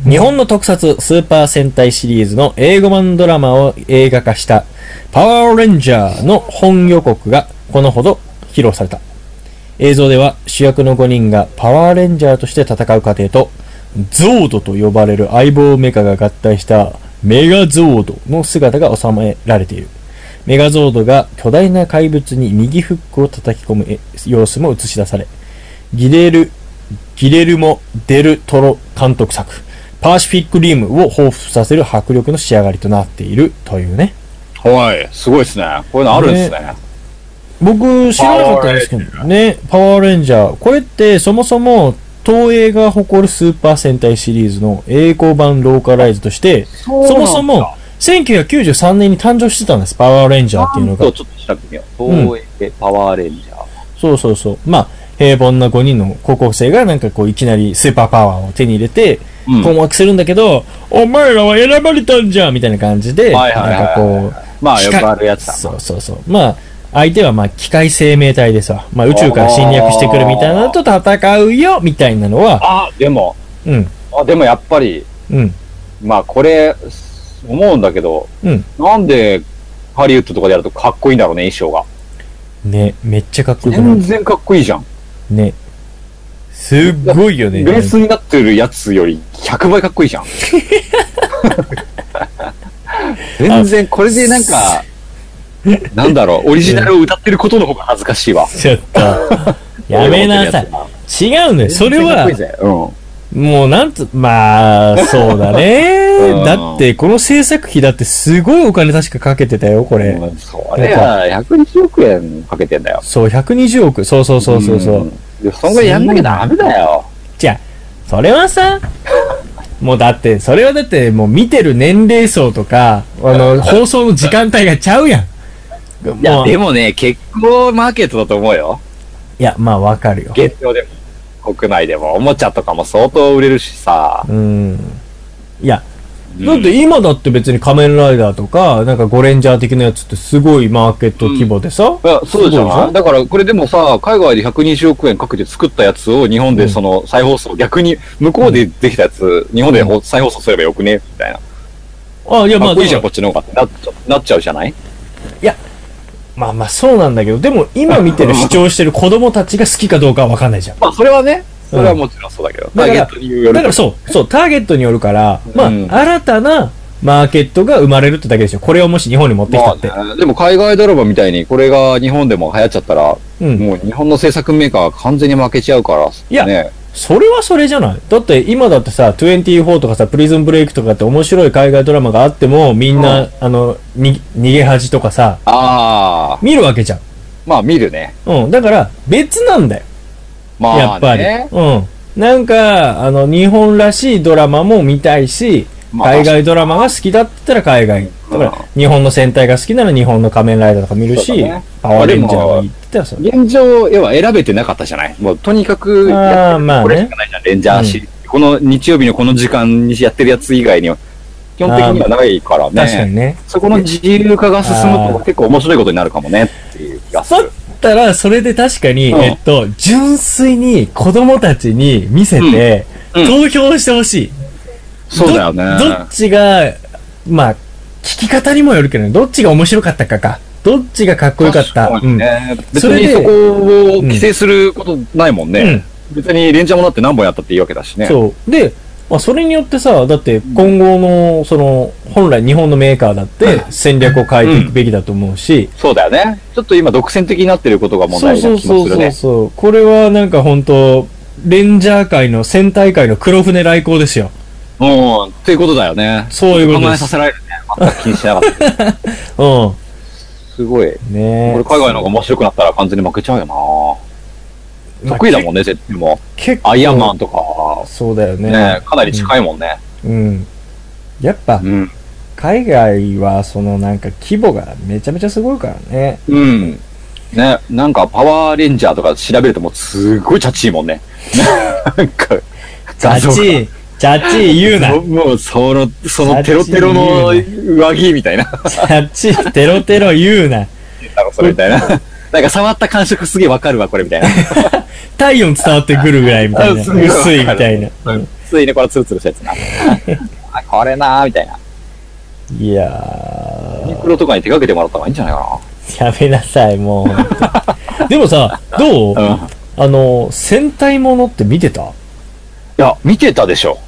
日本の特撮スーパー戦隊シリーズの英語版ドラマを映画化したパワーレンジャーの本予告がこのほど披露された。映像では主役の5人がパワーレンジャーとして戦う過程と、ゾードと呼ばれる相棒メカが合体したメガゾードの姿が収められている。メガゾードが巨大な怪物に右フックを叩き込むえ様子も映し出され、ギレル、ギレルモ・デル・トロ監督作、パーシフィック・リムを彷彿させる迫力の仕上がりとなっているというね。
はい。すごいですね。こういうのあるんですね。
僕知らなかったんですけどね、パワーレンジャー。これってそもそも東映が誇るスーパー戦隊シリーズの英語版ローカライズとして、
うなん
そ
だ
もそも1993年に誕生してたんです、パワーレンジャーっていうの
そう
が。
ちょっと調べてみよう。東映パワーレンジャー。
そうそうそう。まあ、平凡な5人の高校生がなんかこういきなりスーパーパワーを手に入れて、
うん
困惑するんだけど、お前らは選ばれたんじゃみたいな感じで、
はいはいはいはい
なんかこう、
まあ、よくあるやつだ。
そうそうそう。まあ、相手はまあ機械生命体ですわ。まあ宇宙から侵略してくるみたいなのと戦うよみたいなのは、
あ、でも、
うん、
あ、でもやっぱり、
うん、
まあこれ、思うんだけど、
うん。
なんでハリウッドとかでやるとかっこいいんだろうね、衣装が。
ね、めっちゃかっこよくな
全
る。
然かっこいいじゃん。
ね。すっごいよね。
ベースになってるやつより100倍かっこいいじ *laughs* ゃん。全然、これでなんか、なんだろう、オリジナルを歌ってることの方が恥ずかしいわ。
ちょっと、
*laughs*
やめなさい。違うね。それ
全然かっ
は
こいい、ぜうん。
もうなんつ、まあ、そうだね
う。ん
だって、この制作費だってすごいお金確かかけてたよ、これ。
うんそれは120億円かけてんだよ。
そう、120億。そうそうそうそうそう。
ん。でそんぐらいやんなきゃダメだよ。
じゃあ、それはさ、もうだって、それはだって、もう見てる年齢層とか、あの、放送の時間帯がちゃうやん。
いや、
もう
でもね、結構マーケットだと思うよ。
いや、まあわかるよ。
現状でも、国内でも、おもちゃとかも相当売れるしさ。
うん。いや、
うん
だって今だって別に仮面ライダーとか、なんかゴレンジャー的なやつってすごいマーケット規模でさ。
いや、そうじゃない
すごい
だから、これでもさ、海外で120億円かけて作ったやつを日本でその再放送、逆に、向こうでできたやつ、日本でほ再放送すればよくねみたいな。
あ、いや、ま
か
あ、
っこいいじゃん、
で
こ
も
っちの方がってなっちゃなっちゃうじゃない
まあまあそうなんだけど、でも今見て
*laughs*
る主張してる子供たちが好きかどうかはわかんないじゃん。
まあ、それはね、それはもちろんそうだけど。
だから
ターゲットによる
だからそう、そう、ターゲットによるから、まあ、
うん
新たなマーケットが生まれるってだけですよ。これをもし日本に持ってきたって。
まあねでも海外ドラマみたいにこれが日本でも流行っちゃったら、
うん
もう日本の制作メーカーが完全に負けちゃうから、
いや
ね、
それはそれじゃないだって今だってさ、24とかさ、プリズンブレイクとかって面白い海外ドラマがあっても、みんな、
う
あの、に、逃げ恥とかさ、
ああ、
見るわけじゃん。
まあ見るね。
うん。だから、別なんだよ。
まあ、ね、
やっぱり。うん。なんか、あの、日本らしいドラマも見たいし、
まあ
海外ドラマが好きだって言ったら海外。
う
だか
ん
ら、日本の戦隊が好きなら日本の仮面ライダーとか見る
そう
し
だね、
パワーレンジャーがいいって言ったらさ、
現状、要は選べてなかったじゃないもうとにかく
あーまあね
これしかないじゃん、レンジャーシリーズこの日曜日のこの時間にやってるやつ以外には、基本的にはないから
確かに
ね。
ね。
そこの自由化が進むと結構面白いことになるかもねっていう気がす
だっ
る。
たら、それで確かに、
うん
えっと、純粋に子供たちに見せて、
うんう
投票してほしい。
そうだよね。
どどっちが、まあ、聞き方にもよるけど、どっちが面白かったかか。どっちがかっこよかった。
確にね別
それ
に
で
そこを規制することないもん
うん。
ね。別にレンジャーもだって何本やったっていいわけだし
うん
ね。
そう。で、まあ、それによってさ、だって今後の、その、本来日本のメーカーだって戦略を変えていくべきだと思うし、
そうだよね。ちょっと今独占的になってることが問
そう
題
そ
な
う
気もす
そう
る
そう
ね。
そう。これはなんか本当レンジャー界の戦隊界の黒船来航ですよ。
うん。っていうことだよね。
そういうことです
考えさせられるね。全く気にしなかったけど。
う
すごい。
ん。 *laughs* ねえ
これ海外の方が面白くなったら完全に負けちゃうよな得意だもんね、絶対も。
結構。
アイアンマンと
そうだよ
か、
ね。
ね、かなり近いもんね。
うん。やっぱ、
うん。
海外はそのなんか規模がめちゃめちゃすごいからね。
うん。ね、なんかパワーレンジャーとか調べるともうすごいチャッチいもんね。 *laughs* なんか、
ジャッチ、ジャッチ言うな。
もうもうその、そのテロテロの上着みたい
*laughs*
な。
ジャッチ、テロテロ言うな。
なんかそれみたいな。なんか触った感触すげえわかるわ、これみたい
*laughs*
な。
体温伝わってくるぐらいみたいな。
あすごい
薄いみたいな。
ついにこれツルツルしたやつ
*laughs*
な。あこれなーみたいな。
いや
ユニクロとかに手掛けてもらった方がいいんじゃないか
ー、やめなさい、もう本当に。でもさ、どう
な。うん。
あの、戦隊ものって見てた
いや、見てたでしょ。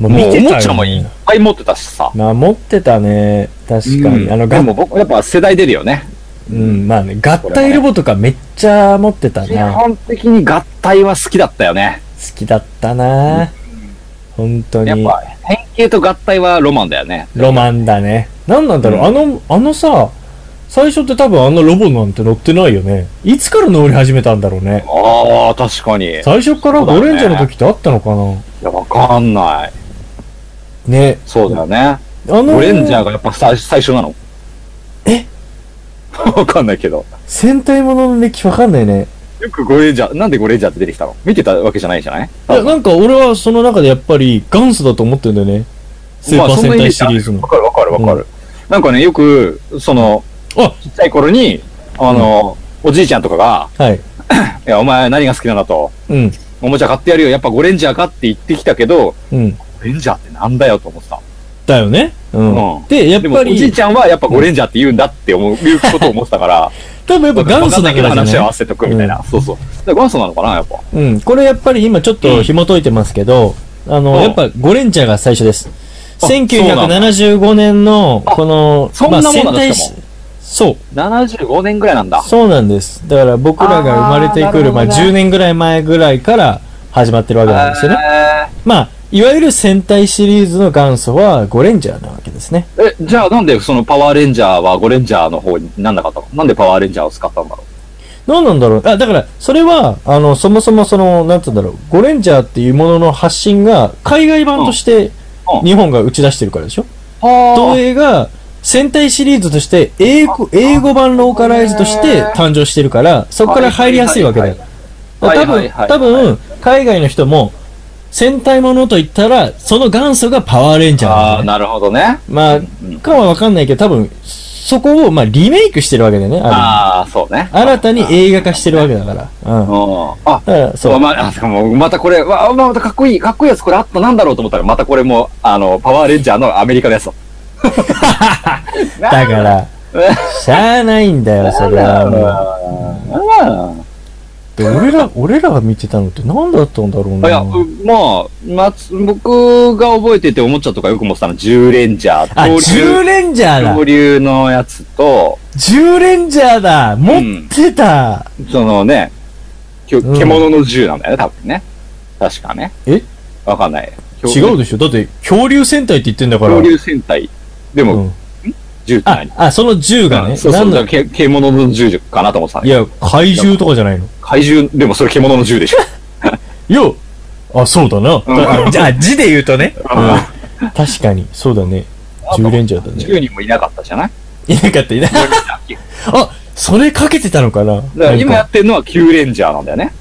まあ
もう
見てたよね
おもちゃもいっぱい持ってたしさ。
まあ、持ってたね。確かに。
うん
あの、
で
が
も僕、やっぱ世代出るよね。
うん、まあね、合体ロボとかめっちゃ持ってた
基
な。好
本的に合体は好きだったよね。
きだったな。本当
やっ
に。
ぱ、変形と合体はロマンだよね。
ロマンだね。なんなんだろう、あの、あのさ、最初って多分あのロボなんて乗ってないよね。いつから乗り始めたんだろうね。
ああ、確かに。い
最初から
そうだね
ゴレンジャーの時ってあったのかな
や、わかんない。
ね。
そうだよね。
あの、
オレンジャーがやっぱ最最初なの
え
*laughs* わかんないけど。
戦隊ものの歴史わかんないね。
よくゴレンジャー、なんでゴレンジャーって出てきたの見てたわけじゃないじゃない
いや、なんか俺はその中でやっぱり元祖だと思ってるんだよね。スーパー戦隊シリーズの
まあ。そんなイメージあるわかるわかるわかる。なんかね、よく、その、
あ
ちっちゃい頃に、あの、おじいちゃんとかが、
はい。
いや、お前何が好きなんだと、
うん。
おもちゃ買ってやるよ、やっぱゴレンジャーかって言ってきたけど、
うん。
ゴレンジャーってなんだよと思ってた。
だよね。うん。
うん
で、やっ
でも、
ぱ
おじい
り、
ちゃんはやっぱゴレンジャーって言うんだって思う、いうことを思ってたから、
多 *laughs* 分やっぱ元祖だからじゃない
話を合わせておくみたいな。そうそう。だから元祖なのかな、やっぱ。
うん、これやっぱり今ちょっと紐解いてますけど、あの、
うん
やっぱゴレンジャーが最初です。
あ
1975年の、
あ
この、
そんなもんなんだ
戦隊
しか
そう、
75年ぐらいなんだ。
そうなんです。だから僕らが生まれてくる、
あー
ま
な
あ
るほどね
10年ぐらい前ぐらいから始まってるわけなんですよね。まあ、いわゆる戦隊シリーズの元祖はゴレンジャーなわけですね。
えーえ、じゃあなんでそのパワーレンジャーはゴレンジャーの方になんなかったのなんでパワーレンジャーを使ったんだろ
何なんだろうあ、だから、それは、あの、そもそもその、なんつうんだろう、ゴレンジャーっていうものの発信が海外版として
うんうん
日本が打ち出してるからでしょ
うは
東映が戦隊シリーズとして英語英語版ローカライズとして誕生してるからそこから入りやすいわけだよ
はい
多
はい
分
はい
多分海外の人も戦隊ものと言ったらその元祖がパワーレンジャー
あ
な
あ、
んだよね
なるほどね。
ま
うん
あかはわかんないけど多分そこをまあリメイクしてるわけだよねあ
ああ、そうね。
る新たに映画化してるわけだからうん
う
だ
ん。あ、
から
そ、
そうう
まあ、あもうまたこれ、わあ、またかっこいい、かっこいいやつこれあった、なんだろうと思ったら、またこれも、あの、パワーレンジャーのアメリカのやつだ。
*laughs* だからしゃあないんだ
*laughs*
よそれはもう
あ
で俺ら俺らが見てたのって何だったんだろう
あいや、
な
うまあ、まつ僕が覚えてて思っちゃうとかよく思ってたの、10レンジャー、
あ、10レンジャーだ
恐竜のやつと、
10レンジャーだ持ってた、
そのね、きょ
うん
獣の銃なんだよね、多分ね。確かね。
え
わかんない。
違うでしょだって、恐竜戦隊って言ってんだから。
恐竜戦隊。で
う
も、
ん
銃って
あ
何、
あ、その銃がね。
そうそう、
なん
だ
だ
からけ獣の銃かなと思ってた
い
や、
や、怪獣とかじゃないの。
怪獣、でもそれ獣の銃でしょ。
よあ、そうだな。
うん
じゃあ、字で言うとね。
う
確かに、そうだね。
あと
10レンジャーだね。
10人もいなかったじゃない
いなかった、いな
ゴレンジャー級だ
あ、それかけてたのか
か
な
ら今や
なんか
ってるのは9レンジャーなんだよね。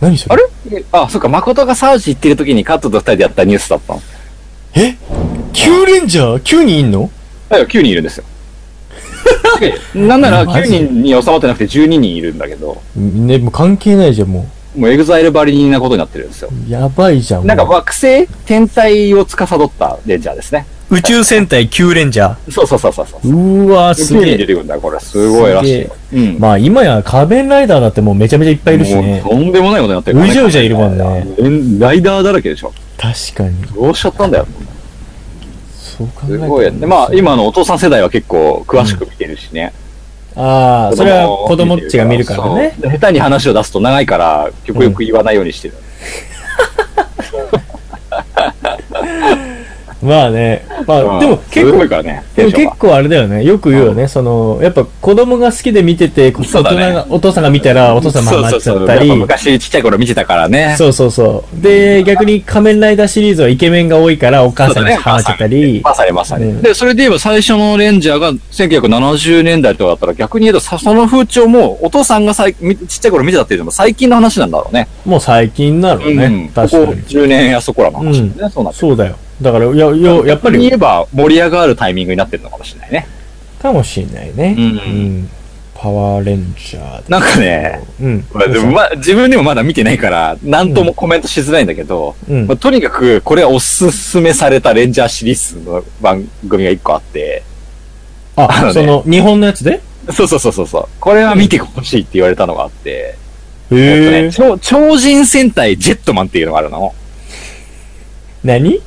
何それ
あれあ、そっか、誠がサウジ行ってる時にカットと二人でやったニュースだったの。
え ?9 レンジャー ?9 人いんの
だよ、9人いるんですよ。なんなら
マ
9
ジ
人に収まってなくて12人いるんだけど、
ね、もう関係ないじゃん、も
もうエグザイルばりなことになってるんですよ。
う。やばいじゃん。もう
なんか惑星、天体を司ったレンジャーですね。
宇宙戦隊9レンジャー。
そうそうそうそうそう。
うーわー、す
9人
げ
出
え。
てくるんだ、これ。すごいらしいよ。うん。
まあ今や仮面ライダーだってもうめちゃめちゃいっぱいいるしね。
もうとんでもないことになってるからね
うじゃうじゃいるもんね。
ライダーだらけでしょ。
確かに。
どうしちゃったんだよ。
そう考え
す
たら
ごいやね。まあ、。今のお父さん世代は結構詳しく見てるしね。
ああ、それは子供っちが見るからね。
そう。下手に話を出すと長いから、極力言わないようにしてる。
まあね。ま
う
あ、
ん
でも結
すごい
構、
からね。テ
で
ンシ
も
ョン
結
が
構あれだよね。よく言うよね。その、やっぱ子供が好きで見てて、大人
そうだね
が、お父さんが見たら、お父さんもハマっちゃった
やっぱ
り。
昔ちっちゃい頃見てたからね。
そうそうそう。で、逆に仮面ライダーシリーズはイケメンが多いから、お母さんにハマっちゃったり。
まさにまさに。
うん
で、それで言えば最初のレンジャーが1970年代とかだったら逆に言えばさその風潮もお父さんがさいみちっちゃい頃見てたっていうのも最近の話なんだろうね。
もう最近なの
うん
ね。
ここ
確かに。
10年やそこらの話だね。そうなってる
そうだよ。だから、や、よ、やっ
逆
ぱ
に言え
り、
ば盛り上がるタイミングになってるのかもしれないね。
かもしれないね。
うん
んパワーレンジャーで。
なんかね、
うん。
まあ、でもまあ自分でもまだ見てないから、なんともコメントしづらいんだけど、
うん
まあ、とにかくこれはおすすめされたレンジャーシリーズの番組が一個あって、あの
あ、
ね
その、日本のやつで
そうそうそうそうそう。これは見てほしいって言われたのがあって、えっと
へ
ね、
え。
超超人戦隊ジェットマンっていうのがあるの。
何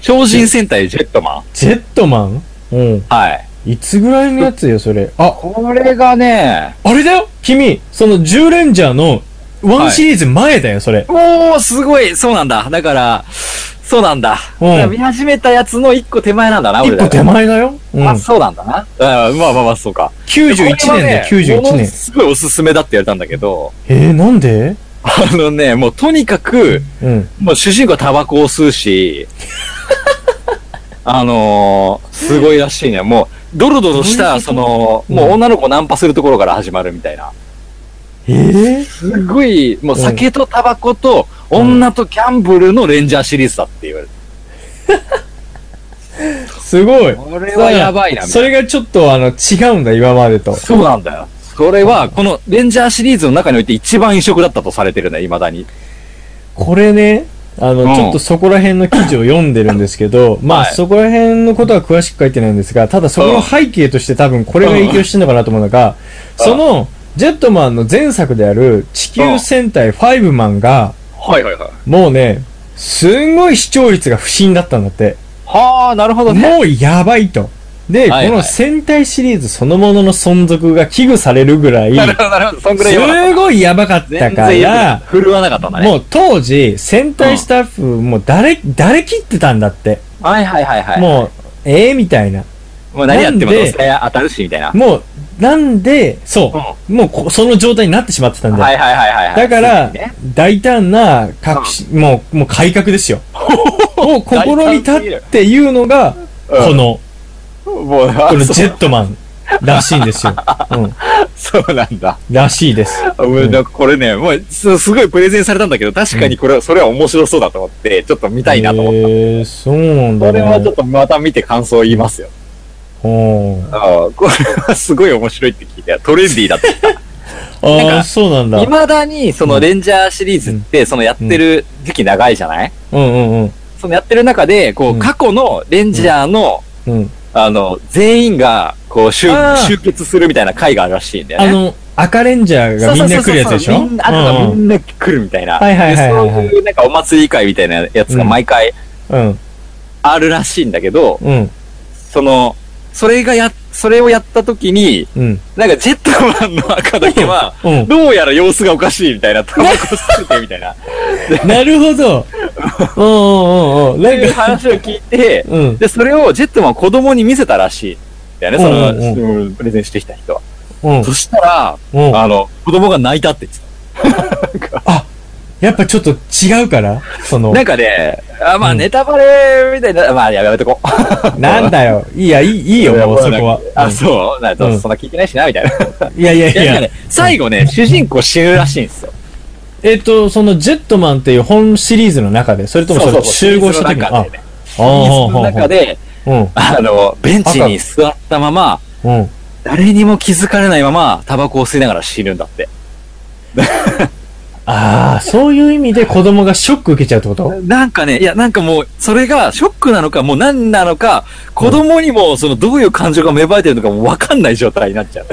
超人戦隊ジェットマン。
ジェットマンうん。
はい。
いつぐらいのやつよ、それ。あ、
これがね、
あれだよ君、その10レンジャーの1シリーズ前だよ、それ。
おー、すごいそうなんだ。だから、そうなんだ。
うん
だから見始めたやつの一個手前なんだな、
一
俺ら
個手前だよ。うん。
あ、そうなんだな。あまあまあまあ、そうか。
91年だよ、
これはね
91
もの
年。
すごいおすすめだって言われたんだけど、
えー、なんで
あのね、もうとにかく、
うん。
もう主人公はタバコを吸うし、 *laughs* あのー、すごいらしいね。もう、ドロドロした、その、
うん
もう女の子をナンパするところから始まるみたいな。
えー、
すごい、もう酒とタバコと女とギャンブルのレンジャーシリーズだって言われて。
すごい。
これはやばいな、みた
そ
い
れがちょっとあの違うんだ、今までと
な。。そうなんだよ。それは、このレンジャーシリーズの中において一番異色だったとされてるね、未だに。
これね、あの、
うん
ちょっとそこら辺の記事を読んでるんですけど、まあ
*laughs* はい
そこら辺のことは詳しく書いてないんですが、ただそこの背景として多分これが影響してるのかなと思うのが、
うん
その、ジェットマンの前作である地球戦隊ファイブマンが、
はいはいはい。
もうね、すんごい視聴率が不振だったんだって。
はあ、なるほどね。
もうやばいと。で、
はいはい
この戦隊シリーズそのものの存続が危惧されるぐら
*laughs*
い、
なるほど、なるほど。そんぐらい弱かった
すごいやばかった
全
か
然や
ら、
振るわなかったんだね。
もう当時、戦隊スタッフ、もう誰、誰切ってたんだって。
はいはいはいはい。も
もう、ええみたいな。
う、何やっても
なん
ど
で
うせ当たるし、みたいな。は
もう、なんで、そう、もうこその状態になってしまってたん
い
だ
はい
よ。
はいはいはい。
だから、
そうですね
大胆な革新、もう、もう改革ですよ。
*laughs*
を心に立って言うのが、
うん
この、
もう、
この
あ
ジェットマンらしいんですよ。うん。
そうそうなんだ。
らしいです。
うんなんかこれね、もう、すすごいプレゼンされたんだけど、確かにこれは、それは面白そうだと思って、ちょっと見たいなと思った。
えー、そうなんだ
これは
ね
ちょっ。とまた見て感想を言いますよ。
うん
ああ、これはすごい面白いって聞いて、トレンディーだって。
ああ、そうなんだ。うん
未だに、そのレンジャーシリーズって、そのやってる時期長いじゃない
うんうん。
そのやってる中で、こ
うん
う、過去のレンジャーの、
うん。
あの、全員が、こう集
あー、
集結するみたいな回があるらしいんだよ
あ
ね。
の、赤レンジャーがみんな来るやつでしょ
そうそうそうそうみんなあとがみんな来るみたいな。
はいはいはいはいはい
でそういうなんかお祭り会みたいなやつが毎回
うん、
あるらしいんだけど、
うん、
その、それがや、それをやった時に、
うん。
なんかジェットマンの赤だけは、
うん。
どうやら様子がおかしいみたいな、タバコ吸っててみたい *laughs* な、っ
なるほど。うんうんうんうん。
てい
な
うん
か、
話を聞いて、
うん。
で、それをジェットマンは子供に見せたらしいんだよね、その、
うんうん
うんプレゼンしてきた人は。
うん
そしたら、
うん。
あの、子供が泣いたって言ってた。
やっぱちょっと違うからその
な、んかね、あま
う
あ
ん
ネタバレみたいな、まあやめとこう。
なんだよ。いいや、いいいいよ、
*laughs*
もうそこは。
あ、そうな
うん
そんな聞いてないしな、みたいな。
うんいやいやい
いや、
や
ね。、最後ね、主人公死ぬらしいんですよ。
えっと、その、ジェットマンっていう本シリーズの中で、それともそれ集合した時
シリーズの
に、
中
あ
で、ね。
ほうほう
その中で、
うん。
あの、ベンチに座ったまま、
うん。
誰にも気づかれないまま、タバコを吸いながら死ぬんだって。
ああ、そういう意味で子供がショック受けちゃうってこと
なんかね、いや、なんかもう、それがショックなのか、もう何なのか、子供にも、その、どういう感情が芽生えてるのかもわかんない状態になっちゃう。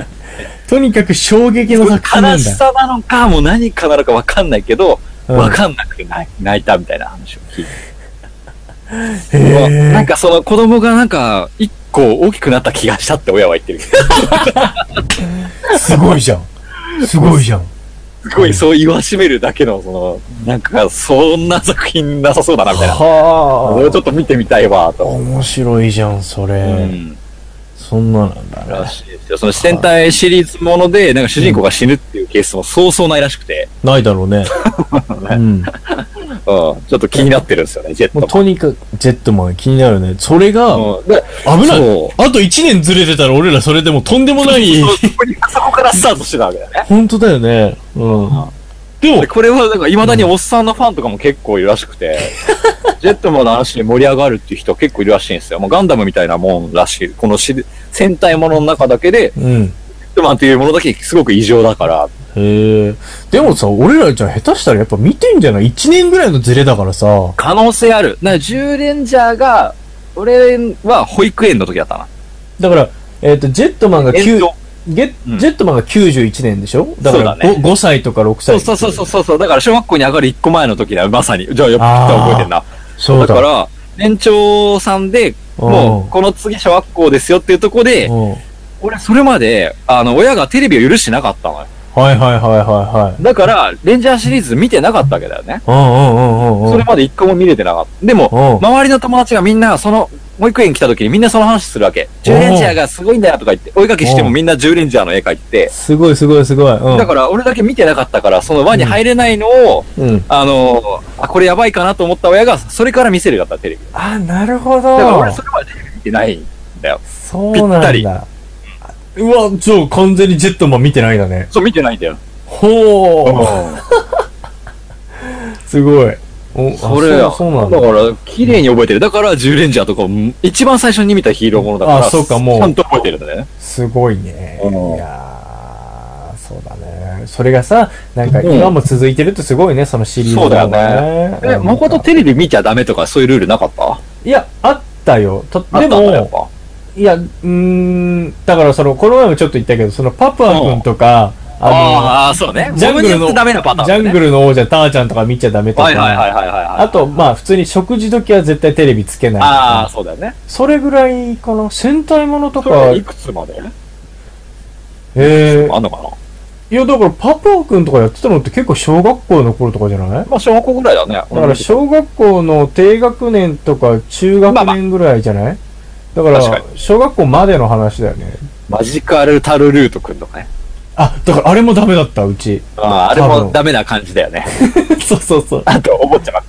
とにかく衝撃の作品な
悲
ん
し
だ。
さなのか、もう何かなのかわかんないけど、
うん
わかんなくて泣い泣いたみたいな話を聞いて。
へ
なん
え。
かその子供がなんか、一個大きくなった気がしたって親は言ってるけど。
すごいじゃん。すごいじゃん。
すごいそう言わしめるだけの、その、なんか、そんな作品なさそうだな、みたいな。それ
は
ちょっと見てみたいわ、
あ。
と。
面白いじゃん、そうれ。
ん。
そんななんだ
ら
ね。
しいですよ。その自然体シリーズもので、なんか主人公が死ぬっていうケースもそうそうないらしくて、
ないだろ
*laughs*
うね。う
うん。
ん。
ちょっと気になってるんですよね、ジェッ
も
ト
うとにかく、ジェットマン気になるね。それが、
も。うん。で
危ない
そう
あと1年ずれてたら俺らそれでもとんでもない。
そうそこにそこからスタートしてたわけだよね。
本当だよね。うん。でも
で、これは、なんか、未だにおっさんのファンとかも結構いるらしく *laughs* て、ジェットマンの話に盛り上がるっていう人結構いるらしいんですよ。もうガンダムみたいなもんらしい。このし戦隊ものの中だけで、
うん。
ジェットマンっていうものだけすごく異常だから、
へえ。でもさ、俺らじゃ下手したらやっぱ見てんじゃない ?1 年ぐらいのズレだからさ。
可能性ある。な、10レンジャーが、俺は保育園の時だったな。
だから、えっ、と、ジェットマンが
えっ
9
と、
ゲ
うん
ジェットマンが91年でしょだか
そう
ら
だ
5,、
ね
5歳とか6歳。
そうそうそうそうそう。だから小学校に上がる1個前の時だよ、まさに。じゃあ、やっぱ
あー
覚えてんな。
そうだ。
だから、年長さんで、もう、この次小学校ですよっていうとこで
う、ん、うん。
俺、それまで、あの、親がテレビを許してなかったのよ。
はいはいはいは
だから、レンジャーシリーズ見てなかったわけだよね。
いはい。うんうんうんうんうん。
それまで一個も見れてなかった。でも、
うん。
周りの友達がみんな、その、保育園来た時にみんなその話するわけ。10レンジャーがすごいんだよとか言って、追いかけしてもみんな10レンジャーの絵描いてて、
すごいすごいすごい。うん。
だから俺だけ見てなかったから、その輪に入れないのを、
うん。
あの、あ、これやばいかなと思った親が、それから見せるようになったテレビ。
あ、なるほ
だから
ど
俺。それまでテレビ見てないんだよ。
そう
ぴった
なん
り
だ。うわ、じゃあ完全にジェットマン見てないだね。
そう、見てないんだよ。
ほー。すごい。お、あ
それや。
そうそうなん
だ
だ。
から、綺麗に覚えてる。だから、10レンジャーとか、うん一番最初に見たヒーローものだから、
あそうかもう
ちゃんと覚えてるんだよね。
すごいね。
うん
いやー、そうだね。それがさ、なんか今も続いてるってすごいね、そのシリーズ
そうだよ
ね
ね。え、
うん
誠テレビ見ちゃダメとか、そういうルールなかった
いや、あったよ。と
あ
で
ったんだやっ
も、
ぱ。
いや、うーん、だからその、この前もちょっと言ったけど、そのパプア君とか、あ
ああー、そうね。
の、ジャング
もの
ル
によっ
の、
てダメなパターン
ジ
だね、
ャングルの王者、ターちゃんとか見ちゃダメとか、
はいはいはいはいはいはい。
あと、まあ、普通に食事時は絶対テレビつけないと
ああ、
か。
そうだよね。
それぐらいかな。戦隊ものと
そ
か、
れいくつまで
えー
あんのかない
や、だからパプア君とかやってたのって結構小学校の頃とかじゃない
まあ、小学校ぐらいだね。だ
だから小学校の低学年とか中学年ぐらいじゃないだから
確か、
小学校までの話だよね。
マジカルタルルートくんとかね。
あ、だからあれもダメだった、うち。
ああ、あれ
多
も
分
ダメな感じだよね。 *laughs*
そうそうそう。
あと、お坊ちゃま。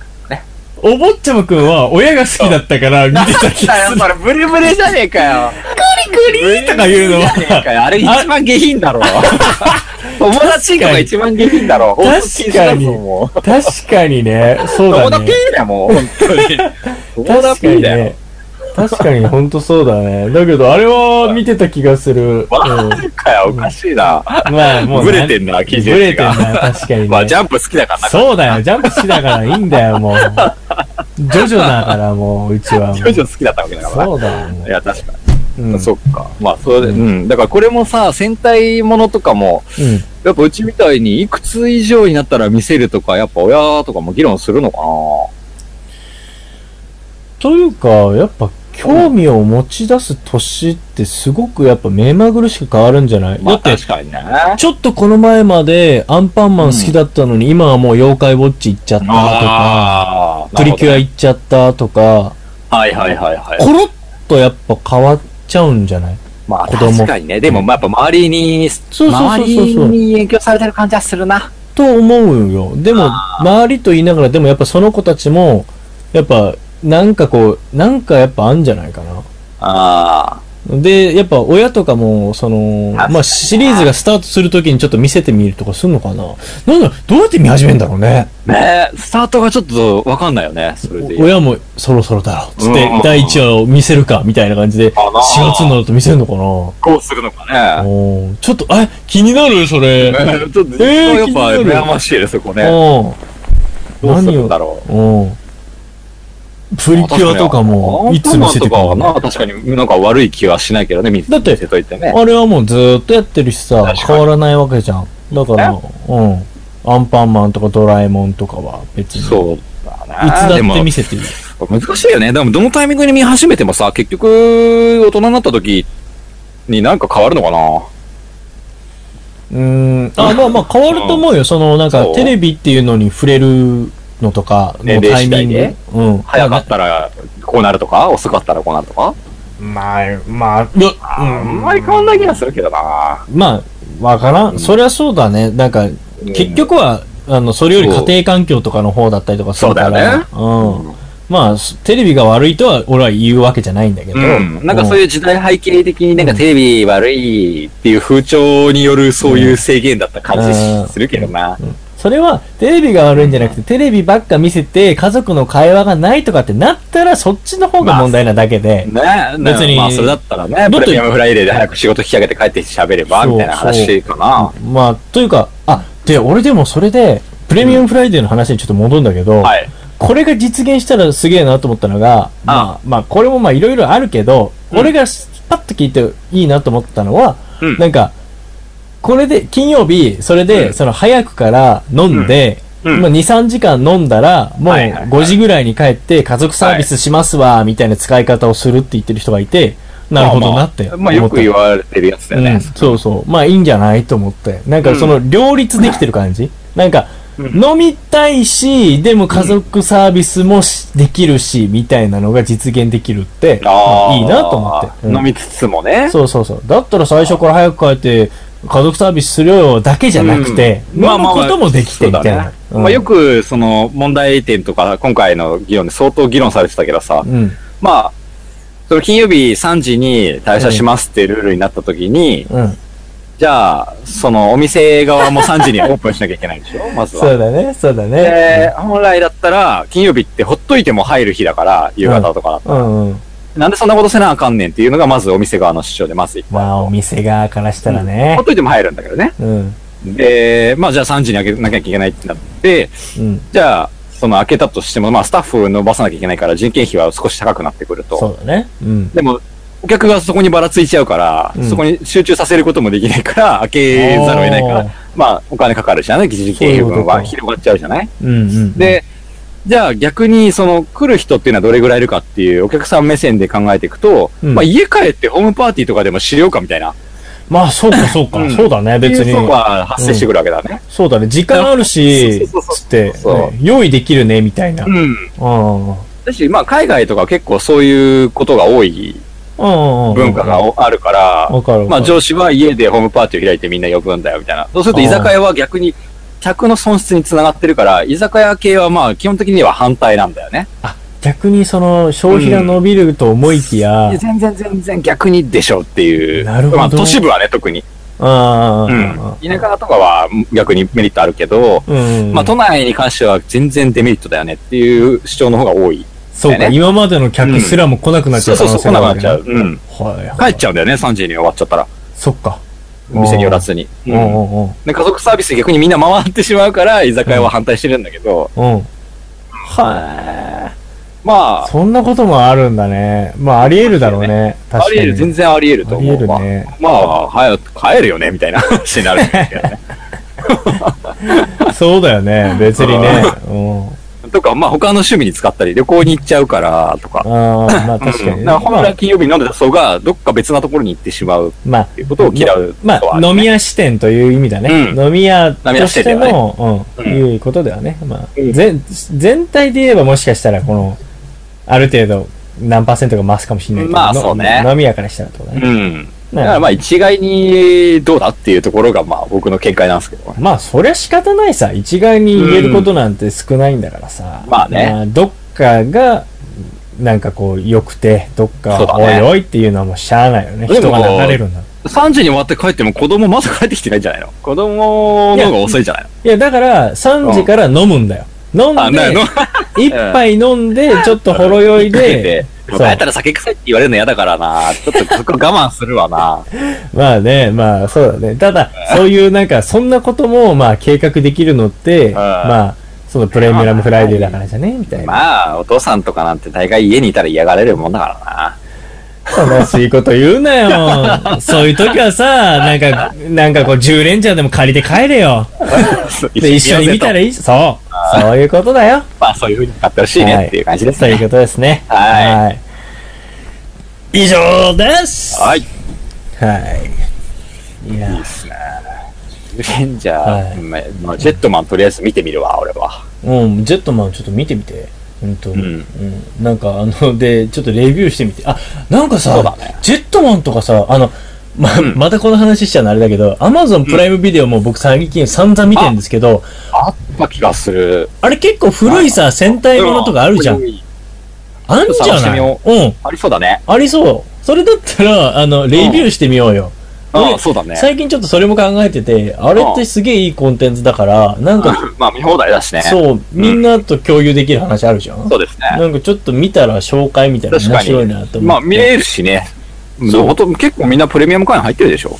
お坊ちゃまくんは親が好きだった *laughs* から見てた気がす
よ、
る。
それ、ブリブリじゃねえかよ。
クリーンとか言うの
じゃねえ
は、
かよ。あれ一番下品
*laughs*
だろ。友達とか一番下品だろ。
確かに
大きいだぞもう
確かにね、そう
友
だ
達
ね。
だよ、もう。本当に。友
確
達
かに
だよ。
ね。確かに、ほんとそうだね。だけど、あれは見てた気がする。うん
マジかよ、おかしいな。
まあ、もう
ブ
な。
レてんな、基準
ブレ
値
てんな、
が。
確かにね。
まあ、ジャンプ好きだからな。
そうだよ、ジャンプ好きだからいいんだ
*laughs*
よ、もう。ジョジョだから、もう、うちはもう。
ジョジョ好きだったわけだからな。
そうだよ、も
いや、確か
う。うん。
に。そっか。まあ、それで、
う
うん。だからこれもさ、戦隊ものとかも、
うん。
やっぱうちみたいにいくつ以上になったら見せるとか、やっぱ親とかも議論するのかな
というか、やっぱ、興味を持ち出す年ってすごくやっぱ目まぐるしく変わるんじゃない
ま
だ
あ、
って、
確かにね。
ちょっとこの前までアンパンマン好きだったのに、今はもう妖怪ウォッチ行っちゃったとか、
ああ、
プリキュ
な
ア
る
行っちゃったとか、
ほど。はいはいはいはい。
コロッとやっぱ変わっちゃうんじゃない
まあ
子供
確かにね。でもまあやっぱ周りに、
そうそうそうそうそう
周りに影響されてる感じはするな。
と思うよ。でも、周りと言いながら、でもやっぱその子たちも、やっぱ、なんかこう、なんかやっぱあんじゃないかな。
ああ。
で、やっぱ親とかも、その、まあシリーズがスタートするときにちょっと見せてみるとかするのかななんだ、どうやって見始めんだろうね。
ねえ、スタートがちょっとわかんないよね、それで。
親もそろそろだろ。つって
うん、
第1話を見せるか、みたいな感じで、4
かな
月になると見せるのかな
こうするのかね。
おーちょっと、え、気になるそれ。
ね *laughs* ちょっと、
え
や
ー
っ
気に
ぱ
なる
悩ましいです、そこね。
うん。
どうするんだろ
うん。プリキュアとかも、
う。
いつ見せてくる
アンパンマン
の
とかはな、確かになんか悪い気はしないけどね、見せ
だって
見せといてね。
あれはもうずーっとやってるしさ
確か、に
変わらないわけじゃん。だから、うん。アンパンマンとかドラえもんとかは別に。い
そうだな。
つだっ
でも
て見せていい。
難しいよね。でも、どのタイミングに見始めてもさ、結局、大人になった時になんか変わるのかな
うーん。あ、まあまあ変わると思うよ。その、なんか
そう
テレビっていうのに触れるのとかの
年齢
タイ
次
ミ
第
ン
で
グ。うん。
早かったら、こうなるとか、遅かったらこうなるとか。
まあ、まあ、いや、
あんまり変わんない気がするけどな。
まあ、わからん。そりゃそうだね。なんか、結局は、あの、それより家庭環境とかの方だったりとかするから。
そうだよね
うん。まあ、テレビが悪いとは俺は言うわけじゃないんだけど。
うん、なんかそう
い
いう時代背景的になんかテレビ悪いっていう風潮によるそういう制限だった感じ
うん
するけどな。
それは、テレビが悪いんじゃなくて、テレビばっか見せて、家族の会話がないとかってなったら、そっちの方が問題なだけで。
ねね
別に
まあそれだったらね、
っと
プレミアムフライデーで早く仕事引き上げて帰って喋れば
そう
みたいな話かな。
まあ、というか、あ、で、俺でもそれで、プレミアムフライデーの話にちょっと戻るんだけど、
はい。
これが実現したらすげえなと思ったのが、まあ、まあ、これもまあいろいろあるけど、
うん
俺がパッと聞いていいなと思ったのは、
うん
なんか、これで、金曜日、それで、
うん
その早くから飲んで、
うんうん
まあ2、3時間飲んだら、もう
はいはいはい
5時ぐらいに帰って家族サービスしますわ、みたいな使い方をするって言ってる人がいて、なるほどなっ
ま
て
あ
思った。
まあよく言われてるやつだよ
う
ね
ん。そうそう。まあいいんじゃないと思って。なんかその両立できてる感じ、なんか、飲みたいし、でも家族サービスもしできるし、みたいなのが実現できるって、
あ
ま
あ
あいいなと思って。うん
飲みつつもね。
そうそうそう。だったら最初から早く帰って、家族サービスするよだけじゃなくて、飲むこともできてみたい
そうだ
な
ね。まあよく、その、問題点とか、今回の議論で相当議論されてたけどさ、
うん、うん。
まあ、その金曜日3時に退社しますっていうルールになった時に、
うん。
じゃあ、そのお店側も3時にはオープンしなきゃいけないでしょ
*laughs*
まず
そう
は。
だね、そうだね。
で、本来だったら、金曜日ってほっといても入る日だから、夕方とかだと、
うんうん。
なんでそんなことせなあかんねんっていうのが、まずお店側の主張で、まず一個
まあお店側からしたらね
ほっ。といても入るんだけどね。
うん。
で、まあじゃあ3時に開けなきゃいけないってなって、
うん。
じゃあ、その開けたとしても、まあスタッフ伸ばさなきゃいけないから人件費は少し高くなってくると。
そうだね。うん。
でも、お客がそこにばらついちゃうから、
うん
そこに集中させることもできないから、開けざるを得ないから、まあ、お金かかるじゃない人件費分は
そういうことか
広がっちゃうじゃない
うんうん。
で、じゃあ逆に、その、来る人っていうのはどれぐらいいるかっていう、お客さん目線で考えていくと、
うん
まあ、家帰ってホームパーティーとかでもしようかみたいな、
まあ、そうか、そう
う
か。
ん
そうだね、別に
そ。こは発生してくるわけだね。
そうだね、時間あるし、
そうそうそうそう
つって
そ、う
ね用意できるね、みたいな。うん。
うん。
うん
だし、まあ、海外とか結構そういうことが多い
うん。
文化があるから、
わかるわかる
まあ上司は家でホームパーティーを開いてみんな呼ぶんだよみたいな。そうすると居酒屋は逆に客の損失につながってるから、居酒屋系はまあ基本的には反対なんだよね。
逆にその、消費が伸びると思いきや、
全然全然逆にでしょっていう。
なるほど
まあ都市部はね特に。
あ
う
ー
ん。田舎とかは逆にメリットあるけど、
うん。
まあ都内に関しては全然デメリットだよねっていう主張の方が多い。
そうか、
ね
今までの客すらも来なくなっち
そ
ゃ
う
う可
そうそう、来な
能性
くなっ
がある
ちゃう。うん。
はいはい。
帰っちゃうんだよね、3時に終わっちゃったら。
そっか。
店に寄らずに。
う
うん
うんんうん
で家族サービス逆にみんな回ってしまうから、居酒屋は反対してるんだけど、
うん。は
ま
い。
あ、
そんなこともあるんだね。まあ、あり得るだろうね。確
あ
かに。
り得る、全然あり得ると思う。
あり得るね
まあ、まあ、早く帰るよね、みたいな話になるんですけ *laughs* どね。
そうだよね、別にね。うん。
とか、まあ、他の趣味に使ったり、旅行に行っちゃうから、とか。
ああ、まあ確か
う
に。
ん
ま
だら
あ
本来金曜日に飲んでた人が、どっか別なところに行ってしまうっ
まあ
ていうことを嫌う
まあ、飲み屋視点という意味だね。
うん
飲み屋として
飲み
の、うん、
うん
いうことではね。まあ、
うん
全全体で言えばもしかしたら、この、ある程度、何パーセントか増すかもしれないけど、
まあそうね
の飲み屋からしたらってことだ
う
ね。
ん。
ね
だからまあ、一概にどうだっていうところが、まあ、僕の見解なんですけどね。
まあ、そりゃ仕方ないさ。一概に言えることなんて少ないんだからさ。
まあね
どっかが、
なんかこう、良くて、どっ
そう
か、
だ
お
ね
いおいっていうのはもうしゃあないよね。
でも
人が流れるんだ。
3時に終わって帰っても子供まだ帰ってきてないんじゃないの子供の方が遅いんじゃないの
いや、だから、3時から飲むんだよ。飲
あ、
ん
な
で
いの、
一杯飲んで、ちょっとほろ酔いで
で、、帰ったら酒臭いって言われるの嫌だからな。ちょっとそこ我慢するわな。
まあね、まあそうだね。ただ、そういうなんか、そんなことも、まあ計画できるのって、まあ、そのプレミアムフライデーだからじゃねみたいな。
まあ、お父さんとかなんて大概家にいたら嫌がれるもんだから
悲しいこと言うなよ。そういう時はさ、なんか、なんかこう、10連チャンでも借りて帰れよ。
な。
*laughs* で、一緒に見たら
いい。
いいしそう。そういうことだよ。
まあ、そういう風に買ってほしい
は
ねっていう感じです
そういう
ね。
ことですね。
はい
い以上です
はい。い
はい。いや
いっ、すね。レンジャ
はい
ー、まあジェットマンとりあえず見てみるわ、俺は。
うん、ジェットマンちょっと見てみて。本当に、
う
うんんなんかあの、で、ちょっとレビューしてみて。あ、なんか
そ
さ、
うだね
ジェットマンとかさ、あの、ま、
ん
またこの話しちゃうのあれだけど、アマゾンプライムビデオも僕最近散々見てるんですけど、
あった気がする。
あれ結構古いさ、戦隊ものとかあるじゃん。。あんじ
探
ゃ
して
な
み
い
よ
うん、
ありそうだね。
ありそう。それだったら、あの、レビューしてみようよ。
あ
俺
そうだね。
最近ちょっとそれも考えてて、あれってすげえいいコンテンツだから、なんか、
*laughs* まあ、見放題だしね。そう
そう、みんなと共有できる話あるじゃん。
ですね。
なんかちょっと見たら紹介みたいな
確
面
か
白いなと思って。
に。まあ、見れるしね。
そう
ほとんど結構みんなプレミアム会員入ってるでしょ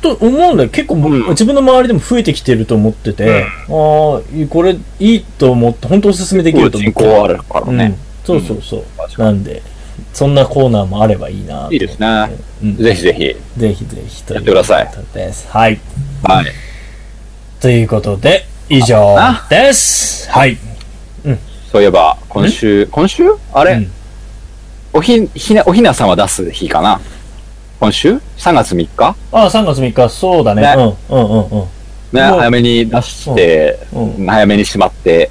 と思うんだよ。結構僕、
うん
自分の周りでも増えてきてると思ってて、ああ、これいいと思って、本当おすすめできると思
人
って。
口あるから
うん
ね。。
そうそうそう。
確か
なんで、そんなコーナーもあればいいなと
いいですね。
うん
ぜひぜひ。
ぜひぜひと
やってください。
です。はい。
はい。
ということで、以上
あ
です。はい。
そういえば、今週、今週あれ、
うん
おひ、ひな、おひなさんは出す日かな今週 ?3 月3日
ああ、3月3日、そうだね。
ね
うん、うん、うん、うん。
ね、
もう
早めに出して、
うんう
早めにしまって。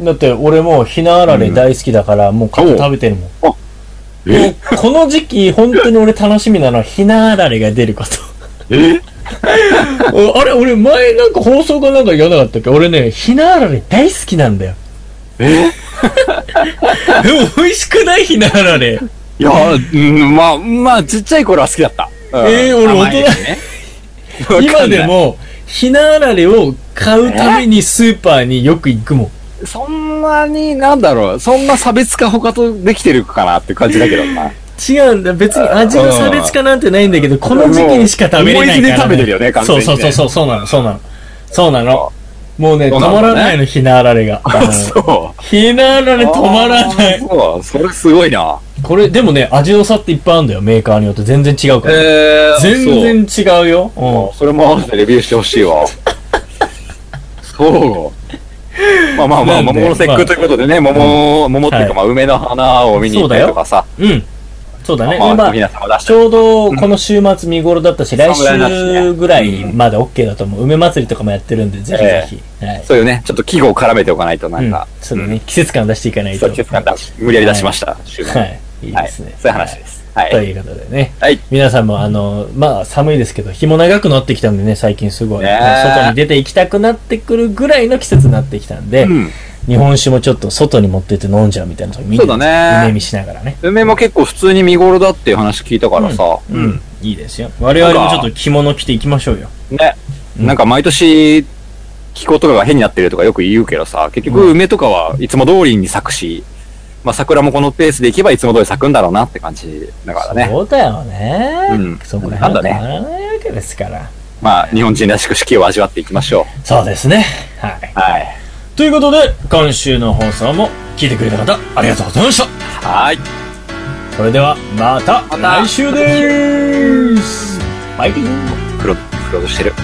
だって俺もうひなあられ大好きだから、もう買って食べてるもん。
お
もうこの時期、本当に俺楽しみなのはひなあられが出ること。 *laughs*
え
あれ、俺前なんか放送かなんか言わなかったっけ俺ね、ひなあられ大好きなんだよ。
え
でも *laughs* 美味しくないひなあられ。
いや、うんまあ、まあ、ちっちゃい頃は好きだった。
ええ俺
甘い
大人
ねわか
今
んない
でも、ひなあられを買うためにスーパーによく行くもん。
そんなに、なんだろう、そんな差別化他とできてるかなって感じだけど
*laughs*
な。
違うんだ。別に味の差別化なんてないんだけど、この時期にしか食べれない
もう思
から、
い出で食べてるよね完全にね
そうそうそう、そうなの、そうなの。そうなの。もうね、
そ
止
うなんだ
ま
ね
らないの、ひなあられ
*laughs*
が。
あ、そう。
ひなあられ止まらな
あ
い。
そう、それすごいな。
これ、でもね、味の差っていっぱいあるんだよ、メーカーによって。全然違うから。
えー、
全然違うよ。う
そ
ん
う。それも合わせてレビューしてほしいわ。そう。まあまあまあ、
なんで
桃の節句ということでね、桃、桃っていうか、まあ、梅の花を見に行ったりとかさ、
うん。そうだね。
まあ
まあ
皆様出して
ちょうどこの週末見頃だったし、来
侍だしね
週ぐらいまで OK だと思う。梅祭りとかもやってるんで、ぜひぜひ。はい。
そういうね、ちょっと季語を絡めておかないと、な
うんん
か、。
そうだね。季節感出していかない
そ
と。
う季節感出し無理やり出しました、週末。
はい。いい
は
で
い。
す
そうい
ね。
う話です。は
と
い。
いうことでね。
はい。
皆さんも、あの、まあ、寒いですけど、日も長くなってきたんでね、最近すごい。
ね
外に出て行きたくなってくるぐらいの季節になってきたんで、
うん。
日本酒もちょっと外に持ってって飲んじゃうみたいなとこ見
そうだね
夢見しながらね。
梅も結構普通に見頃だっていう話聞いたからさ、
うん。いいですよ。我々もちょっと着物着ていきましょうよ。
ね、なんか毎年、気候とかが変になってるとかよく言うけどさ、結局梅とかはいつも通りに咲くし、まあ桜もこのペースでいけばいつも通り咲くんだろうなって感じだからね。
そうだよね。
うん
そこら
なんだ
辺は
ね
変わらないわけですから。
まあ日本人らしく四季を味わっていきましょ
そうですね。はい。
う。はい。
ということで、今週の放送も聞いてくれた方、ありがとうございました。
はい。
それではまた
また
来週ですバイビー
黒、黒としてる。